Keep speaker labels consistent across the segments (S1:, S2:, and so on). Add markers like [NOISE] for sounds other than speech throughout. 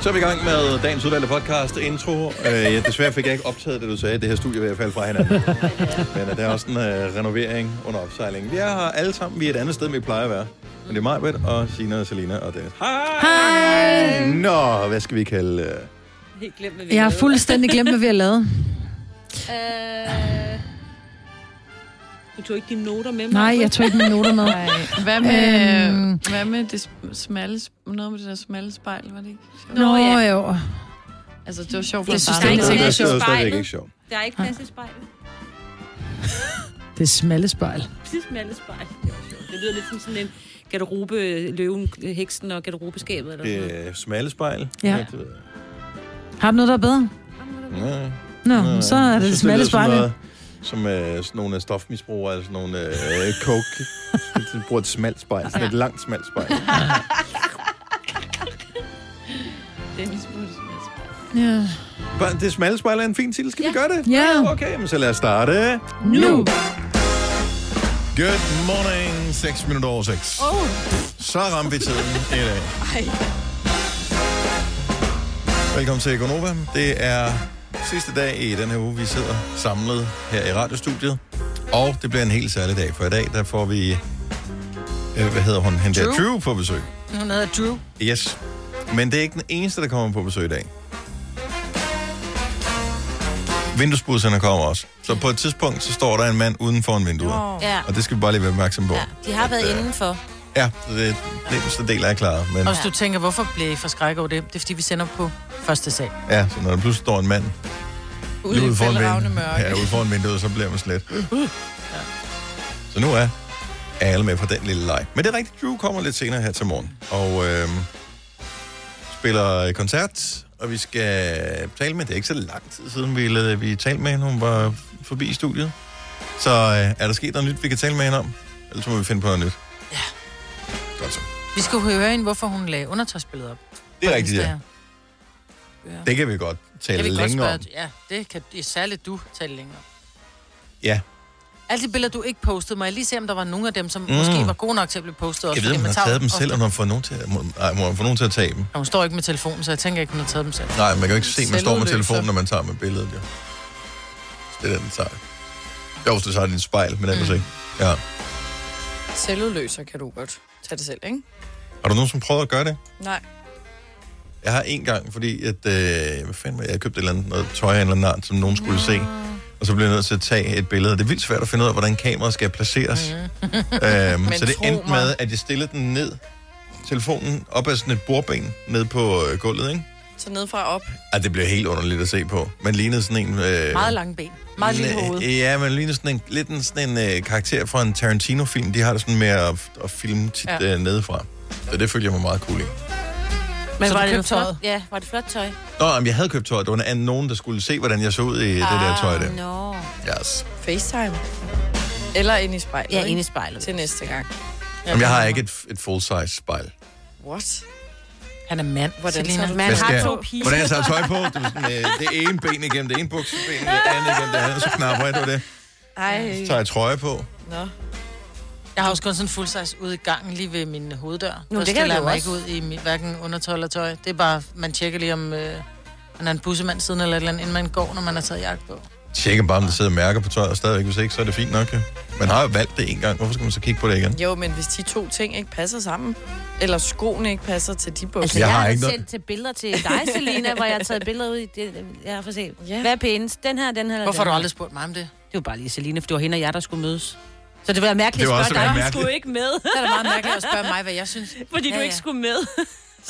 S1: Så er vi i gang med dagens udvalgte podcast intro. Øh, ja, desværre fik jeg ikke optaget det, du sagde. Det her studie er i hvert fald fra hinanden. Men øh, der er også en øh, renovering under opsejling. Vi er her alle sammen. Vi er et andet sted, end vi plejer at være. Men det er mig, Britt, og Sina og Selina og Dennis. Hej! Nå, hvad skal vi kalde... Øh,
S2: Helt glemt, hvad vi
S3: Jeg har
S2: lavede.
S3: fuldstændig glemt, hvad vi har lavet.
S2: Øh, du tog ikke dine noter med mig?
S3: Nej, jeg tog ikke mine noter
S4: [LAUGHS]
S3: med.
S4: Nej. Hvad med,
S3: Øhm.
S4: hvad med det sm- smalle, sp- noget med det der smalle spejl, var det ikke? sjovt?
S3: Nå,
S2: Nå, ja.
S3: jo.
S4: Altså, det var sjovt for
S3: Det
S4: at
S3: synes
S4: starte
S3: jeg
S4: med.
S3: ikke.
S1: det er
S2: det
S1: stadig- stadigvæk
S2: spejlet.
S1: ikke sjovt.
S2: Der er ikke plads i spejlet.
S3: Det er smalle spejl.
S2: Præcis smalle spejl. Det var sjovt. Det lyder lidt som sådan en garderobe, løven, heksen og garderobeskabet. Eller sådan noget.
S1: Det er øh, smalle spejl.
S3: Ja.
S1: det ved jeg.
S3: Har du noget, der er bedre?
S1: Nej.
S3: Nå,
S1: Nej,
S3: så er
S1: jeg
S3: det, det
S1: synes,
S3: smalle
S1: lyder som
S3: spejl.
S1: noget, Som øh, sådan nogle øh, stofmisbrugere, altså nogle øh, coke. De bruger et smalt spejl, sådan et langt smalt
S3: [LAUGHS]
S1: spejl.
S4: Dennis på det smalle spejl.
S3: Ja.
S1: Bare, Det smalle spejl er en fin titel, skal ja. vi gøre det?
S3: Ja.
S1: Oh, Okay, men så lad os starte.
S3: Nu.
S1: Good morning, 6 minutter over 6.
S4: Oh.
S1: Så ramte vi tiden i dag. Velkommen til Gonova. Det er sidste dag i den her uge, vi sidder samlet her i radiostudiet. Og det bliver en helt særlig dag, for i dag der får vi, øh, hvad hedder hun, hende der,
S3: Drew.
S1: Drew på besøg.
S3: Hun hedder Drew.
S1: Yes. Men det er ikke den eneste, der kommer på besøg i dag. Vinduesbusserne kommer også. Så på et tidspunkt, så står der en mand uden for en vindue.
S5: Ja,
S1: Og det skal vi bare lige være opmærksom på.
S5: ja. De har været
S1: øh,
S5: indenfor.
S1: Ja, så det, den eneste del er klaret. Men
S6: Og hvis du tænker, hvorfor blev I forskrækket over det? Det er, fordi vi sender på første sag.
S1: ja, så når der pludselig står en mand
S6: Ude
S1: lige
S6: i
S1: ude foran,
S6: fælderagende
S1: vinduet,
S6: mørke.
S1: ja, ude foran vinduet, så bliver man slet. Så nu er alle med på den lille leg. Men det er rigtigt, Drew kommer lidt senere her til morgen. Og øh, spiller koncert, og vi skal tale med Det er ikke så lang tid siden, vi, lavede- vi talte med hende. Hun var forbi i studiet. Så øh, er der sket noget nyt, vi kan tale med hende om? Ellers må vi finde på noget nyt.
S6: Ja.
S1: Godt så.
S6: Vi skal jo høre hende, hvorfor hun lagde undertøjsbilledet op.
S1: Det
S6: På
S1: er rigtigt,
S6: Insta.
S1: ja. Det kan vi godt tale
S6: Jeg vil godt
S1: længe om.
S6: spørge, ja, det kan det er særligt du tale længere om.
S1: Ja,
S6: Alle de billeder, du ikke postede, må jeg lige se, om der var nogen af dem, som mm. måske var gode nok til at blive postet. Også,
S1: Jeg ved,
S6: fordi
S1: om
S6: man
S1: man har
S6: tager
S1: taget dem
S6: ofte-
S1: selv, og man får nogen til, må, ej, må man få nogen til at tage dem.
S6: Ja, Hun står ikke med telefonen, så jeg tænker ikke, hun har taget dem selv.
S1: Nej, man kan jo ikke se, man står med
S6: Selvudløser.
S1: telefonen, når man tager med billedet, jo. Det er den, den tager. Jo, hvis du tager din spejl, men ellers mm. ikke. Ja.
S4: Selvudløser kan du godt tage det selv, ikke?
S1: Har du nogen, som prøvet at gøre det?
S4: Nej.
S1: Jeg har en gang, fordi at, øh, hvad fanden var det? jeg købte et eller andet noget tøj af en eller anden art, som nogen skulle se. Og så blev jeg nødt til at tage et billede. Det er vildt svært at finde ud af, hvordan kameraet skal placeres.
S6: [LAUGHS]
S1: Mm. øhm, så det
S6: tro
S1: endte
S6: mig.
S1: med, at jeg stillede den ned, telefonen op ad sådan et bordben, ned på øh, gulvet, ikke?
S4: Så nedefra op.
S1: Ej, det blev helt underligt at se på. Man lignede sådan en... Øh,
S6: Meget lange ben. Meget lille
S1: en, øh,
S6: hoved.
S1: Ja, man lignede sådan en, lidt en, sådan en øh, karakter fra en Tarantino-film. De har det sådan med at, at filme tit ja.
S6: Ja.
S1: øh, nedefra. Så det følte jeg mig meget cool i.
S6: Men
S5: Så
S6: var
S5: du
S6: det
S5: købte
S6: tøjet?
S5: flot- Ja, var det flot tøj?
S1: Nå, jamen, jeg havde købt tøj. Det var en anden- nogen, der skulle se, hvordan jeg så ud i ah, det der tøj der.
S5: Nå.
S1: Yes.
S4: FaceTime. Eller ind i spejlet,
S5: Ja,
S4: ikke?
S5: inde i spejlet.
S4: Til næste gang.
S1: Jamen, jeg har ikke et, et full-size spejl.
S4: What?
S6: Han er mand,
S4: Hvordan
S6: Selina.
S4: så?
S5: Man
S1: Hvad
S5: har
S1: skal-
S5: to piger.
S1: Hvordan jeg tager tøj på? Det, var sådan, øh, det ene ben igennem det ene bukseben, det andet igennem det andet, så knapper jeg det. var det.
S4: Ej.
S1: Så tager jeg trøje på.
S4: Nå.
S6: Jeg har også kun sådan en full size ude i gangen lige ved min hoveddør.
S5: Nå,
S6: Nu,
S5: det
S6: det
S5: kan
S6: stiller
S5: du
S6: jeg mig
S5: også.
S6: ikke ud i mit, hverken undertøj eller tøj. Det er bare, man tjekker lige om øh, man er en bussemand siden eller et eller andet, inden man går, når man har taget jakke på.
S1: Tjekker bare, om der sidder mærker på tøjet stadigvæk. Hvis ikke, så er det fint nok. Ja. Man har jo valgt det en gang. Hvorfor skal man så kigge på det igen?
S4: Jo, men hvis de to ting ikke passer sammen, eller skoene ikke passer til de
S5: Altså,
S4: bukser.
S1: Jeg
S5: jeg,
S1: har
S5: jeg har
S1: ikke noget-
S5: sendt til billeder til dig, Selina, hvor jeg har
S4: [LAUGHS]
S5: taget billeder ud i det. Jeg har fået se.
S4: Ja.
S5: Hvad er pænest? Den her, den her. eller
S6: Hvorfor har
S5: den
S6: du
S5: her?
S6: aldrig spurgt mig om det?
S5: Det var bare lige Selina, for det var hende og jeg, der skulle mødes. Så det var mærkeligt
S1: Det var
S5: at
S1: også
S5: spørge dig.
S1: være
S5: Du skulle ikke med,
S6: Det er da meget mærkeligt at spørge mig, hvad jeg synes.
S5: fordi du
S6: Ja,
S5: ikke
S6: ja.
S5: skulle med.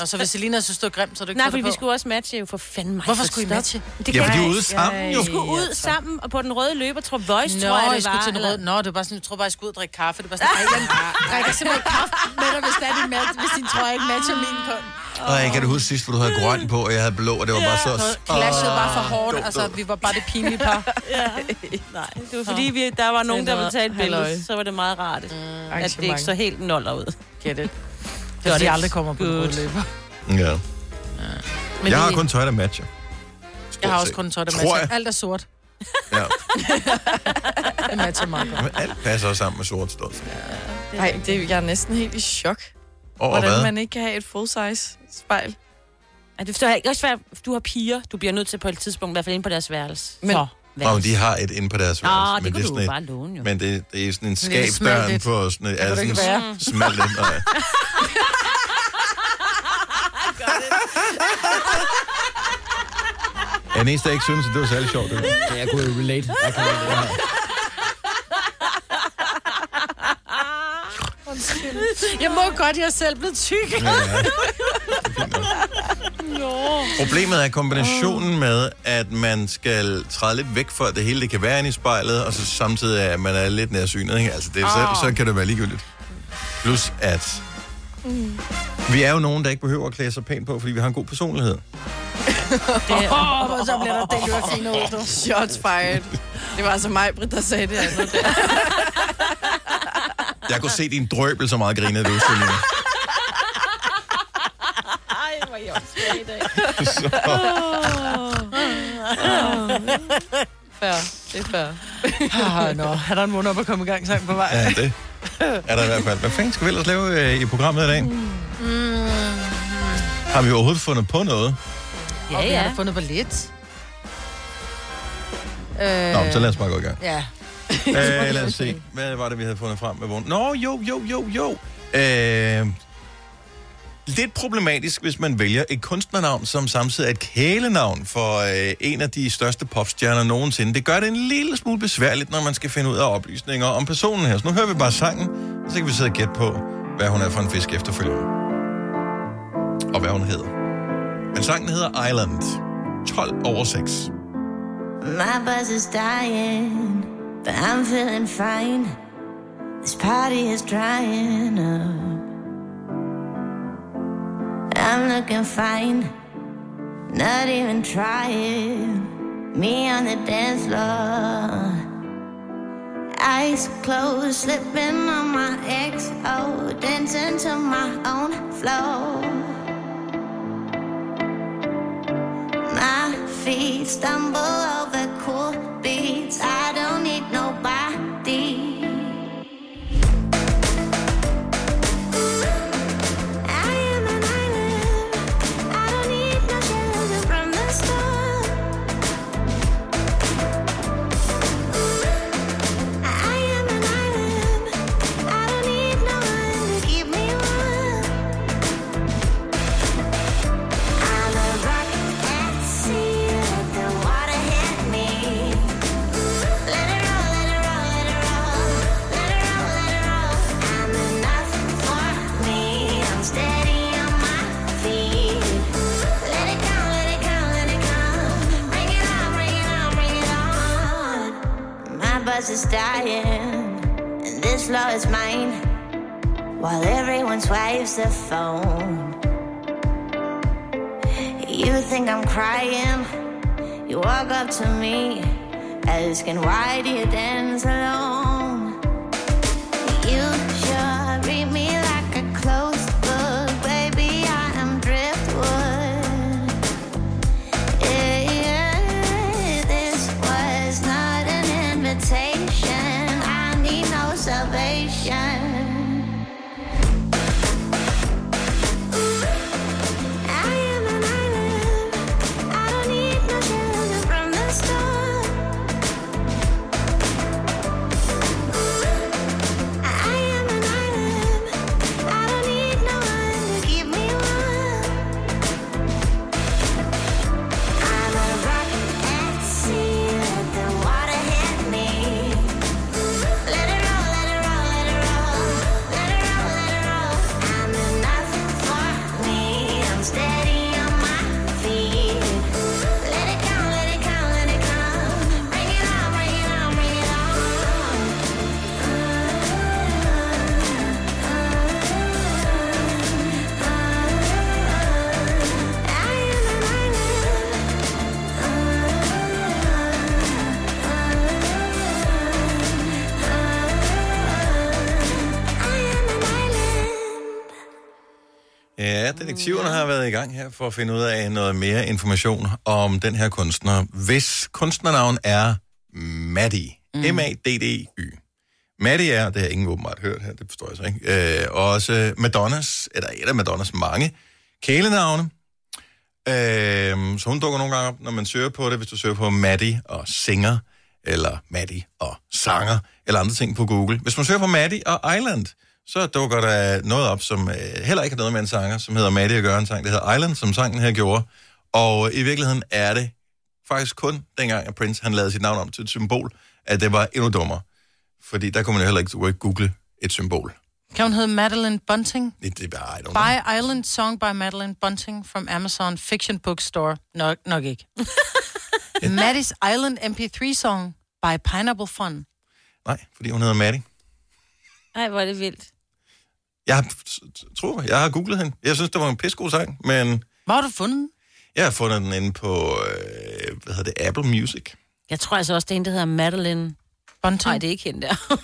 S6: Og så hvis Selina synes, du er grim, så er du ikke
S5: Nej,
S6: fået
S5: fordi
S6: det
S5: vi
S6: på.
S5: skulle også matche jo for fanden mig.
S6: Hvorfor
S5: for
S6: skulle I
S5: stop.
S6: matche?
S5: Det
S1: Ja,
S5: kan
S1: for de er
S5: jeg
S1: ude
S5: ikke.
S1: sammen, jo.
S5: Vi skulle ud sammen og på den røde løber, tror Voice,
S6: Nå,
S5: tror jeg, det var.
S6: jeg skulle til den
S5: eller-
S6: røde. Nå, det var bare sådan, jeg tror bare, jeg skulle ud og drikke kaffe. Det var sådan, ej, jeg [LAUGHS] drikker simpelthen ikke kaffe med dig, hvis, det er din mat- hvis din trøje ikke matcher min på.
S1: Og jeg kan du huske sidst, hvor du havde grøn på, og jeg havde blå, og det var bare så...
S6: Så clashede bare
S5: Ah,
S6: for hårdt, altså vi var bare det pinlige par.
S5: [LAUGHS] Nej, det var fordi, vi, der var nogen, der ville tage et
S4: Halløj.
S5: billede, så var det meget rart, mm, at det ikke så helt noller ud.
S6: Get it. Det
S1: Altså,
S6: er, fordi jeg aldrig kommer på den røde løber.
S1: Ah. Ja.
S6: Men
S1: Jeg har
S6: det-
S1: kun tøj, der matcher.
S6: Jeg har også kun tøj, der
S1: Tror
S6: matcher.
S1: jeg.
S6: Alt er [LAUGHS] sort.
S1: Ja.
S6: Det matcher meget godt.
S1: Men alt passer også sammen med sort stål.
S4: Nej, det, jeg er næsten helt i chok,
S1: Og
S4: hvordan
S1: hvad?
S4: man ikke kan have et full-size spejl.
S5: Ej, det forstår jeg ikke. Også svært, du har piger, du bliver nødt til på et tidspunkt, i hvert fald inde på deres værelse.
S4: Men-
S5: For værelse.
S1: Nå, men de har et inde på deres
S5: Nå, det
S1: men
S5: kunne
S1: er
S5: du
S1: sådan
S5: jo
S1: et-
S5: bare låne, jo.
S1: Men det, det er sådan en
S6: lille
S1: skabdøren
S6: smallet.
S1: på sådan, er
S6: det
S1: sådan
S6: ikke
S1: en smalt ind. Og,
S6: [LAUGHS]
S1: er den eneste, der ikke synes, at det var særlig sjovt. Det der.
S7: Ja, jeg kunne jo relate. Jeg kan relate det her.
S6: Jeg må godt, jeg er selv blevet tyk.
S1: Ja, ja. Det er fint nok. Problemet er kombinationen med, at man skal træde lidt væk for, at det hele det kan være inde i spejlet, og så samtidig er, at man er lidt nærsynet. Ikke? Altså, det, så, så kan det være ligegyldigt. Plus at... Vi er jo nogen, der ikke behøver at klæde sig pænt på, fordi vi har en god personlighed.
S4: [LAUGHS]
S6: Og så bliver der delt øvrigt ud, du.
S4: Shots fired. Det var altså mig, Britt, der sagde det andet. Der.
S1: Jeg kunne se din drøbel, så meget grinede du, Selina. [LAUGHS] Så-
S4: Før. Det er før.
S6: Ah, nå, [LAUGHS] er der en måned op at komme i gang sang på vej?
S1: Ja,
S6: [LAUGHS]
S1: det er der i hvert fald. Hvad fanden skal vi ellers lave øh, i programmet i dag?
S6: Mm.
S1: Har vi overhovedet fundet på noget?
S6: Ja,
S5: Ja,
S6: ja. Jeg har
S5: ja.
S6: da fundet på lidt.
S1: Nå, men så lad os bare gå i gang.
S6: Ja.
S1: Øh, lad os se. Hvad var det, vi havde fundet frem med vognen? Nå, jo, jo, jo, jo. Øh, lidt problematisk, hvis man vælger et kunstnernavn, som samtidig er et kælenavn for øh, en af de største popstjerner nogensinde. Det gør det en lille smule besværligt, når man skal finde ud af oplysninger om personen her. Så nu hører vi bare sangen, og så kan vi sidde og gætte på, hvad hun er for en fisk efterfølgende. Og hvad hun hedder. Men sangen hedder Island. 12 over 6.
S8: My buzz is dying, but I'm feeling fine. This party is drying up. I'm looking fine, not even trying. Me on the dance floor. Eyes closed, slipping on my XO, dancing to my own flow. My feet stumble over cool beats. I don't need nobody. I am an island. I don't need no shelter from the storm. I am an island. I don't need no one to keep me warm. I'm a rock at sea. Let the water hit me. Let it roll, let it roll, let it roll, let it roll, let it roll. I'm enough for me. I'm steady on my feet. Let it go, let it go, let it go. Bring it on, bring it on, bring it on. My buzz is dying, and this flow is mine. While everyone swipes the phone. You think I'm crying? You walk up to me, asking why do you dance alone? You sure read me like a closed book, baby. I am driftwood. Yeah, this was not an invitation. I need no salvation. I am an island. I don't need no shelter from the storm. I am an island. I don't need no one to keep me warm. I'm a rock at sea. Let the water hit me. Let it roll, let it roll, let it roll, let it roll, let it roll. I'm enough for me. I'm steady on my feet. Let it go, let it go, let it go. Bring it on, bring it on, bring it on. I am an island. I am an island.
S1: Ja, detektiverne har været i gang her for at finde ud af noget mere information om den her kunstner. Hvis kunstnernavn er Maddie, M-A-D-D-Y. Maddie er, det har ingen åbenbart hørt her, det forstår jeg så ikke, øh, også Madonnas, eller et af Madonnas mange kælenavne. Øhm, så hun dukker nogle gange op, når man søger på det. Hvis du søger på Maddie og Singer, eller Maddie og Sanger, eller andre ting på Google. Hvis man søger på Maddie og Island, så dukker der noget op, som øh, heller ikke har noget med en sanger, som hedder Maddie og gøre en sang. Det hedder Island, som sangen her gjorde. Og øh, i virkeligheden er det faktisk kun dengang, at Prince han lavede sit navn om til et symbol, at det var endnu dummere. Fordi der kunne man jo heller ikke, du kunne ikke google et symbol.
S6: Kan hun hedde Madeline Bunting?
S1: Det, det er, I don't know.
S6: By Island Song by Madeline Bunting from Amazon Fiction Bookstore. Nok, nok
S1: [LAUGHS]
S6: ikke. Maddie's Island MP3 Song by Pineapple Fun.
S1: Nej, fordi hun hedder Maddie.
S5: Nej, hvor er det vildt.
S1: Jeg har, tror jeg, jeg har googlet hende. Jeg synes, det var en pissegod sang, men
S6: Hvor har du fundet den?
S1: jeg har fundet den inde på, øh, hvad hedder det, Apple Music.
S5: Jeg tror altså også, det er en, der hedder Madeline.
S6: Bunting?
S5: Nej, det er ikke hende der. [LAUGHS]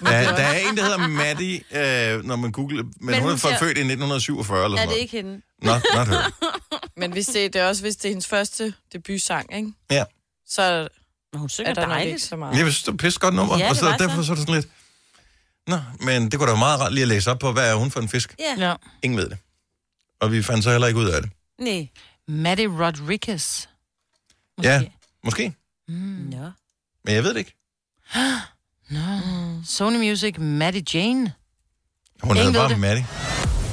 S1: Der, der er en, der hedder Maddie, øh, når man googler, men, men hun er
S5: hun
S1: fra,
S5: ser-
S1: født i 1947 eller
S5: er
S1: sådan
S5: det
S1: noget.
S5: ikke hende?
S1: Not, not her.
S4: Men hvis det, det er også, hvis det er hendes første debutsang, ikke?
S1: Ja.
S4: Så er
S5: Men hun synger
S4: der nok ikke
S5: dejligt.
S4: så meget.
S1: Jeg synes, det er et pissegodt nummer,
S5: Ja,
S1: og
S5: det
S1: så
S5: var så.
S1: derfor så er det sådan lidt... Nå, men det kunne da være meget rart lige at læse op på, hvad er hun for en fisk?
S5: Ja.
S6: Ja.
S1: Ingen ved det. Og vi fandt så heller ikke ud af det.
S5: Nej.
S6: Maddie Rodriguez. Mm.
S1: Ja, måske.
S5: Mm. Nå.
S6: [GASPS]
S1: Men jeg ved det ikke.
S5: Mm.
S6: Sony Music, Maddie Jane.
S1: Hun hedder
S6: ved
S1: bare
S6: det.
S1: Maddie.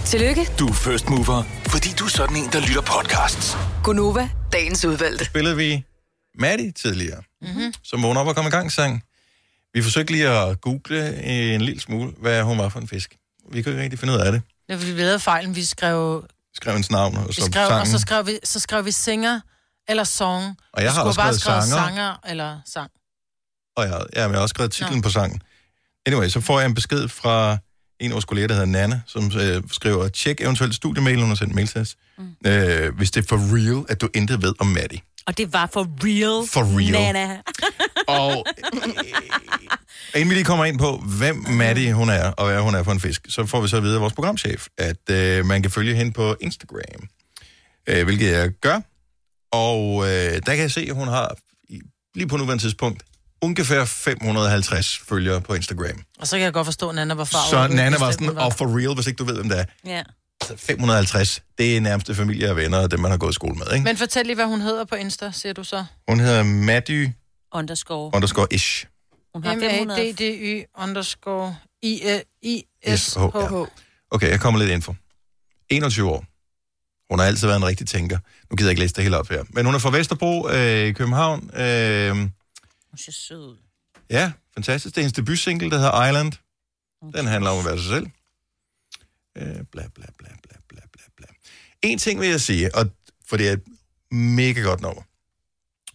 S9: Tillykke,
S10: Du er first mover, fordi du er sådan en, der lytter podcasts.
S9: Gunova, dagens udvalgte.
S1: spillede vi Maddie tidligere, mm-hmm. som vågnede op og kom i gang sang. Vi forsøgte lige at google en lille smule, hvad hun var for en fisk. Vi kunne ikke rigtig finde ud af det.
S6: Det var fordi, vi lavede fejlen. Vi skrev,
S1: Skrev hendes navn og
S6: vi
S1: så
S6: skrev og
S1: sangen.
S6: så skrev vi, så skrev vi singer eller song.
S1: Og jeg
S6: Vi
S1: har
S6: skulle
S1: også
S6: bare
S1: skrevet
S6: skrevet
S1: sanger.
S6: sanger eller sang.
S1: Og jeg, ja, men jeg har også skrevet titlen på sangen. Anyway, så får jeg en besked fra en af vores kolleger, der hedder Nana, som øh, skriver, tjek eventuelt studiemailen, hun har sendt mail til os, mm. øh, hvis det er for real, at du intet ved om Maddie.
S2: Og det var for real.
S1: For real.
S2: Nana.
S1: Og øh, inden vi lige kommer ind på, hvem Maddie hun er, og hvad hun er for en fisk, så får vi så at vide af vores programchef, at øh, man kan følge hende på Instagram, øh, hvilket jeg gør. Og øh, der kan jeg se, at hun har i- lige på nuværende tidspunkt ungefær 550 følgere på Instagram.
S6: Og så kan jeg godt forstå, at Nana var far.
S1: Så Nana var sådan, og for real, hvis ikke du ved, hvem det er.
S5: Ja.
S1: Altså, 550, det er nærmeste familie og venner, og dem man har gået i skole med, ikke?
S6: Men fortæl lige, hvad hun hedder på Insta, siger du så.
S1: Hun hedder Maddie
S5: Underscore.
S1: underscore ish.
S5: Hun har 500.
S6: M-A-D-D-Y underscore I-S-H.
S1: S-H, ja. Okay, jeg kommer lidt info. 21 år. Hun har altid været en rigtig tænker. Nu gider jeg ikke læse det hele op her. Men hun er fra Vesterbro øh, i København. Øh,
S5: Hun ser sød ud.
S1: ja, fantastisk. Det er hendes debutsingle, der hedder Island. Den handler om at være sig selv. Øh, bla, bla, bla, bla, bla, bla, bla. En ting vil jeg sige, og for det er et mega godt nummer.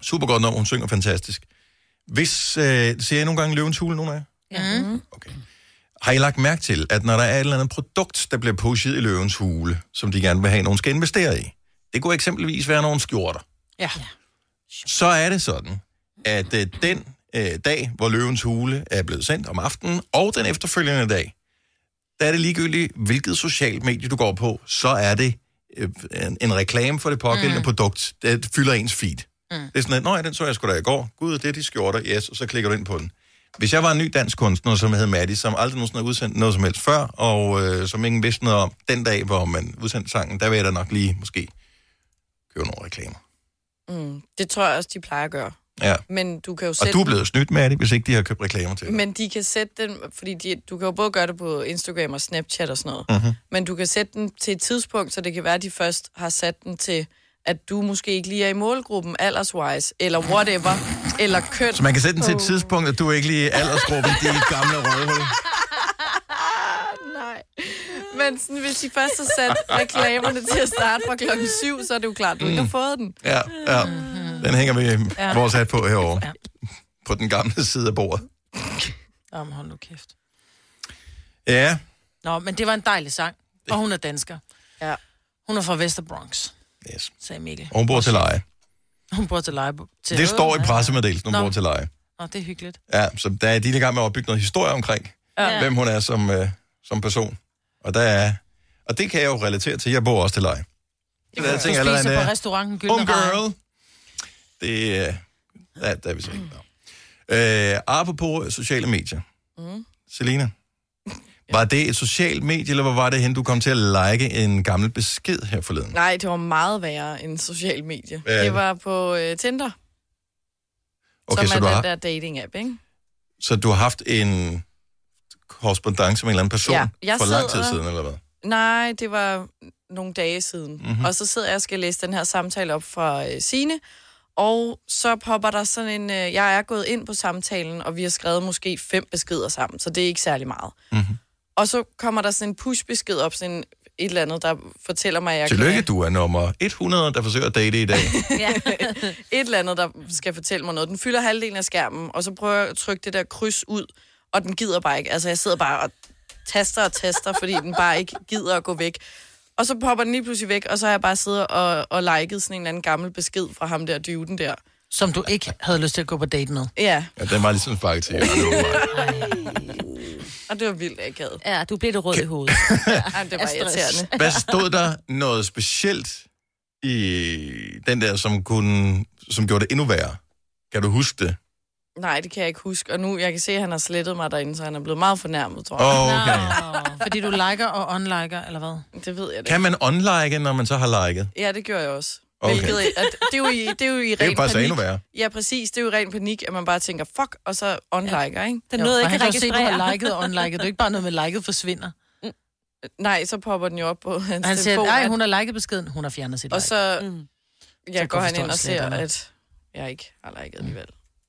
S1: Super godt nummer, hun synger fantastisk. Hvis, øh, ser jeg nogle gange løvens hule, nogle af jer?
S5: Mm.
S1: Okay. Har I lagt mærke til, at når der er et eller andet produkt, der bliver pushet i løvens hule, som de gerne vil have, at nogen skal investere i, det kunne eksempelvis være nogle skjorter.
S6: Ja.
S1: Så er det sådan, at øh, den øh, dag, hvor løvens hule er blevet sendt om aftenen, og den efterfølgende dag, der er det ligegyldigt, hvilket socialt medie du går på, så er det øh, en, en reklame for det pågældende mm. produkt, der fylder ens feed. Mm. Det er sådan, at, nå ja, den så jeg sgu da i går. Gud, det er de skjorter, yes, og så klikker du ind på den. Hvis jeg var en ny dansk kunstner, som hed Matti, som aldrig nogensinde har udsendt noget som helst før, og øh, som ingen vidste noget om, den dag, hvor man udsendte sangen, der vil jeg da nok lige måske købe nogle reklamer.
S4: Mm, det tror jeg også, de plejer at gøre.
S1: Ja.
S4: Men du kan jo
S1: Og
S4: sætte
S1: du er blevet snydt, Matti, hvis ikke de har købt reklamer til dig.
S4: Men de kan sætte den, fordi de, du kan jo både gøre det på Instagram og Snapchat og sådan noget, mm-hmm. men du kan sætte den til et tidspunkt, så det kan være, at de først har sat den til, at du måske ikke lige er i målgruppen alderswise, eller whatever, eller køn.
S1: Så man kan sætte den til et tidspunkt, at du ikke lige er i aldersgruppen, de gamle rødhul.
S4: Ah, Nej. Men sådan, hvis de først har sat reklamerne til at starte fra klokken 7, så er det jo klart, du ikke har fået den.
S1: Mm. Ja, ja. Den hænger vi ja. vores hat på herovre. Ja. På den gamle side af bordet.
S6: Jamen, hold nu kæft.
S1: Ja,
S6: Nå, men det var en dejlig sang. Og hun er dansker.
S4: Ja.
S6: Hun er fra Vesterbronx,
S1: yes.
S6: sagde Mikkel.
S1: Og hun bor til leje.
S6: Hun bor til leje. Til
S1: Det står i pressemeddelelsen, hun
S6: Nå.
S1: bor til leje.
S6: Nå, det er hyggeligt.
S1: Ja, så der er de i gang med at opbygge noget historie omkring, ja. hvem hun er som, øh, som person. Og der er... Og det kan jeg jo relatere til. Jeg bor også til leje. Så der er
S6: Du
S1: ting allerede,
S6: spiser
S1: der
S6: på
S1: er,
S6: restauranten Gyldne
S1: Home
S6: Rai.
S1: girl. Det er... Ja, der er vi så ikke. Nå. Øh, apropos sociale medier. Mm. Selina, Var det et socialt medie, eller hvor var det hen, du kom til at like en gammel besked her forleden?
S4: Nej, det var meget værre end social medie.
S1: Hvad er
S4: Det
S1: det?
S4: var på øh, Tinder, som
S1: Okay, så
S4: er
S1: du,
S4: den
S1: har,
S4: der dating-app, ikke?
S1: så du har haft en korrespondence med en eller anden person
S4: Ja,
S1: ja,
S4: jeg
S1: for lang tid
S4: sidder-
S1: siden, eller hvad?
S4: Nej, det var nogle dage siden.
S1: Mhm.
S4: Mm-hmm. Og så sidder jeg og skal læse den her samtale op fra øh, Sine, og så popper der sådan en... Øh, jeg er gået ind på samtalen, og vi har skrevet måske fem beskeder sammen, så det er ikke særlig meget.
S1: Mhm.
S4: Og så kommer der sådan en push-besked op, sådan en, et eller andet, der fortæller mig, at jeg
S1: Tillykke,
S4: kan...
S1: du er nummer 100, der forsøger at date i dag.
S4: [LAUGHS] et eller andet, der skal fortælle mig noget. Den fylder halvdelen af skærmen, og så prøver jeg at trykke det der kryds ud, og den gider bare ikke. Altså, jeg sidder bare og taster og taster, fordi den bare ikke gider at gå væk. Og så popper den lige pludselig væk, og så har jeg bare siddet og, og liket sådan en eller anden gammel besked fra ham der dyvden der.
S6: Som du ikke havde lyst til at gå på date med.
S4: Ja,
S1: Ja, den var ligesom sparket til jer.
S4: [LAUGHS] og det var vildt akavet.
S5: Ja, du blev det rød i hovedet.
S4: Ej, det var irriterende.
S1: Hvad stod der noget specielt i den der, som, kunne, som gjorde det endnu værre? Kan du huske det?
S4: Nej, det kan jeg ikke huske. Og nu, jeg kan se, at han har slettet mig derinde, så han er blevet meget fornærmet, tror jeg.
S1: Åh, okay.
S6: Fordi du liker og unliker, eller hvad?
S4: Det ved jeg da
S1: Kan man unlike, når man så har liket?
S4: Ja, det gjorde jeg også.
S1: Okay.
S4: Okay. Hvilket, er- at, det, er jo i, det er jo i ren
S1: Det er jo faktisk
S4: panik.
S1: endnu værre.
S4: Ja, præcis. Det er jo i ren panik, at man bare tænker, fuck, og så unliker, ja. ikke?
S5: Den
S6: Jo,
S5: nåede
S6: for
S5: ikke
S6: han
S5: at
S6: kan jo se, du
S5: registrere.
S6: har liket og unliket. Det er jo ikke bare noget med liket forsvinder.
S4: Nej, så popper den jo op på hans
S6: Han siger,
S4: telefon.
S6: nej,
S4: at-
S6: hun har liket beskeden. Hun har fjernet sit
S4: Og så,
S5: Mm.
S4: ja,
S6: Så
S4: så går
S6: kan
S4: han
S6: forstå,
S4: ind og
S6: at
S4: ser,
S6: sletterne-
S4: at jeg ikke har liket alligevel.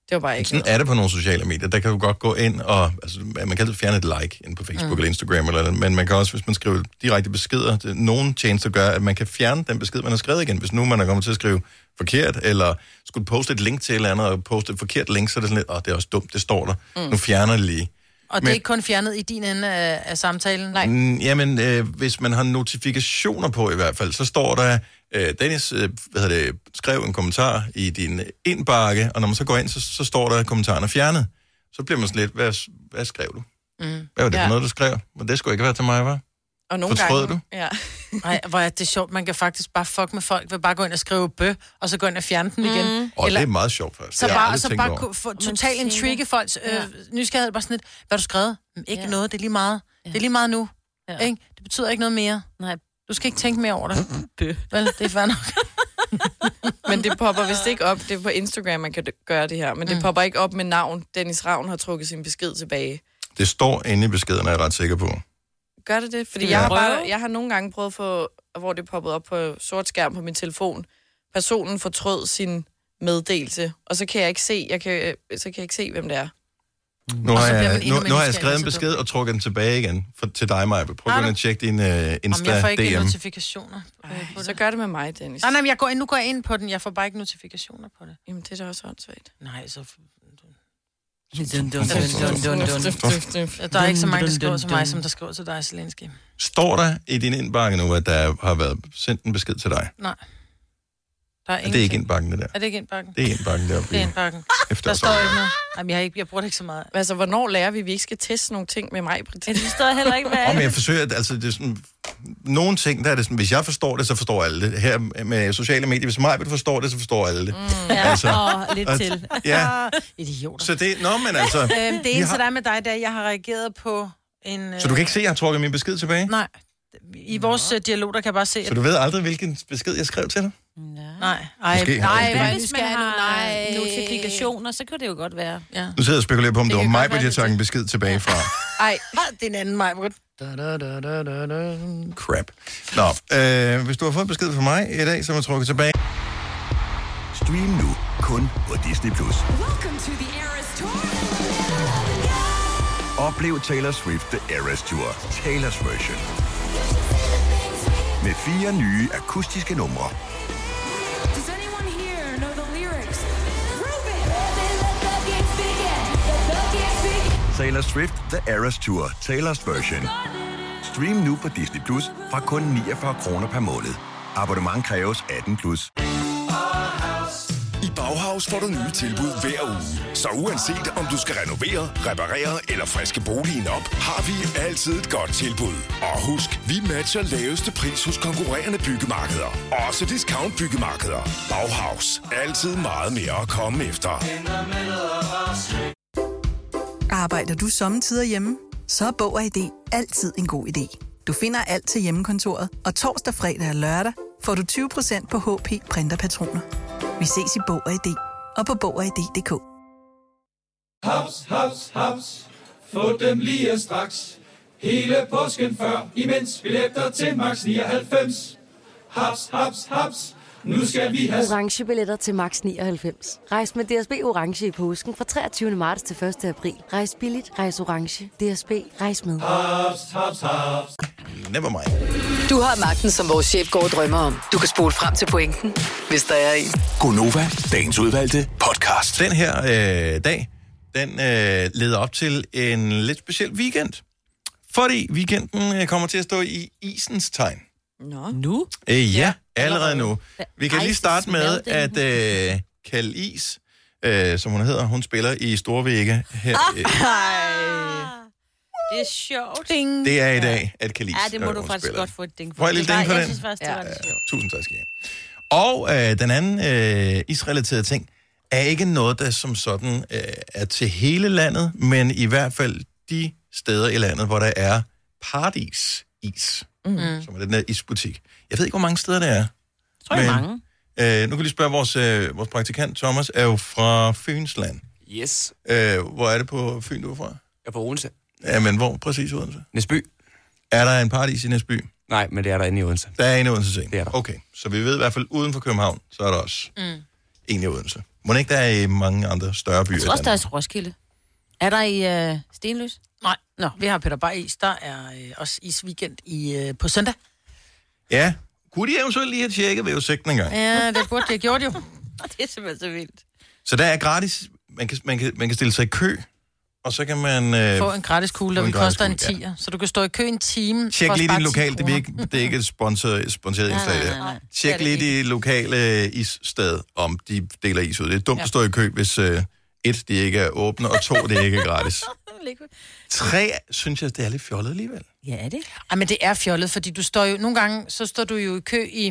S4: Det var bare ikke
S1: Sådan
S4: noget.
S1: er det på nogle sociale medier. Der kan du godt gå ind og... Altså, man kan altid fjerne et like ind på Facebook mm. eller Instagram, eller, andet, men man kan også, hvis man skriver direkte beskeder, det, nogle tjenester gør, at man kan fjerne den besked, man har skrevet igen. Hvis nu man er kommet til at skrive forkert, eller skulle poste et link til et eller andet, og poste et forkert link, så er det sådan lidt, åh, det er også dumt, det står der. Mm. Nu fjerner jeg det lige.
S6: Og det
S1: Men-
S6: er ikke kun fjernet i din ende af, af samtalen? Nej.
S1: Mm, jamen, øh, hvis man har notifikationer på i hvert fald, så står der, øh, Dennis øh, hvad hedder det, skrev en kommentar i din indbakke, og når man så går ind, så, så står der, at kommentaren er fjernet. Så bliver man sådan lidt, hvad, hvad skrev du?
S6: Mm.
S1: Hvad var det ja. for
S4: Ja.
S1: noget, du skrev? Men det skulle ikke være til mig, var?
S4: Og nogle
S1: Fortrød
S4: gange,
S6: [LAUGHS]
S1: du?
S4: Ja.
S6: Nej, hvor er det sjovt. Man kan faktisk bare fuck med folk ved bare gå ind og skrive bø, og så gå ind og fjerne den igen. Mm.
S1: Og det er meget sjovt faktisk.
S6: så
S1: Det har jeg
S6: bare,
S1: aldrig
S6: så
S1: tænkt
S6: bare
S1: over.
S6: ku- få
S5: siger
S6: totalt
S5: det.
S6: intrigue folks øh,
S5: Ja.
S6: nysgerrighed. Bare sådan lidt, hvad har du skrevet? "Mm, Ikke
S5: Ja.
S6: noget, det er lige meget. Det er lige meget nu.
S5: Ja.
S6: Ikke? Det betyder ikke noget mere.
S5: Nej.
S6: Du skal ikke tænke mere over det. Vel, det er fair nok.
S4: Men det popper vist ikke op. Det er på Instagram, man kan d- gøre det her. Men det popper ikke op med navn. Dennis Ravn har trukket sin besked tilbage.
S1: Det står inde i beskeden, er jeg ret sikker på.
S4: Gør det det? Fordi
S1: Ja.
S4: jeg, har
S5: Prøve.
S4: bare, jeg har nogle gange prøvet at få, hvor det poppede op på sort skærm på min telefon. Personen fortrød sin meddelelse, og så kan jeg ikke se, jeg kan, så kan jeg ikke se hvem det er.
S1: Nu har,
S6: så bliver man
S1: jeg,
S6: endnu
S1: nu,
S6: mere
S1: nu har jeg
S6: nysgerrig,
S1: skrevet en
S6: så
S1: besked
S6: dumt.
S1: og trukket den tilbage igen for, til dig, Maja. Prøv
S6: Har
S1: at gå
S6: du?
S1: ind og tjekke din uh,
S6: Om jeg får ikke
S1: Insta-DM.
S6: notifikationer øh, på
S4: Så
S6: det.
S4: gør det med mig, Dennis.
S6: Nej, nej, men jeg går ind, nu går jeg ind på den. Jeg får bare ikke notifikationer på det.
S4: Jamen, det er da også åndssvagt.
S6: Nej, så... Der er
S3: Dun,
S6: ikke så mange, der
S3: dun,
S6: skriver til
S3: dun,
S6: mig,
S3: dun.
S6: som der skriver til dig, Zelensky.
S1: Står der i din indbakke nu, at der har været sendt en besked til dig?
S6: Der er
S1: Er det er ikke
S6: ingenting.
S1: indbakken, det der.
S6: Er det ikke indbakken?
S1: Det er indbakken der.
S6: Det er indbakken.
S1: Efter
S6: Der står ikke noget. Jamen, jeg, har ikke, jeg bruger det ikke så meget.
S4: Altså, hvornår lærer vi, at vi ikke skal teste nogle ting med mig, Britt?
S5: Men det står heller ikke, hvad
S1: Om
S5: er
S1: jeg forsøger, at- altså det er sådan, nogle ting, der er det sådan, hvis jeg forstår det, så forstår alle det. Her med sociale medier, hvis mig forstår det, så forstår alle det. Mm.
S5: det?
S1: altså.
S5: Åh, lidt
S1: Og-
S5: til.
S6: [LAUGHS]
S1: Ja,
S6: Ah, Idioter.
S1: så det, nå, men altså,
S6: Øhm, det
S1: Vi
S6: eneste,
S1: har-
S6: der er med dig, det er, at jeg har reageret på en... Øh,
S1: så du kan ikke se, at jeg har trukket min besked tilbage?
S6: Nej. I vores øh, dialog, der kan jeg bare se, at...
S1: Så du ved aldrig, hvilken besked jeg skrev til dig?
S6: Nej, ej,
S1: Måske har
S6: nej, nej,
S1: du-
S5: Men
S6: nej,
S5: hvis man har øh, notifikationer, så kan det jo godt være.
S6: Ja.
S1: Nu sidder jeg og spekulerer på, om det,
S4: Det
S1: var
S4: kan
S1: mig,
S4: godt
S1: hvor
S4: være,
S1: jeg
S4: det er
S1: tager en besked tilbage fra.
S4: Ej,
S6: Hold din anden mig, Britt. Da, da, da, da, da, da.
S1: Crap. Nå, øh, hvis du har fået en besked fra mig i dag, så er jeg trukket tilbage.
S10: Stream nu kun på Disney+. Plus. Oplev Taylor Swift The Eras Tour, Taylor's version. Med fire nye akustiske numre. Taylor Swift The Eras Tour, Taylor's version. Stream nu på Disney Plus fra kun 49 kroner per måned. Abonnement kræves 18 plus.
S11: I Bauhaus får du nye tilbud hver uge. Så uanset om du skal renovere, reparere eller friske boligen op, har vi altid et godt tilbud. Og husk, vi matcher laveste pris hos konkurrerende byggemarkeder. Også discount byggemarkeder. Bauhaus. Altid meget mere at komme efter.
S12: Arbejder du sommetider hjemme? så er Bog og ID altid en god idé. Du finder alt til hjemmekontoret, og torsdag, fredag og lørdag får du 20% på HP printerpatroner. Vi ses i Bog og ID og på Bog og ID.dk.
S13: Haps, haps, haps. Få dem lige straks. Hele påsken før, imens billetter til max 99. Haps, haps, haps. Nu skal vi have...
S14: orange billetter til max 99. Rejs med DSB orange i påsken fra 23. marts til 1. april. Rejs billigt, rejs orange. DSB rejs med.
S13: Haps, haps, haps.
S1: Never mind.
S9: Du har magten, som vores chef går og drømmer om. Du kan spole frem til pointen, hvis der er en.
S1: Gonova, dagens udvalgte podcast. Den her øh, dag, den øh, leder op til en lidt speciel weekend. Fordi weekenden øh, kommer til at stå i isens tegn.
S4: Nå.
S2: Nu?
S1: Øh, ja, allerede nu. Vi kan
S4: Ice
S1: lige starte med, at øh, Kal Is, øh, som hun hedder, hun spiller i Storvægge her. Øh,
S2: Det er sjovt.
S6: Ding.
S1: Det er i dag, at Kalis
S2: Ja, det må
S1: øh,
S2: du
S1: hun
S2: faktisk
S1: spiller.
S2: godt få et ding
S1: Får jeg lidt
S2: Det var-
S1: ding på
S2: jeg
S1: den?
S2: synes faktisk, det var lidt sjovt.
S1: Tusind tak skal I have. Og øh, den anden øh, israelaterede ting er ikke noget, der som sådan øh, er til hele landet, men i hvert fald de steder i landet, hvor der er paradisis,
S2: Mm.
S1: som er den der isbutik. Jeg ved ikke, hvor mange steder der er.
S2: Tror jeg mange.
S1: Øh, nu kan vi lige spørge vores, øh, vores praktikant, Thomas, er jo fra Fynsland.
S15: Yes.
S1: Øh, hvor er det på Fyn, du er fra? Jeg
S15: er på Odense.
S1: Ja, men hvor præcis i Odense?
S15: Næsby.
S1: Er der en paradis i Næsby?
S15: Nej, men det er der inde i Odense.
S1: Der er en i Odense ting. Det er der. Okay, så vi ved i hvert fald, uden for København, så er der også
S5: Mm.
S1: en i Odense. Må ikke der er i mange andre større byer?
S5: Jeg tror også,
S1: i
S5: der
S1: Danmark?
S5: er Roskilde. Er der i øh, Stenløs?
S6: Nej, nå, vi har Peter Bay is. Der er øh, også isweekend i, øh, på søndag.
S1: Ja, kunne de eventuelt lige have tjekket vejrudsigten en gang?
S6: Ja, det burde de have gjort jo.
S2: [LAUGHS] det er simpelthen så vildt.
S1: Så der er gratis, man kan, man kan, man kan stille sig i kø, og så kan man... Øh,
S6: Få en gratis kugle,
S1: få
S6: og vi
S1: en gratis
S6: koster en
S1: kugle, ja.
S6: 10'er. Så du kan stå i kø en time.
S1: Tjek
S6: for at
S1: lige
S6: spare 10
S1: din lokale, det, er
S6: kroner.
S1: ikke, det er ikke et sponsor, sponsoreret
S6: Nej,
S1: indslag
S6: nej,
S1: der.
S6: nej, nej. Det er
S1: Tjek
S6: det
S1: lige de lokale issted, om de deler is ud. Det er dumt
S6: Ja.
S1: at stå i kø, hvis øh, et, de ikke er åbne, og to, det ikke er gratis. Tre, synes jeg, det er lidt fjollet alligevel.
S5: Ja, er det?
S6: Ej, men det er fjollet, fordi du står jo... Nogle gange, så står du jo i kø i...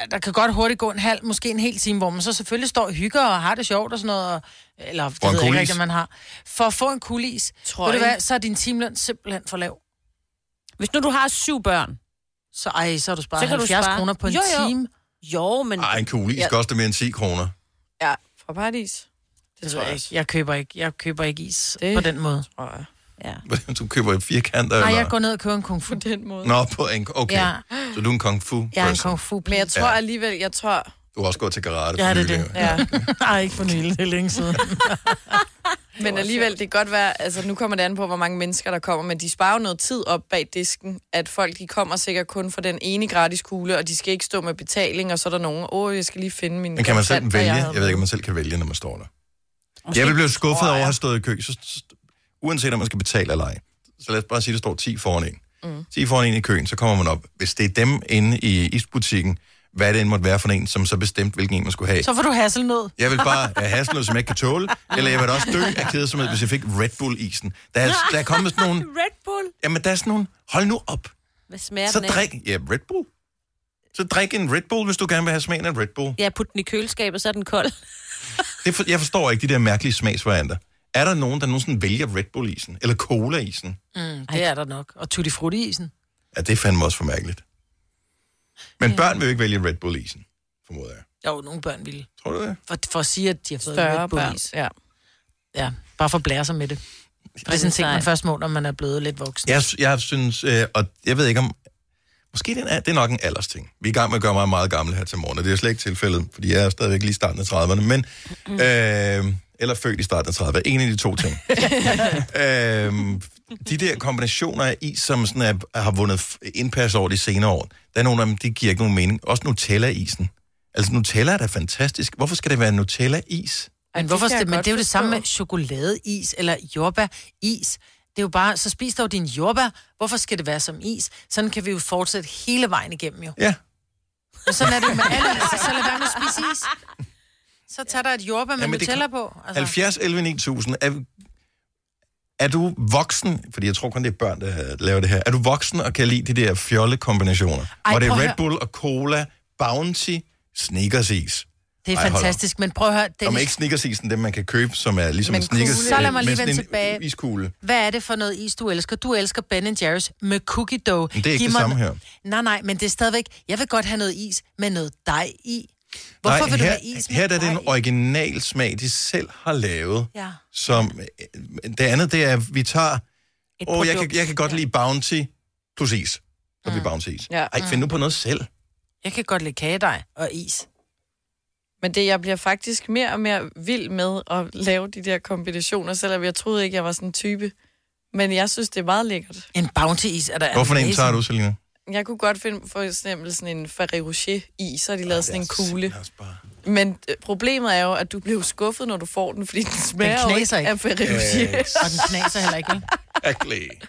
S6: ja, Der kan godt hurtigt gå en halv, måske en hel time, hvor man så selvfølgelig står og hygger og har det sjovt og sådan noget. og- Eller det
S5: For en
S6: ved jeg ikke
S5: kulis.
S6: rigtigt, man har. For at få en kulis, Tror ved du hvad, så er din timeløn simpelthen for lav.
S2: Hvis nu du har syv børn,
S6: så, ej, så har du sparet
S2: så kan
S6: 70
S2: du spare.
S6: kroner på en
S2: jo, jo.
S6: time.
S2: Jo, men...
S1: Ej, en kugle is
S6: Ja.
S1: koster mere end 10 kroner. [LAUGHS]
S4: Ja, fra paradis.
S6: Det, tror jeg ikke. Jeg køber ikke, jeg køber ikke is det... på den måde. Tror jeg. Ja.
S1: Du køber et firkant,
S6: Nej,
S1: eller...
S6: jeg går ned og køber en kung fu. På den måde.
S1: Nå, på en... Okay,
S6: Ja.
S1: så du er en kung fu
S6: Jeg er en
S1: person.
S6: kung fu
S4: Men jeg tror
S1: Ja.
S4: alligevel, jeg tror...
S1: Du har også gået til karate.
S6: Ja,
S1: for
S6: det er
S1: nylig.
S6: det. Ja. [LAUGHS]
S4: [LAUGHS]
S6: Ej, ikke for nylig, det er længe siden.
S4: Men alligevel, det kan godt være, altså nu kommer det an på, hvor mange mennesker der kommer, men de sparer jo noget tid op bag disken, at folk de kommer sikkert kun for den ene gratis kugle, og de skal ikke stå med betaling, og så er der nogen, åh, jeg skal lige finde min...
S1: Men kan man selv
S4: kontanter,
S1: vælge?
S4: havde
S1: Jeg ved
S4: med."
S1: ikke, om man selv kan vælge, når man står der. Jeg vil blive skuffet over at have stået i kø, så, så, uanset om man skal betale eller ej. Så lad os bare sige, at der står 10 foran en. Mm. 10 foran en i køen, så kommer man op. Hvis det er dem inde i isbutikken, hvad det end måtte være for en, som så bestemte, hvilken en man skulle have.
S6: Så får du hasselnød.
S1: Jeg vil bare øh, have sådan noget, som jeg ikke kan tåle, eller jeg vil da også dø af kedsomhed, hvis jeg fik Red Bull-isen. Der er, der er kommet sådan nogle...
S2: Red Bull.
S1: Jamen, der er sådan nogle... Hold nu op.
S2: Hvad smager
S1: Så
S2: den af?
S1: drik... Ja, Red Bull. Så drik en Red Bull, hvis du gerne vil have smagen af en Red Bull.
S2: Ja, put den i køleskabet, så er den kold.
S1: Det for, jeg forstår ikke de der mærkelige smagsvarianter. Er der nogen, der nogensinde vælger Red Bull-isen? Eller Cola-isen?
S6: [LAUGHS] Mm, det er der nok. Og tutti frutti isen.
S1: Ja, det er fandme også for mærkeligt. Men børn vil jo ikke vælge Red Bull-isen, formoder jeg.
S6: Jo, nogle børn ville.
S1: Tror du det?
S6: For, for at sige, at de har fået
S4: Større
S6: Red Bull is.
S4: Ja.
S6: ja, bare for at blære sig med det. For det er sådan en ting, man først må, når man er blevet lidt voksen.
S1: Jeg, jeg synes, øh, og jeg ved ikke om... Måske det er, det er nok en aldersting. Vi er i gang med at gøre mig meget gammel her til morgen, og det er slet ikke tilfældet, fordi jeg er stadigvæk lige i starten af 30'erne, men... Øh, eller født i starten af 30'erne. En af de to ting. [LAUGHS] øh, de der kombinationer af is, som sådan er, har vundet f- indpas over de senere år, der er nogle af dem, det giver ikke nogen mening. Også Nutella-isen. Altså, Nutella er da fantastisk. Hvorfor skal det være Nutella-is?
S6: Men, hvorfor, det, men det er jo det samme med chokoladeis eller jordbæris. Det er jo bare, så spis dog din jordbær. Hvorfor skal det være som is? Sådan kan vi jo fortsætte hele vejen igennem jo.
S1: Ja.
S6: Og sådan er det jo med alle, så, så lad være med at spise is. Så tag dig et jordbær med
S1: Jamen, det
S6: Nutella
S1: kan-
S6: på.
S1: Altså... 70, 11, 9000. Er, er du voksen, fordi jeg tror kun, det er børn, der laver det her. Er du voksen og kan lide de der fjolle kombinationer?
S6: Ej,
S1: Ej, hvor det
S6: prøv
S1: er
S6: at
S1: Red
S6: høre.
S1: Bull og cola, Bounty, Snickers is.
S6: Det er
S1: Ej, hold op.
S6: fantastisk, men prøv at høre,
S1: Om
S6: Dennis,
S1: ikke sneakersisen, dem man kan købe, som er ligesom
S6: Men
S1: en sneakers...
S6: kugle. Så lad mig
S1: øh,
S6: lige
S1: men sådan
S6: vende
S1: en
S6: tilbage.
S1: Iskugle.
S6: hvad er det for noget is, du elsker? Du elsker Ben Jerry's med cookie dough.
S1: Men det er ikke
S6: Giv
S1: det
S6: mig-
S1: samme her.
S6: Nej, nej, men det er stadigvæk, jeg vil godt have noget is med noget dej i. Hvorfor
S1: Nej,
S6: vil du
S1: her,
S6: have is med
S1: Her der er
S6: dej
S1: det en
S6: i?
S1: original smag, de selv har lavet.
S6: Ja.
S1: Som, øh, det andet, det er, at vi tager... Åh, oh, jeg, kan, jeg kan godt lide Bounty plus is. Så mm. vi Bounty is.
S4: Ja.
S1: Ej, find nu på noget selv.
S6: Jeg kan godt lide kagedej og is.
S4: Men det, jeg bliver faktisk mere og mere vild med at lave de der kombinationer, selvom jeg troede ikke, jeg var sådan en type. Men jeg synes, det er meget lækkert.
S6: En bounty-is er der
S1: Hvorfor en
S6: amazing.
S1: tager du, Selina?
S4: Jeg kunne godt finde for eksempel sådan en Ferrero Rocher-is, så har de lavet sådan en kugle. Men øh, problemet er jo, at du bliver skuffet, når du får den, fordi den smager jo
S6: knaser
S4: ikke
S6: ikke.
S4: af Ferrero Rocher.
S1: Øh.
S6: Og den knaser heller ikke, vel?
S1: Exactly.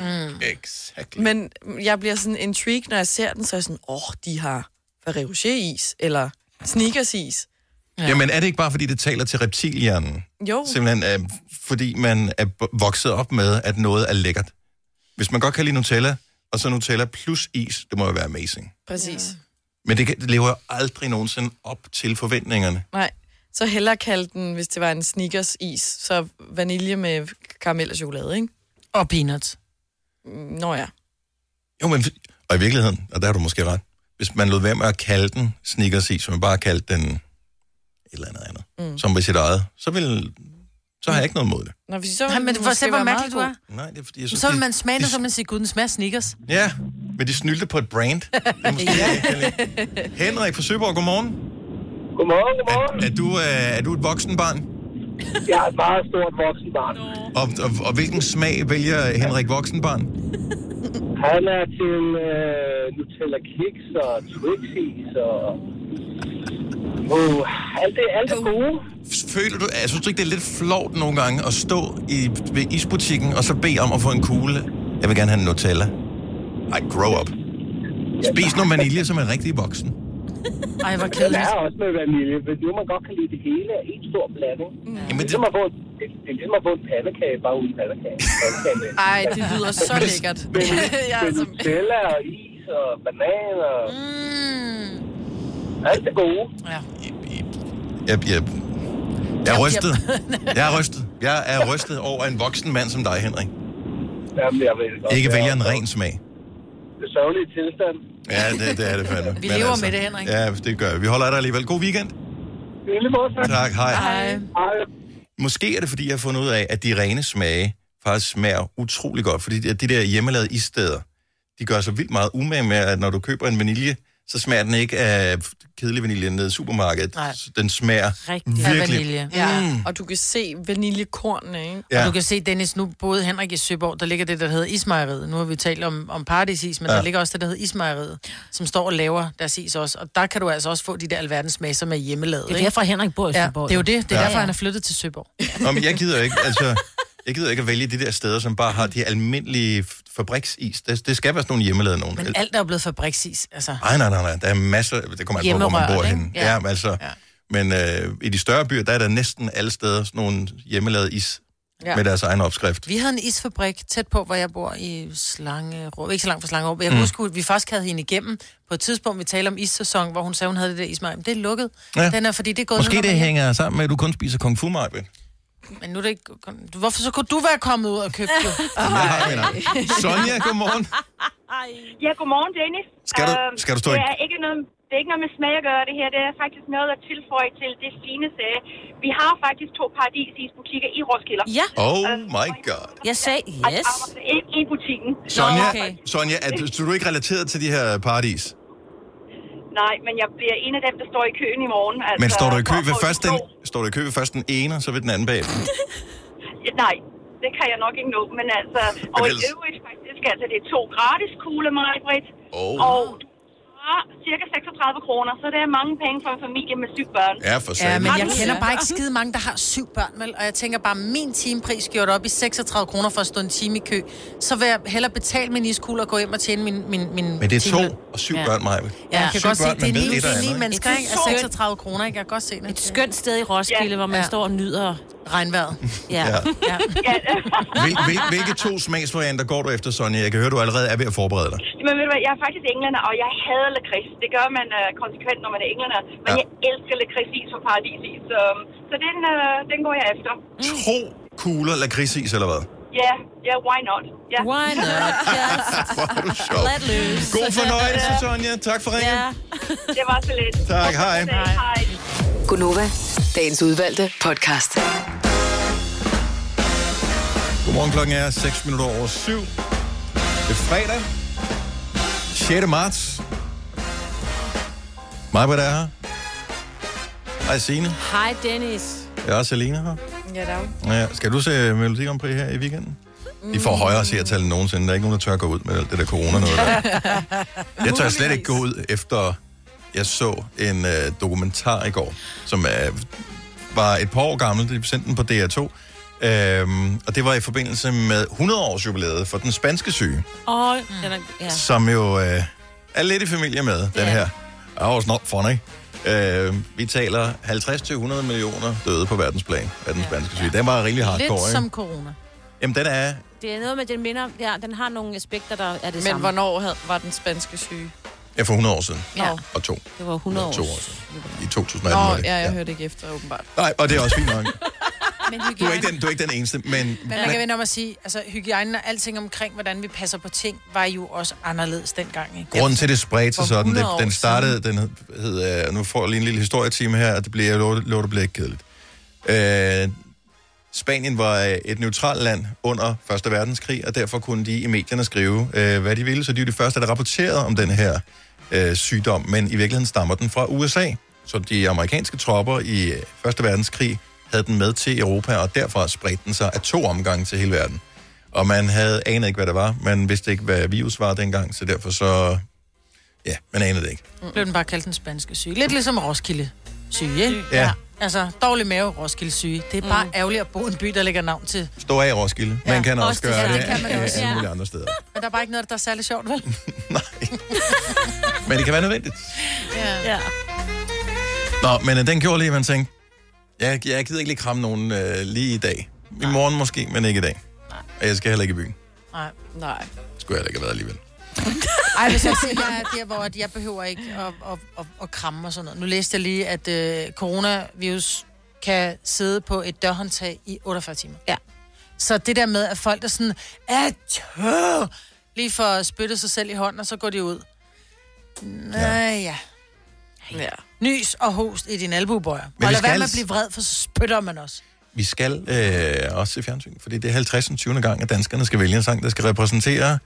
S4: Mm.
S1: Exactly.
S4: Men jeg bliver sådan intrigued, når jeg ser den, så er jeg sådan, åh, oh, de har Ferrero Rocher-is, eller Snickers-is.
S1: Ja. Jamen, er det ikke bare, fordi det taler til reptilhjernen?
S4: Jo.
S1: Simpelthen, øh, fordi man er b- vokset op med, at noget er lækkert. Hvis man godt kan lide Nutella, og så Nutella plus is, det må jo være amazing.
S4: Præcis. Ja.
S1: Men det, kan, det lever jo aldrig nogensinde op til forventningerne.
S4: Nej, så hellere kalde den, hvis det var en sneakers is, så vanilje med karamel og chokolade, ikke?
S6: Og peanuts.
S4: Nå ja.
S1: Jo, men, og i virkeligheden, og der har du måske ret, hvis man lod være med at kalde den sneakers is, men bare kaldte den et eller andet andet, mm. som ved sit eget, så, vil, så har jeg ikke noget mod det.
S4: Nå, hvis så
S6: Nej, men for at se, hvor mærkelig du er.
S1: Nej, det er fordi, jeg synes,
S6: Mm. Så vil
S1: de-
S6: man smage det,
S1: de-
S6: og så vil man sige, gud, den smager sneakers.
S1: Ja, men de snylte på et
S6: [LAUGHS]
S1: brand. Henrik fra Søborg, godmorgen.
S15: Godmorgen, godmorgen.
S1: Er, er, du, øh, er du et voksenbarn?
S15: Jeg er et meget stort voksenbarn.
S1: Og, og, og hvilken smag vælger Henrik voksenbarn?
S15: Han er til øh, Nutella Kiks og Twixies og... Oh, alt det, alt det gode.
S1: Føler du, jeg synes du ikke, det er lidt flovt nogle gange at stå i, ved isbutikken og så bede om at få en kugle? Jeg vil gerne have en Nutella. Ej, grow up. Spis noget vanilje som en rigtig voksen.
S6: Ej, hvor
S15: kedeligt. Jeg er også med vanilje, men nu man godt kan lide det hele af en stor blanding. Mm. Jamen, det... er ligesom at få en- Det, det er ligesom at få en pandekage, bare uden pandekage. Pandekage med-
S4: Ej, det lyder så lækkert.
S1: [LAUGHS]
S15: [LAUGHS] Med,
S4: Jeg
S15: med
S1: altså-
S15: Nutella og is og banan og... Mm. Alt det gode.
S1: Jeg, jeg, jeg er rystet. [LAUGHS] Jeg er rystet. Jeg er rystet over en voksen mand som dig, Henrik.
S15: Jamen, jeg ved det godt.
S1: Ikke
S15: Det er
S1: vælger en
S15: også
S1: ren smag.
S15: Det sørgelige tilstand.
S1: Ja, det, det er det fandme.
S15: Vi
S1: Men altså,
S15: lever med det, Henrik.
S1: Ja, det gør vi. Vi holder af dig alligevel. God weekend.
S15: Det er lige måde, tak.
S1: Tak, hej.
S15: Hej.
S1: Måske er det, fordi jeg har fundet ud af, at de rene smage faktisk smager utrolig godt, fordi de de der hjemmelavede issteder, de gør så vildt meget umage med, at når du køber en vanilje, så smager den ikke af kedelig vanilje nede i supermarkedet.
S4: Nej.
S1: Den smager
S6: Af
S1: virkelig...
S6: vanilje.
S4: [LAUGHS]
S1: Mm.
S4: Ja, og du kan se vaniljekornene, ikke?
S6: Ja. Og du kan se, Dennis, nu boede Henrik i Søborg, der ligger det, der hedder Ismejeriet. Nu har vi talt om, om paradisis, men ja.
S1: Ja.
S6: der ligger også det, der hedder Ismejeriet, som står og laver deres is også. Og der kan du altså også få de der alverdens smager, som er hjemmelavet.
S3: Det er
S6: ikke?
S3: derfor, Henrik bor i
S6: ja,
S3: Søborg,
S6: Det er jo
S3: jo.
S6: det. Det er
S1: Ja.
S6: ja. derfor, han er flyttet til Søborg.
S1: Nå, men jeg gider ikke, altså... Jeg gider ikke at vælge de der steder, som bare har de almindelige f- fabriksis. Det, det skal være sådan nogle hjemmelavede nogen.
S6: Men alt er jo blevet fabriksis, altså.
S1: Nej, nej, nej, nej. Der er masser... Det kommer an på, hvor man
S6: Hjemmerørt,
S1: bor
S6: ikke?
S1: henne.
S6: Ja.
S1: Ja. ja, men altså... Ja. Men øh, i de større byer, der er der næsten alle steder sådan nogle hjemmelavede is
S6: Ja.
S1: ja. med deres egen opskrift.
S6: Vi havde en isfabrik tæt på, hvor jeg bor i Slangerup. Ikke så langt fra Slangerup. Jeg kan
S1: Mm.
S6: huske, at vi faktisk havde hende igennem på et tidspunkt, vi talte om issæson, hvor hun sagde, hun havde det der ismej. Men det er lukket. Ja. Den er, fordi det er gået
S1: Måske
S6: nedenom
S1: det
S6: og hjem.
S1: hænger sammen med, at du kun spiser kung fu marbe.
S6: Men nu er det ikke... Hvorfor så kunne du være kommet ud og købt det?
S2: [LAUGHS]
S1: Sonja, godmorgen.
S16: Ja, godmorgen, Dennis.
S1: Skal du-
S16: Øhm,
S1: skal du stå
S16: det
S1: i-
S16: er ikke noget, det er ikke noget med smag at gøre det her. Det er faktisk noget at tilføje til det, Stine sagde. Vi har faktisk to paradisisbutikker i Roskilde.
S2: Ja.
S1: Oh my god.
S16: Jeg sagde yes. Ikke i butikken.
S1: Sonja, Sonja er, du, så er du ikke relateret til de her paradis?
S16: Nej, men jeg bliver en af dem, der står i køen i morgen. Altså,
S1: Men står du i kø ved
S16: for-
S1: først den, står du i kø ved først den ene, og så ved den anden bagefter?
S16: Nej, det kan jeg nok ikke nå. Men altså, og i
S1: ellers-
S16: øvrigt faktisk, altså, det er to gratis kugler, Majbrit.
S1: Oh.
S16: Og du har cirka 36 kroner, så det er mange penge for en familie med syv børn.
S1: Ja, for
S6: Ja,
S1: satan.
S6: men jeg kender bare ikke skide mange, der har syv børn, vel? Og jeg tænker bare, min timepris gjort op i 36 kroner for at stå en time i kø. Så vil jeg hellere betale min iskugle og gå hjem og tjene min, min, min
S1: Men det er
S6: timeløn.
S1: to og syv børn, Maja.
S6: Ja, jeg kan godt se, det er ni,
S1: et
S6: det er
S1: eller
S6: ni
S1: andet.
S6: mennesker,
S2: Et
S6: ikke? Af
S2: skønt-
S6: 36 kroner, ikke? Jeg kan godt se det. Et
S2: skønt sted i Roskilde, hvor man står og nyder
S6: Regnvejret.
S2: [LAUGHS]
S6: Ja.
S1: Ja.
S6: ja.
S1: Hvil, hvil, hvilke to smagsvarianter går du efter, Sonja? Jeg kan høre, du allerede er ved at forberede dig.
S16: Men ved du hvad, jeg er faktisk englænder, og jeg hader lakrids. Det gør man øh, konsekvent, når man er englænder. Men
S1: Ja.
S16: jeg elsker lakridsis og paradisis. Så, øhm, så den, øh, den går jeg efter.
S1: To kugler lakridsis, eller hvad?
S16: Ja, ja, why not? Ja. Why [LAUGHS] not?
S1: Let
S16: loose.
S1: God
S6: [LAUGHS]
S1: fornøjelse, Sonja. Tak for ringen.
S16: Det var så lidt.
S1: Tak, hej.
S16: Hej.
S9: Gunova, dagens udvalgte podcast.
S1: Godmorgen, klokken er 6 minutter over 7. Det er fredag, 6. marts. Mig, hvad der er her. Hej, Signe.
S2: Hej, Dennis.
S1: Jeg er også Alina her.
S4: Ja, da.
S1: Ja, skal du se øh, Melodi Grand Prix her i weekenden? De får højere seertal end nogensinde. Der er ikke nogen, der tør gå ud med alt det der corona noget. Der. Jeg tør slet ikke gå ud efter, jeg så en øh, dokumentar i går, som øh, var et par år gammel. De sendte den på DR2. Øhm, og det var i forbindelse med 100-års jubilæet for den spanske syge,
S2: Åh,
S5: Mm.
S2: oh, den er... Ja.
S1: ja. som jo øh, er lidt i familie med, den ja. her. I was not funny. Øh, vi taler 50-100 millioner døde på verdensplan af den spanske syge. Den var rimelig hardcore,
S5: Lidt
S1: ikke?
S5: som
S6: corona.
S1: Jamen, den er...
S5: Det er noget med, den minder... Ja, den har nogle aspekter, der er det
S4: Men
S5: samme.
S4: hvornår havde, var den spanske syge?
S1: Ja, for 100 år siden.
S4: Ja.
S1: Og to.
S5: Det var 100 år.
S1: To år siden. I 2018
S4: Nå,
S1: var det.
S4: ja, jeg hørte ikke efter, åbenbart.
S1: Nej, og det er også fint nok.
S6: Men
S1: Du er
S6: hygiejne,
S1: ikke den, du er ikke den eneste, men...
S6: men man kan vende om at sige, altså hygiejnen og alting omkring, hvordan vi passer på ting, var jo også anderledes dengang, ikke?
S1: Grunden til, at det spredte sig
S6: For
S1: sådan, det,
S6: 100 år
S1: den startede, den hed, hed, øh, nu får jeg lige en lille historietime her, og det bliver, jeg lover, lover, det bliver ikke kedeligt. Øh, Spanien var øh, et neutralt land under Første Verdenskrig, og derfor kunne de i medierne skrive, øh, hvad de ville, så de var de første, der rapporterede om den her øh, sygdom, men i virkeligheden stammer den fra USA. Så de amerikanske tropper i øh, Første Verdenskrig havde den med til Europa, og derfra spredte den sig af to omgange til hele verden. Og man havde anet ikke, hvad det var. Man vidste ikke, hvad virus var dengang, så derfor så... Ja, man anede det ikke.
S6: Blev den bare kaldt den spanske syge. Lidt ligesom Roskilde syge, ikke?
S1: Ja.
S6: Altså, dårlig mave, Roskilde syge. Det er bare mm. ærgerligt at bo i en by, der lægger navn til.
S1: Stå af Roskilde. Man kan også,
S6: også det,
S1: gøre
S6: ja,
S1: det,
S6: det kan man
S1: øh,
S6: også,
S1: alle
S6: ja.
S1: mulige andre steder.
S6: Men der er bare ikke noget, der er særlig sjovt, vel?
S1: Men det kan være nødvendigt.
S6: Ja. ja.
S1: Nå, men øh, den gjorde lige, at man tænkte, jeg, jeg gider ikke lige kramme nogen øh, lige i dag. I morgen måske, men ikke i dag. Og jeg skal heller ikke i byen.
S6: Nej. Nej. [GASPS]
S1: Skulle jeg heller ikke have været alligevel.
S6: Ej, hvis jeg siger, jeg er der, hvor at jeg behøver ikke at, at, at, at kramme og sådan noget. Nu læste jeg lige, at øh, coronavirus kan sidde på et dørhåndtag i 48 timer. Ja. Så det der med, at folk er sådan, at tøv, lige for at spytte sig selv i hånden, og så går de ud. Nej, ja.
S4: ja.
S6: Nys og host i din albuebøjer.
S1: vi
S6: Og lad
S1: skal
S6: være med at
S1: altså-
S6: blive vred, for så spytter man også.
S1: Vi skal øh, også se fjernsyn, fordi det er 50. 20. gang, at danskerne skal vælge en sang, der skal repræsentere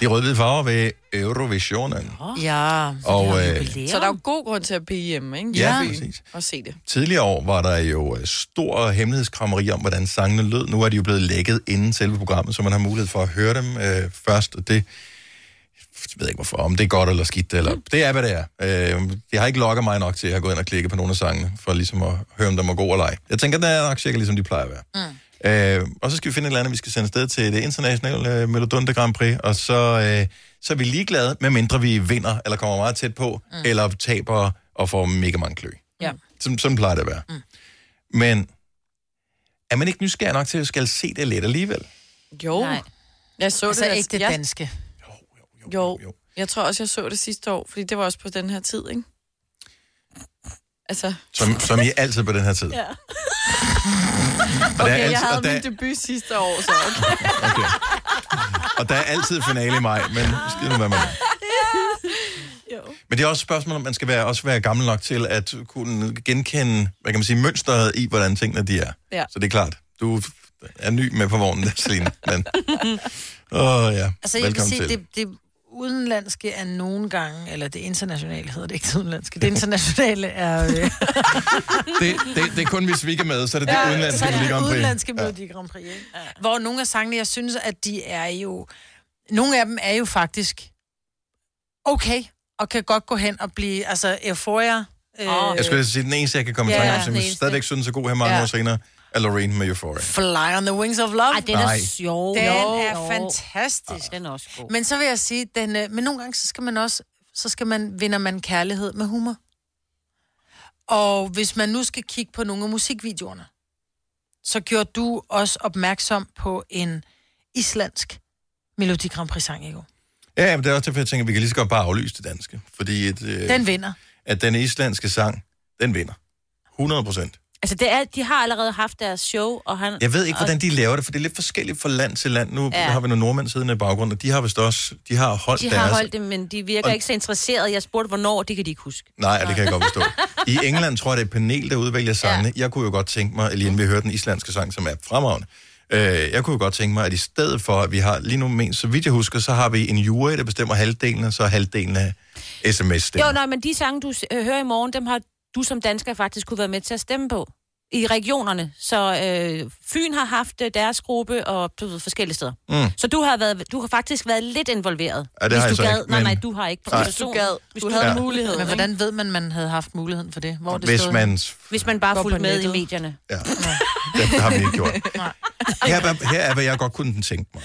S1: de rødhvide farver ved Eurovisionen.
S6: Ja.
S1: Og, øh,
S4: Så der er jo god grund til at blive hjemme, ikke?
S1: Ja,
S4: I byen
S1: præcis.
S4: Og se det.
S1: Tidligere år var der jo øh, stor hemmelighedskrammeri om, hvordan sangene lød. Nu er de jo blevet lækket inden selve programmet, så man har mulighed for at høre dem øh, først. Og det jeg ved ikke hvorfor, om det er godt eller skidt. Eller, Det er, hvad det er. Øh, jeg har ikke logget mig nok til at gå ind og klikke på nogle af sangene, for ligesom at høre, om dem er god eller ej. Jeg tænker, den er nok cirka ligesom de plejer at
S14: Mm.
S1: være. Øh, og så skal vi finde et eller andet, vi skal sende afsted til det internationale øh, Melodunde Grand Prix, og så, øh, så er vi ligeglade, medmindre vi vinder, eller kommer meget tæt på, mm. eller taber og får mega mange klø.
S6: Ja.
S1: Sådan, sådan plejer det at være. Mm. Men er man ikke nysgerrig nok til at skal se det lidt alligevel?
S4: Jo. Nej. Jeg så
S6: Altså
S4: det,
S6: ikke det
S4: jeg,
S6: danske.
S4: Jo, jo, jo. Jeg tror også, jeg så det sidste år, fordi det var også på den her tid, ikke? Altså...
S1: Som, som I altid på den her
S4: [LAUGHS]
S1: tid.
S4: Ja.
S1: Og der er
S4: Okay, jeg
S1: altid-
S4: havde
S1: og der-
S4: min debut sidste år, så okay.
S1: [LAUGHS] Og der er altid finale i maj, men skid nu, hvad man Men det er også et spørgsmål, om man skal være, også være gammel nok til at kunne genkende, hvad kan man sige, mønstret i, hvordan tingene de er.
S6: Ja.
S1: Så det er klart, du er ny med på vognen, [LAUGHS] der, Selina. Men, åh ja,
S6: Altså, jeg Velkommen
S1: velkommen
S6: vil
S1: til.
S6: sige, det, det udenlandske er nogle gange, eller det internationale hedder det ikke det udenlandske, det internationale
S1: [LAUGHS]
S6: er... Øh,
S1: Det, det, det er kun, hvis vi ikke er med, så er det
S6: [LAUGHS]
S1: det
S6: Ja,
S1: udenlandske,
S6: så er det
S1: vi ligger
S6: det
S1: om på.
S6: udenlandske Melodi Grand Prix, ikke? Hvor nogle af sangene, jeg synes, at de er jo... Nogle af dem er jo faktisk okay, og kan godt gå hen og blive... Altså, Euphoria... Øh,
S1: Jeg skulle lige sige, den eneste, jeg kan komme i
S6: Ja,
S1: tanke om,
S6: den
S1: som jeg
S6: eneste.
S1: stadigvæk synes er god her mange
S6: Ja.
S1: år senere, er Lorraine med Euphoria.
S6: Fly on the Wings of Love. Ej,
S1: den er Nej. sjov.
S6: Den
S5: Jo,
S6: er
S5: jo.
S6: fantastisk.
S5: Den er også god.
S6: Men så vil jeg sige, den, øh, men nogle gange, så skal man også, så skal man, vinder man kærlighed med humor. Og hvis man nu skal kigge på nogle af musikvideoerne, så gjorde du også opmærksom på en islandsk Melodi Grand Prix sang i går.
S1: Ja, men det er også derfor, jeg tænker, at vi kan lige så godt bare aflyse det danske. Fordi at, øh,
S6: Den vinder.
S1: at den islandske sang, den vinder. 100 procent.
S5: Altså, det er, de har allerede haft deres show, og han...
S1: Jeg ved ikke, hvordan
S5: og,
S1: de laver det, for det er lidt forskelligt fra land til land. Nu
S5: Ja.
S1: ja. har vi nogle nordmænd siddende i baggrunden, og de har vist også de har holdt
S5: de
S1: deres...
S5: har holdt det, men de virker
S1: Og-
S5: ikke så interesserede. Jeg spurgte, hvornår, det kan de ikke huske.
S1: Nej, det kan jeg godt forstå. [LAUGHS] I England tror jeg, det er et panel, der udvælger sangene. Ja. Jeg kunne jo godt tænke mig, lige inden vi hørte den islandske sang, som er fremragende, øh, jeg kunne jo godt tænke mig, at i stedet for, at vi har lige nu men, så vidt jeg husker, så har vi en jury, der bestemmer halvdelen, og så halvdelen af sms
S5: [LAUGHS] Jo, nej, men de sange, du s- øh, hører i morgen, dem har du som dansker faktisk kunne være med til at stemme på i regionerne. Så øh, Fyn har haft øh, deres gruppe og du ved, forskellige steder.
S1: Mm.
S5: Så du har, været, du har faktisk været lidt involveret.
S1: Ja, det
S5: hvis
S1: har jeg
S5: du
S1: så
S5: gad.
S1: ikke,
S5: Nej,
S1: men-
S5: nej, du har ikke.
S1: Nej.
S5: Hvis du
S1: Hvis du
S5: gad.
S6: Hvis
S5: du
S1: havde Ja.
S6: [LAUGHS]
S5: muligheden,
S6: Men
S5: ikke?
S6: hvordan ved man, man havde haft muligheden for det? Hvor er det
S1: Hvis
S6: stået?
S1: man-
S5: Hvis man bare
S6: Går på
S5: fulgte med i
S6: nettet.
S5: medierne.
S1: Det har vi ikke
S6: [LAUGHS]
S1: gjort. Her er, hvad- her er, hvad jeg godt kunne tænke mig.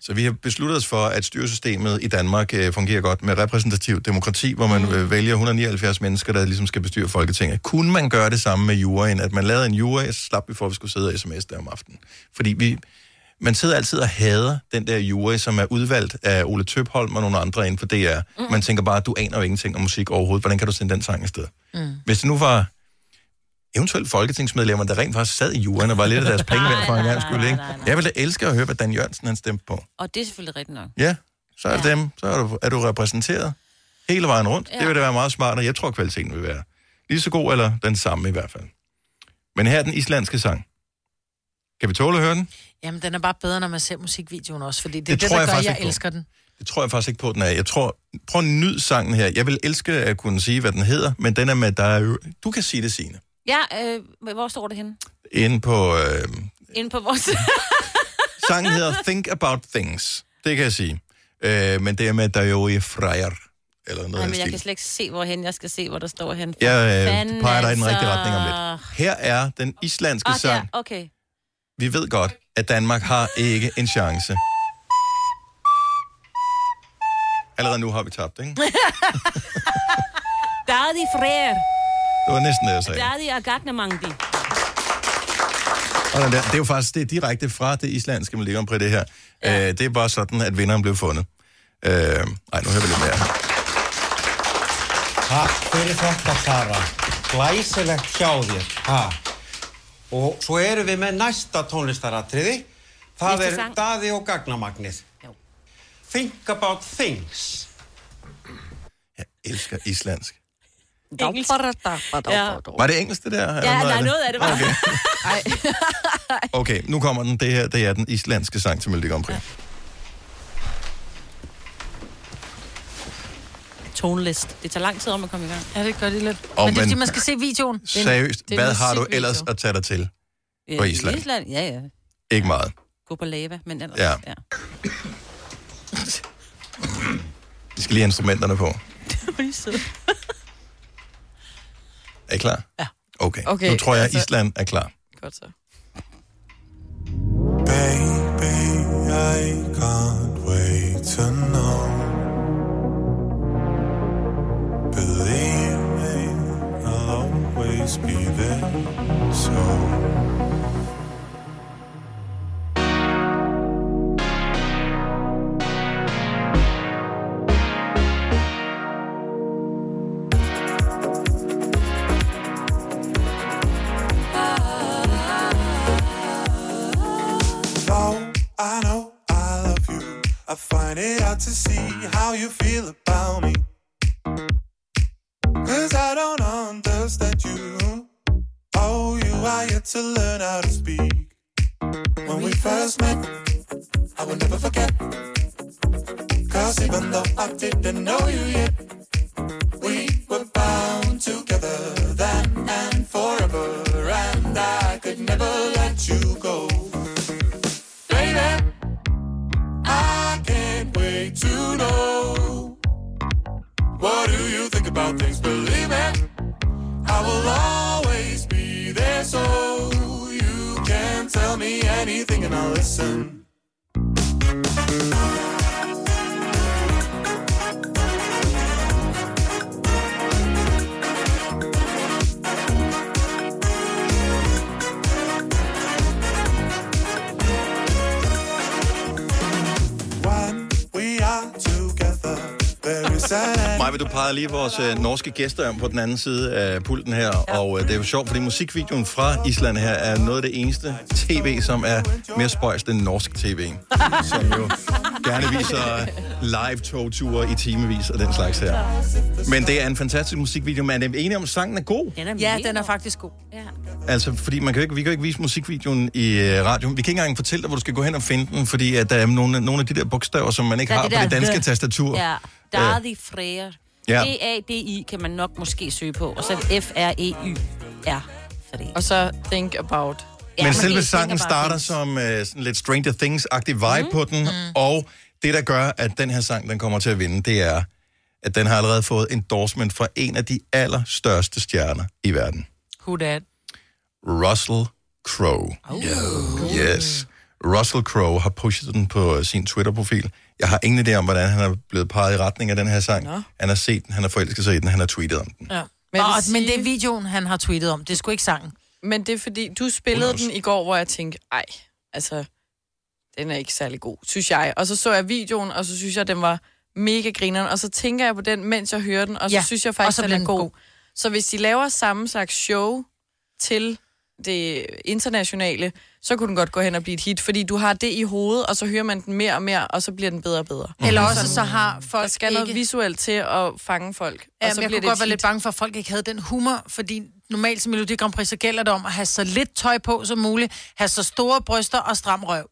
S1: Så vi har besluttet os for, at styresystemet i Danmark øh, fungerer godt med repræsentativ demokrati, hvor man øh, vælger 179 mennesker, der ligesom skal bestyre Folketinget. Kunne man gøre det samme med juryen? At man lavede en jury, så slap vi for, at vi skulle sidde og sms der om aftenen. Fordi vi, man sidder altid og hader den der jury, som er udvalgt af Ole Tøbholm og nogle andre inden for DR. Mm. Man tænker bare, du aner jo ingenting om musik overhovedet. Hvordan kan du sende den sang afsted?
S8: Mm.
S1: Hvis det nu var eventuelt folketingsmedlemmer, der rent faktisk sad i juryen og var lidt af deres penge værd for en gang skyld, ikke? Jeg ville da elske at høre, hvad Dan Jørgensen han stemte på.
S5: Og det er selvfølgelig rigtigt nok.
S1: Ja, så er det dem. Så er du, er du repræsenteret hele vejen rundt. Ja.
S5: Ja.
S1: Det vil da være meget smart, og jeg tror, kvaliteten vil være lige så god, eller den samme i hvert fald. Men her er den islandske sang. Kan vi tåle at høre den?
S6: Jamen, den er bare bedre, når man ser musikvideoen også, fordi det,
S1: Det
S6: det er det,
S1: tror
S6: der
S1: jeg
S6: gør,
S1: faktisk
S6: jeg
S1: ikke på.
S6: elsker den.
S1: Det tror jeg faktisk ikke på, den er. Jeg tror, prøv at nyde sangen her. Jeg vil elske at kunne sige, hvad den hedder, men den er med dig. Du kan sige det, Signe.
S5: Ja, øh, hvor står det henne?
S1: Inde på... Øh,
S5: Inde på vores...
S1: sangen hedder Think About Things. Det kan jeg sige. Øh, men det er med Dajoe Freyer. Eller noget
S5: Nej,
S1: af den
S5: men jeg
S1: stil.
S5: kan slet ikke se, hvorhen jeg skal se, hvor der står hen.
S1: Jeg øh,
S5: Fanden
S1: peger dig i den rigtige
S5: altså.
S1: retning om lidt. Her er den islandske
S5: Ah, der,
S1: sang.
S5: okay. [LAUGHS]
S1: Vi ved godt, at Danmark har ikke en chance. Allerede nu har vi tabt, ikke?
S5: Dadi frer.
S1: Det var næsten det, jeg sagde.
S5: Dadi agatnamangdi.
S1: Og den der, det er jo faktisk det er direkte fra det islandske Melodi Grand Prix, det her. Ja. Øh, det er bare sådan, at vinderen blev fundet. Øh, ej, nu hører vi lidt mere.
S17: Takk fyrir þetta, Sara. Glæsilegt hjá þér. Ha. Og svo erum við með næsta tónlistaratriði. Það
S18: Næsta
S17: er
S18: sang.
S17: Daði og Gagnamagnið. Think about things.
S1: Elsker islandsk.
S5: Engelsk.
S17: Ja.
S1: Var det engelsk, det der?
S5: Ja, der er noget af det, var.
S1: Okay.
S5: [LAUGHS]
S1: okay, nu kommer den. Det her, det er den islandske sang til Melodi Grand Prix.
S5: Tonelist. Det tager lang tid om at komme i gang.
S6: Ja, det gør det lidt. men det
S1: Og
S6: er,
S1: man-
S6: fordi man skal se videoen. Det er en-
S1: Seriøst,
S6: det er en
S1: hvad har du
S6: musikvideo.
S1: ellers at tage dig til? På
S5: Øh,
S1: Island.
S5: Island, ja, ja.
S1: Ikke meget.
S5: Gå på lava, men ellers...
S1: Ja.
S5: ja.
S1: Vi skal lige have instrumenterne på. Er I klar?
S4: Ja.
S1: Okay.
S4: Okay,
S1: okay nu tror jeg, at
S4: altså-
S1: Island er klar.
S4: Godt så.
S19: I can't wait to know. Believe me, I'll always be there. So
S20: Though Oh, I know I love you, I find it hard to see how you feel about me. Cause I don't understand you. Oh, you are yet to learn how to speak. When we first met, I will never forget. Cause even though I didn't know you yet, we were bound together then and forever. And I could never let you go. Baby, I can't wait to know. What do you think about things? Believe me, I will always be there. So you can tell me anything and I'll listen.
S1: Maja, du pegede lige vores øh, norske gæster om på den anden side af pulten her, og øh, det er jo sjovt, fordi musikvideoen fra Island her er noget af det eneste tv, som er mere spøjst end norsk tv, som jo gerne viser øh, live togture i timevis og den slags her. Men det er en fantastisk musikvideo, man er enige om, at sangen er god.
S6: Den er ja, den er faktisk god. Ja.
S1: Altså, fordi man kan jo ikke, vi kan jo ikke vise musikvideoen i øh, radioen. Vi kan ikke engang fortælle dig, hvor du skal gå hen og finde den, fordi at der er nogle, nogle af de der bogstaver, som man ikke har på det danske tastatur.
S5: Ja, Dardi Freer.
S1: Ja.
S5: D-A-D-I kan man nok måske søge på, og så E F-R-E-Y-R.
S4: Og så Think About.
S1: Ja, men selve sangen starter som øh, sådan lidt Stranger Things-agtig vibe mm. på den, mm. og det, der gør, at den her sang, den kommer til at vinde, det er, at den har allerede fået endorsement fra en af de allerstørste stjerner i verden.
S6: Who that?
S1: Russell Crowe. Oh. Yes. Russell Crowe har pushet den på øh, sin Twitter-profil. Jeg har ingen idé om, hvordan han er blevet peget i retning af den her sang.
S6: Nå.
S1: Han har set den, han har forelsket sig i den, han har tweetet om den.
S6: Ja. Men, og, men det er videoen, han har tweetet om. Det er sgu ikke sangen.
S4: Men det er fordi, du spillede den i går, hvor jeg tænkte, ej, altså, den er ikke særlig god, synes jeg. Og så så jeg videoen, og så synes jeg, den var mega grineren. Og så tænker jeg på den, mens jeg hører den, og så
S6: Ja,
S4: ja, synes jeg
S6: og
S4: faktisk,
S6: så
S4: at den
S6: bliver
S4: er
S6: den
S4: god.
S6: god.
S4: god. Så hvis de laver samme slags show til det internationale, så kunne den godt gå hen og blive et hit, fordi du har det i hovedet, og så hører man den mere og mere, og så bliver den bedre og bedre.
S6: Eller også,
S4: Sådan,
S6: så har folk
S4: Der skal noget
S6: ikke-
S4: visuelt til at fange folk,
S6: Ja,
S4: og så
S6: jeg
S4: bliver
S6: kunne
S4: det
S6: godt
S4: et
S6: være lidt
S4: hit.
S6: bange for, at folk ikke havde den humor, fordi normalt som Melodi Grand Prix, så gælder det om at have så lidt tøj på som muligt, have så store bryster og stram røv.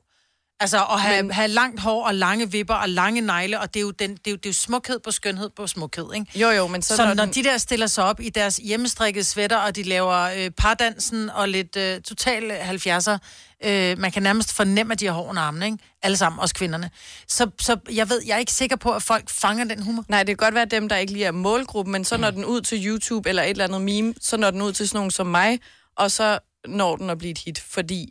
S6: Altså, og have, Men... have langt hår og lange vipper og lange negle, og det er, jo den, det, er jo, det er jo smukhed på skønhed på smukhed, ikke?
S4: Jo, jo, men så
S6: Så
S4: når
S6: når,
S4: den-
S6: de der stiller sig op i deres hjemmestrikkede sweater, og de laver øh, pardansen og lidt øh, total 70'er, øh, man kan nærmest fornemme, at de har hår under armene, ikke? Alle sammen, også kvinderne. Så, så jeg ved, jeg er ikke sikker på, at folk fanger den humor.
S4: Nej, det kan godt være dem, der ikke lige er målgruppen, men så når den ud til YouTube eller et eller andet meme, så når den ud til sådan nogen som mig, og så når den at blive et hit, fordi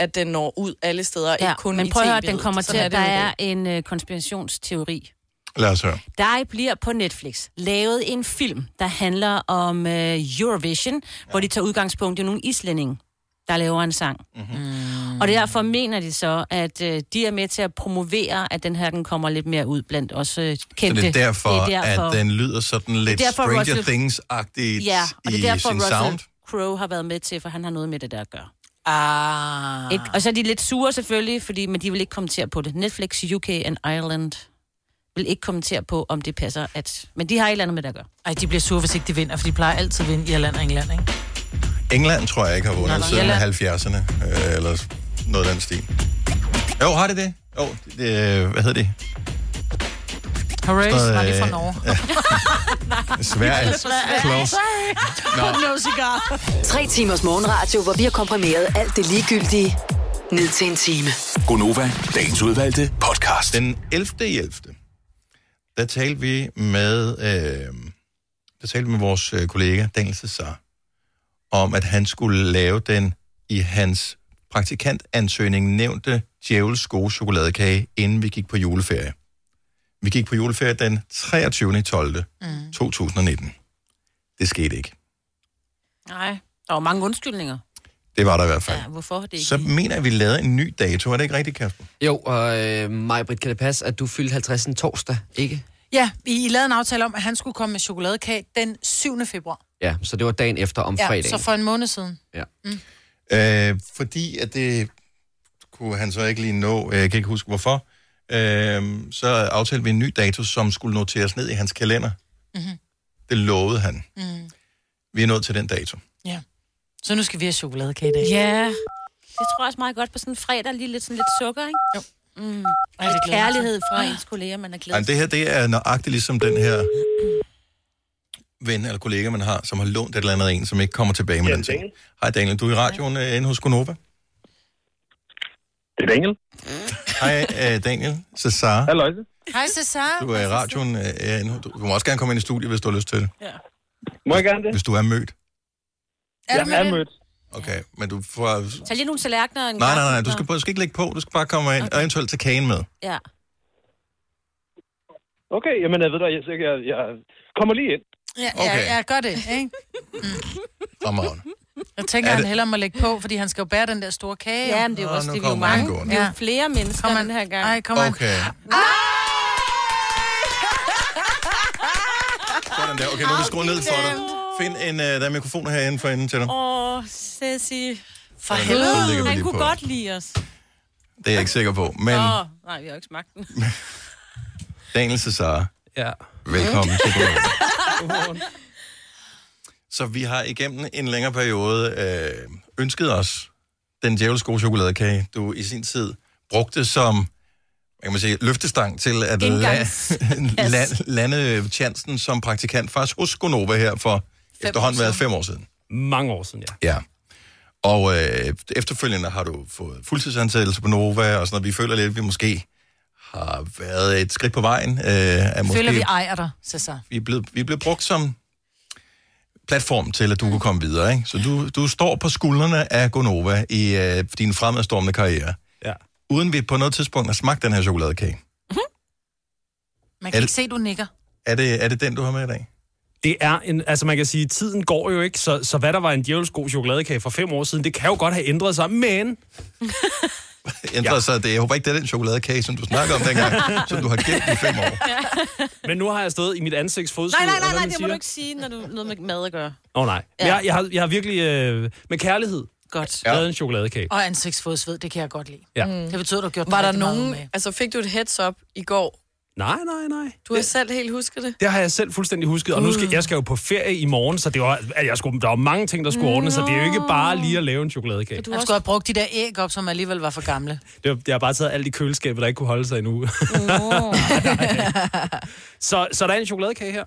S4: at den når ud alle steder, ja,
S5: Ja,
S4: ikke kun
S5: men
S4: i
S5: prøv at høre,
S4: TV'et.
S5: den kommer til,
S4: Sådan
S5: at der
S4: det jo i
S5: er
S4: dag.
S5: en øh, konspirationsteori.
S1: Lad os høre.
S5: Der bliver på Netflix lavet en film, der handler om øh, Eurovision, ja. hvor de tager udgangspunkt i nogle islændinge, der laver en sang.
S1: Mhm.
S5: Mm. Og derfor mener de så, at øh, de er med til at promovere, at den her den kommer lidt mere ud blandt også øh,
S1: Så
S5: kendte.
S1: det er derfor,
S5: Det er
S1: at øh, den lyder sådan lidt
S5: Det er derfor,
S1: Stranger
S5: Russell-
S1: Things-agtigt
S5: Ja, og det er
S1: i
S5: derfor,
S1: sin
S5: Russell
S1: sound.
S5: Crowe har været med til, for han har noget med det der at gøre.
S6: Ah.
S5: Ikke? Og så er de lidt sure selvfølgelig, fordi, men de vil ikke kommentere på det. Netflix, UK and Ireland vil ikke kommentere på, om det passer. At, men de har et eller andet med det at gøre.
S6: Ej, de bliver sure, hvis ikke de vinder, for de plejer altid at vinde Irland og England, ikke?
S1: England tror jeg ikke har
S6: Nå,
S1: vundet
S6: nå,
S1: siden
S6: Irland.
S1: 70'erne, øh, eller noget af den stil. Jo, har det det? Jo, det, det, hvad hedder det?
S6: Hooray,
S1: Sådan noget,
S6: var det fra
S1: øh,
S6: Norge. [LAUGHS]
S1: Sverige. Close.
S9: Nå.
S6: No cigar.
S9: Tre timers morgenradio, hvor vi har komprimeret alt det ligegyldige ned til en time.
S1: Gonova, dagens udvalgte podcast. Den 11. i 11. Der talte vi med, øh, der talte vi med vores øh, kollega Daniel Cesar om, at han skulle lave den i hans praktikantansøgning nævnte djævels gode chokoladekage, inden vi gik på juleferie. Vi gik på juleferie den 23. 12. Mm. 2019. Det skete ikke.
S5: Nej, der var mange undskyldninger.
S1: Det var der i hvert fald.
S5: Ja, hvorfor det ikke?
S1: Så mener jeg, at vi lavede en ny dato. Er det ikke rigtigt, Kasper?
S7: Jo, og øh, Maj-Brit, kan det passe, at du fyldte 50 en torsdag, ikke?
S6: Ja, I, I lavede en aftale om, at han skulle komme med chokoladekage den 7. februar.
S7: Ja, så det var dagen efter om
S6: ja,
S7: fredagen.
S6: så for en måned siden.
S7: Ja.
S1: Øh, fordi at det kunne han så ikke lige nå, øh, jeg kan ikke huske hvorfor, øh, så aftalte vi en ny dato, som skulle noteres ned i hans kalender.
S6: Mhm.
S1: Det lovede han.
S6: Mm.
S1: Vi er nået til den dato.
S6: Ja. Så nu skal vi have chokoladekage i dag.
S5: Ja. Det tror jeg også meget godt på sådan en fredag, lige lidt, sådan lidt sukker, ikke? Jo. Mm. Ej,
S6: det
S5: lidt
S6: glæder jeg mig til. Ah.
S5: kærlighed fra ens kolleger, man er
S1: Ej, men
S5: glædet.
S1: det her, det er nøjagtigt ligesom den her ven eller kollega, man har, som har lånt et eller andet af en, som ikke kommer tilbage med den ting. Hej Daniel, du er i radioen øh, inde hos Gonova.
S18: Det er Daniel.
S1: Hej øh, Daniel, så Sara.
S18: Halløj.
S6: Hej,
S18: Ah,
S6: Cesar.
S1: Du er i radioen øh, ja, inde. Du du må også gerne komme ind i studiet, hvis du har lyst til det.
S6: Ja.
S18: Må jeg gerne det?
S1: Hvis du er mødt.
S18: Er du Jeg er med? mødt.
S1: Okay, men du får...
S5: Tag lige nogle tallerkener. og En
S1: Nej, nej,
S5: gaffel,
S1: nej, du
S5: og-
S1: skal, du skal ikke lægge på, du skal bare komme ind, okay. og eventuelt tage kagen med.
S5: Ja.
S18: Okay, jamen jeg ved dig, jeg, jeg, jeg kommer lige ind.
S6: Ja,
S1: Okay.
S6: ja, ja, gør det, ikke?
S1: Fremragende.
S6: Jeg tænker,
S1: Er
S6: han
S1: det-
S6: hellere må lægge på, fordi han skal jo bære den der store kage.
S5: Ja, men det er jo Nå, også- nu det er vi jo kommer han mange. gående. Vi er jo flere mennesker
S6: kom
S18: Ah!
S1: [LAUGHS]
S5: den her gang.
S6: Ej, kom okay.
S1: Okay. den der. Okay, nu er vi
S18: Ah,
S1: skruet ned for dig. Find en, øh, der er mikrofoner herinde for enden til dig.
S2: Åh, Ceci. For
S1: Ja, den helvede. ligger vi
S2: helvede. Han
S1: lige
S2: kunne
S1: på.
S2: godt lide os.
S1: Det er jeg ikke sikker på. Men
S2: Åh, nej, vi har jo ikke smagt
S1: [LAUGHS]
S2: den.
S1: Daniel Cesar, ja. velkommen til programmet. Så vi har igennem en længere periode øh, ønsket os den djævelsk gode chokoladekage, du i sin tid brugte som hvad kan man sige, løftestang til at la-
S21: Indgangs-
S1: [LAUGHS] la- lande chancen som praktikant faktisk hos Gonova her for fem efterhånden været fem år siden.
S21: Mange år siden, ja.
S1: Ja. Og øh, efterfølgende har du fået fuldtidsansættelse på Nova og sådan noget. Vi føler lidt, at vi måske har været et skridt på vejen. Øh, er måske,
S6: Føler vi ejer dig, Cesar.
S1: vi, er blevet, vi er blevet brugt som platform til, at du kunne komme videre. Ikke? Så du, du står på skuldrene af Gonova i øh, din fremadstormende karriere.
S21: Ja.
S1: Uden vi på noget tidspunkt har smagt den her chokoladekage.
S6: Man
S21: Er
S6: kan
S21: det-
S6: ikke se, du nikker.
S1: Er det, er det den, du har med i dag?
S21: Det er en, altså man kan sige, tiden går jo ikke, så, så hvad der var en djævelsk god chokoladekage for fem år siden, det kan jo godt have ændret sig, men
S1: Ændrer ja. sig det. Jeg håber ikke, det er den chokoladekage, som du snakker om dengang, som du har gemt i fem år.
S21: Men nu har jeg stået i mit ansigts fodsved.
S2: Nej, nej, nej,
S21: eller hvad
S2: nej,
S21: man
S2: det må du
S21: siger.
S2: ikke sige, når du noget med mad at gøre.
S21: Åh oh, nej.
S2: Ja.
S21: Ja. Jeg, jeg, har, jeg har virkelig øh, med kærlighed
S2: Godt.
S21: lavet en chokoladekage.
S6: Og ansigtsfodsved, det kan jeg godt lide.
S21: Ja.
S6: Det betyder, du har gjort
S4: Mm. Var der
S6: rigtig meget
S4: nogen...
S6: umage.
S4: Altså, fik du et heads up i går?
S21: Nej, nej, nej.
S4: Du har selv helt husket det?
S21: Det har jeg selv fuldstændig husket, og nu skal jeg skal jo på ferie i morgen, så det var, at jeg skulle, der var mange ting, der skulle ordnes, så det er jo ikke bare lige at lave en chokoladekage.
S6: Du skulle have brugt de der æg op, som alligevel var for gamle.
S21: Det var, jeg har bare taget alt i køleskabet, der ikke kunne holde sig
S1: Mm.
S21: endnu. [LAUGHS] så, så der er en chokoladekage her.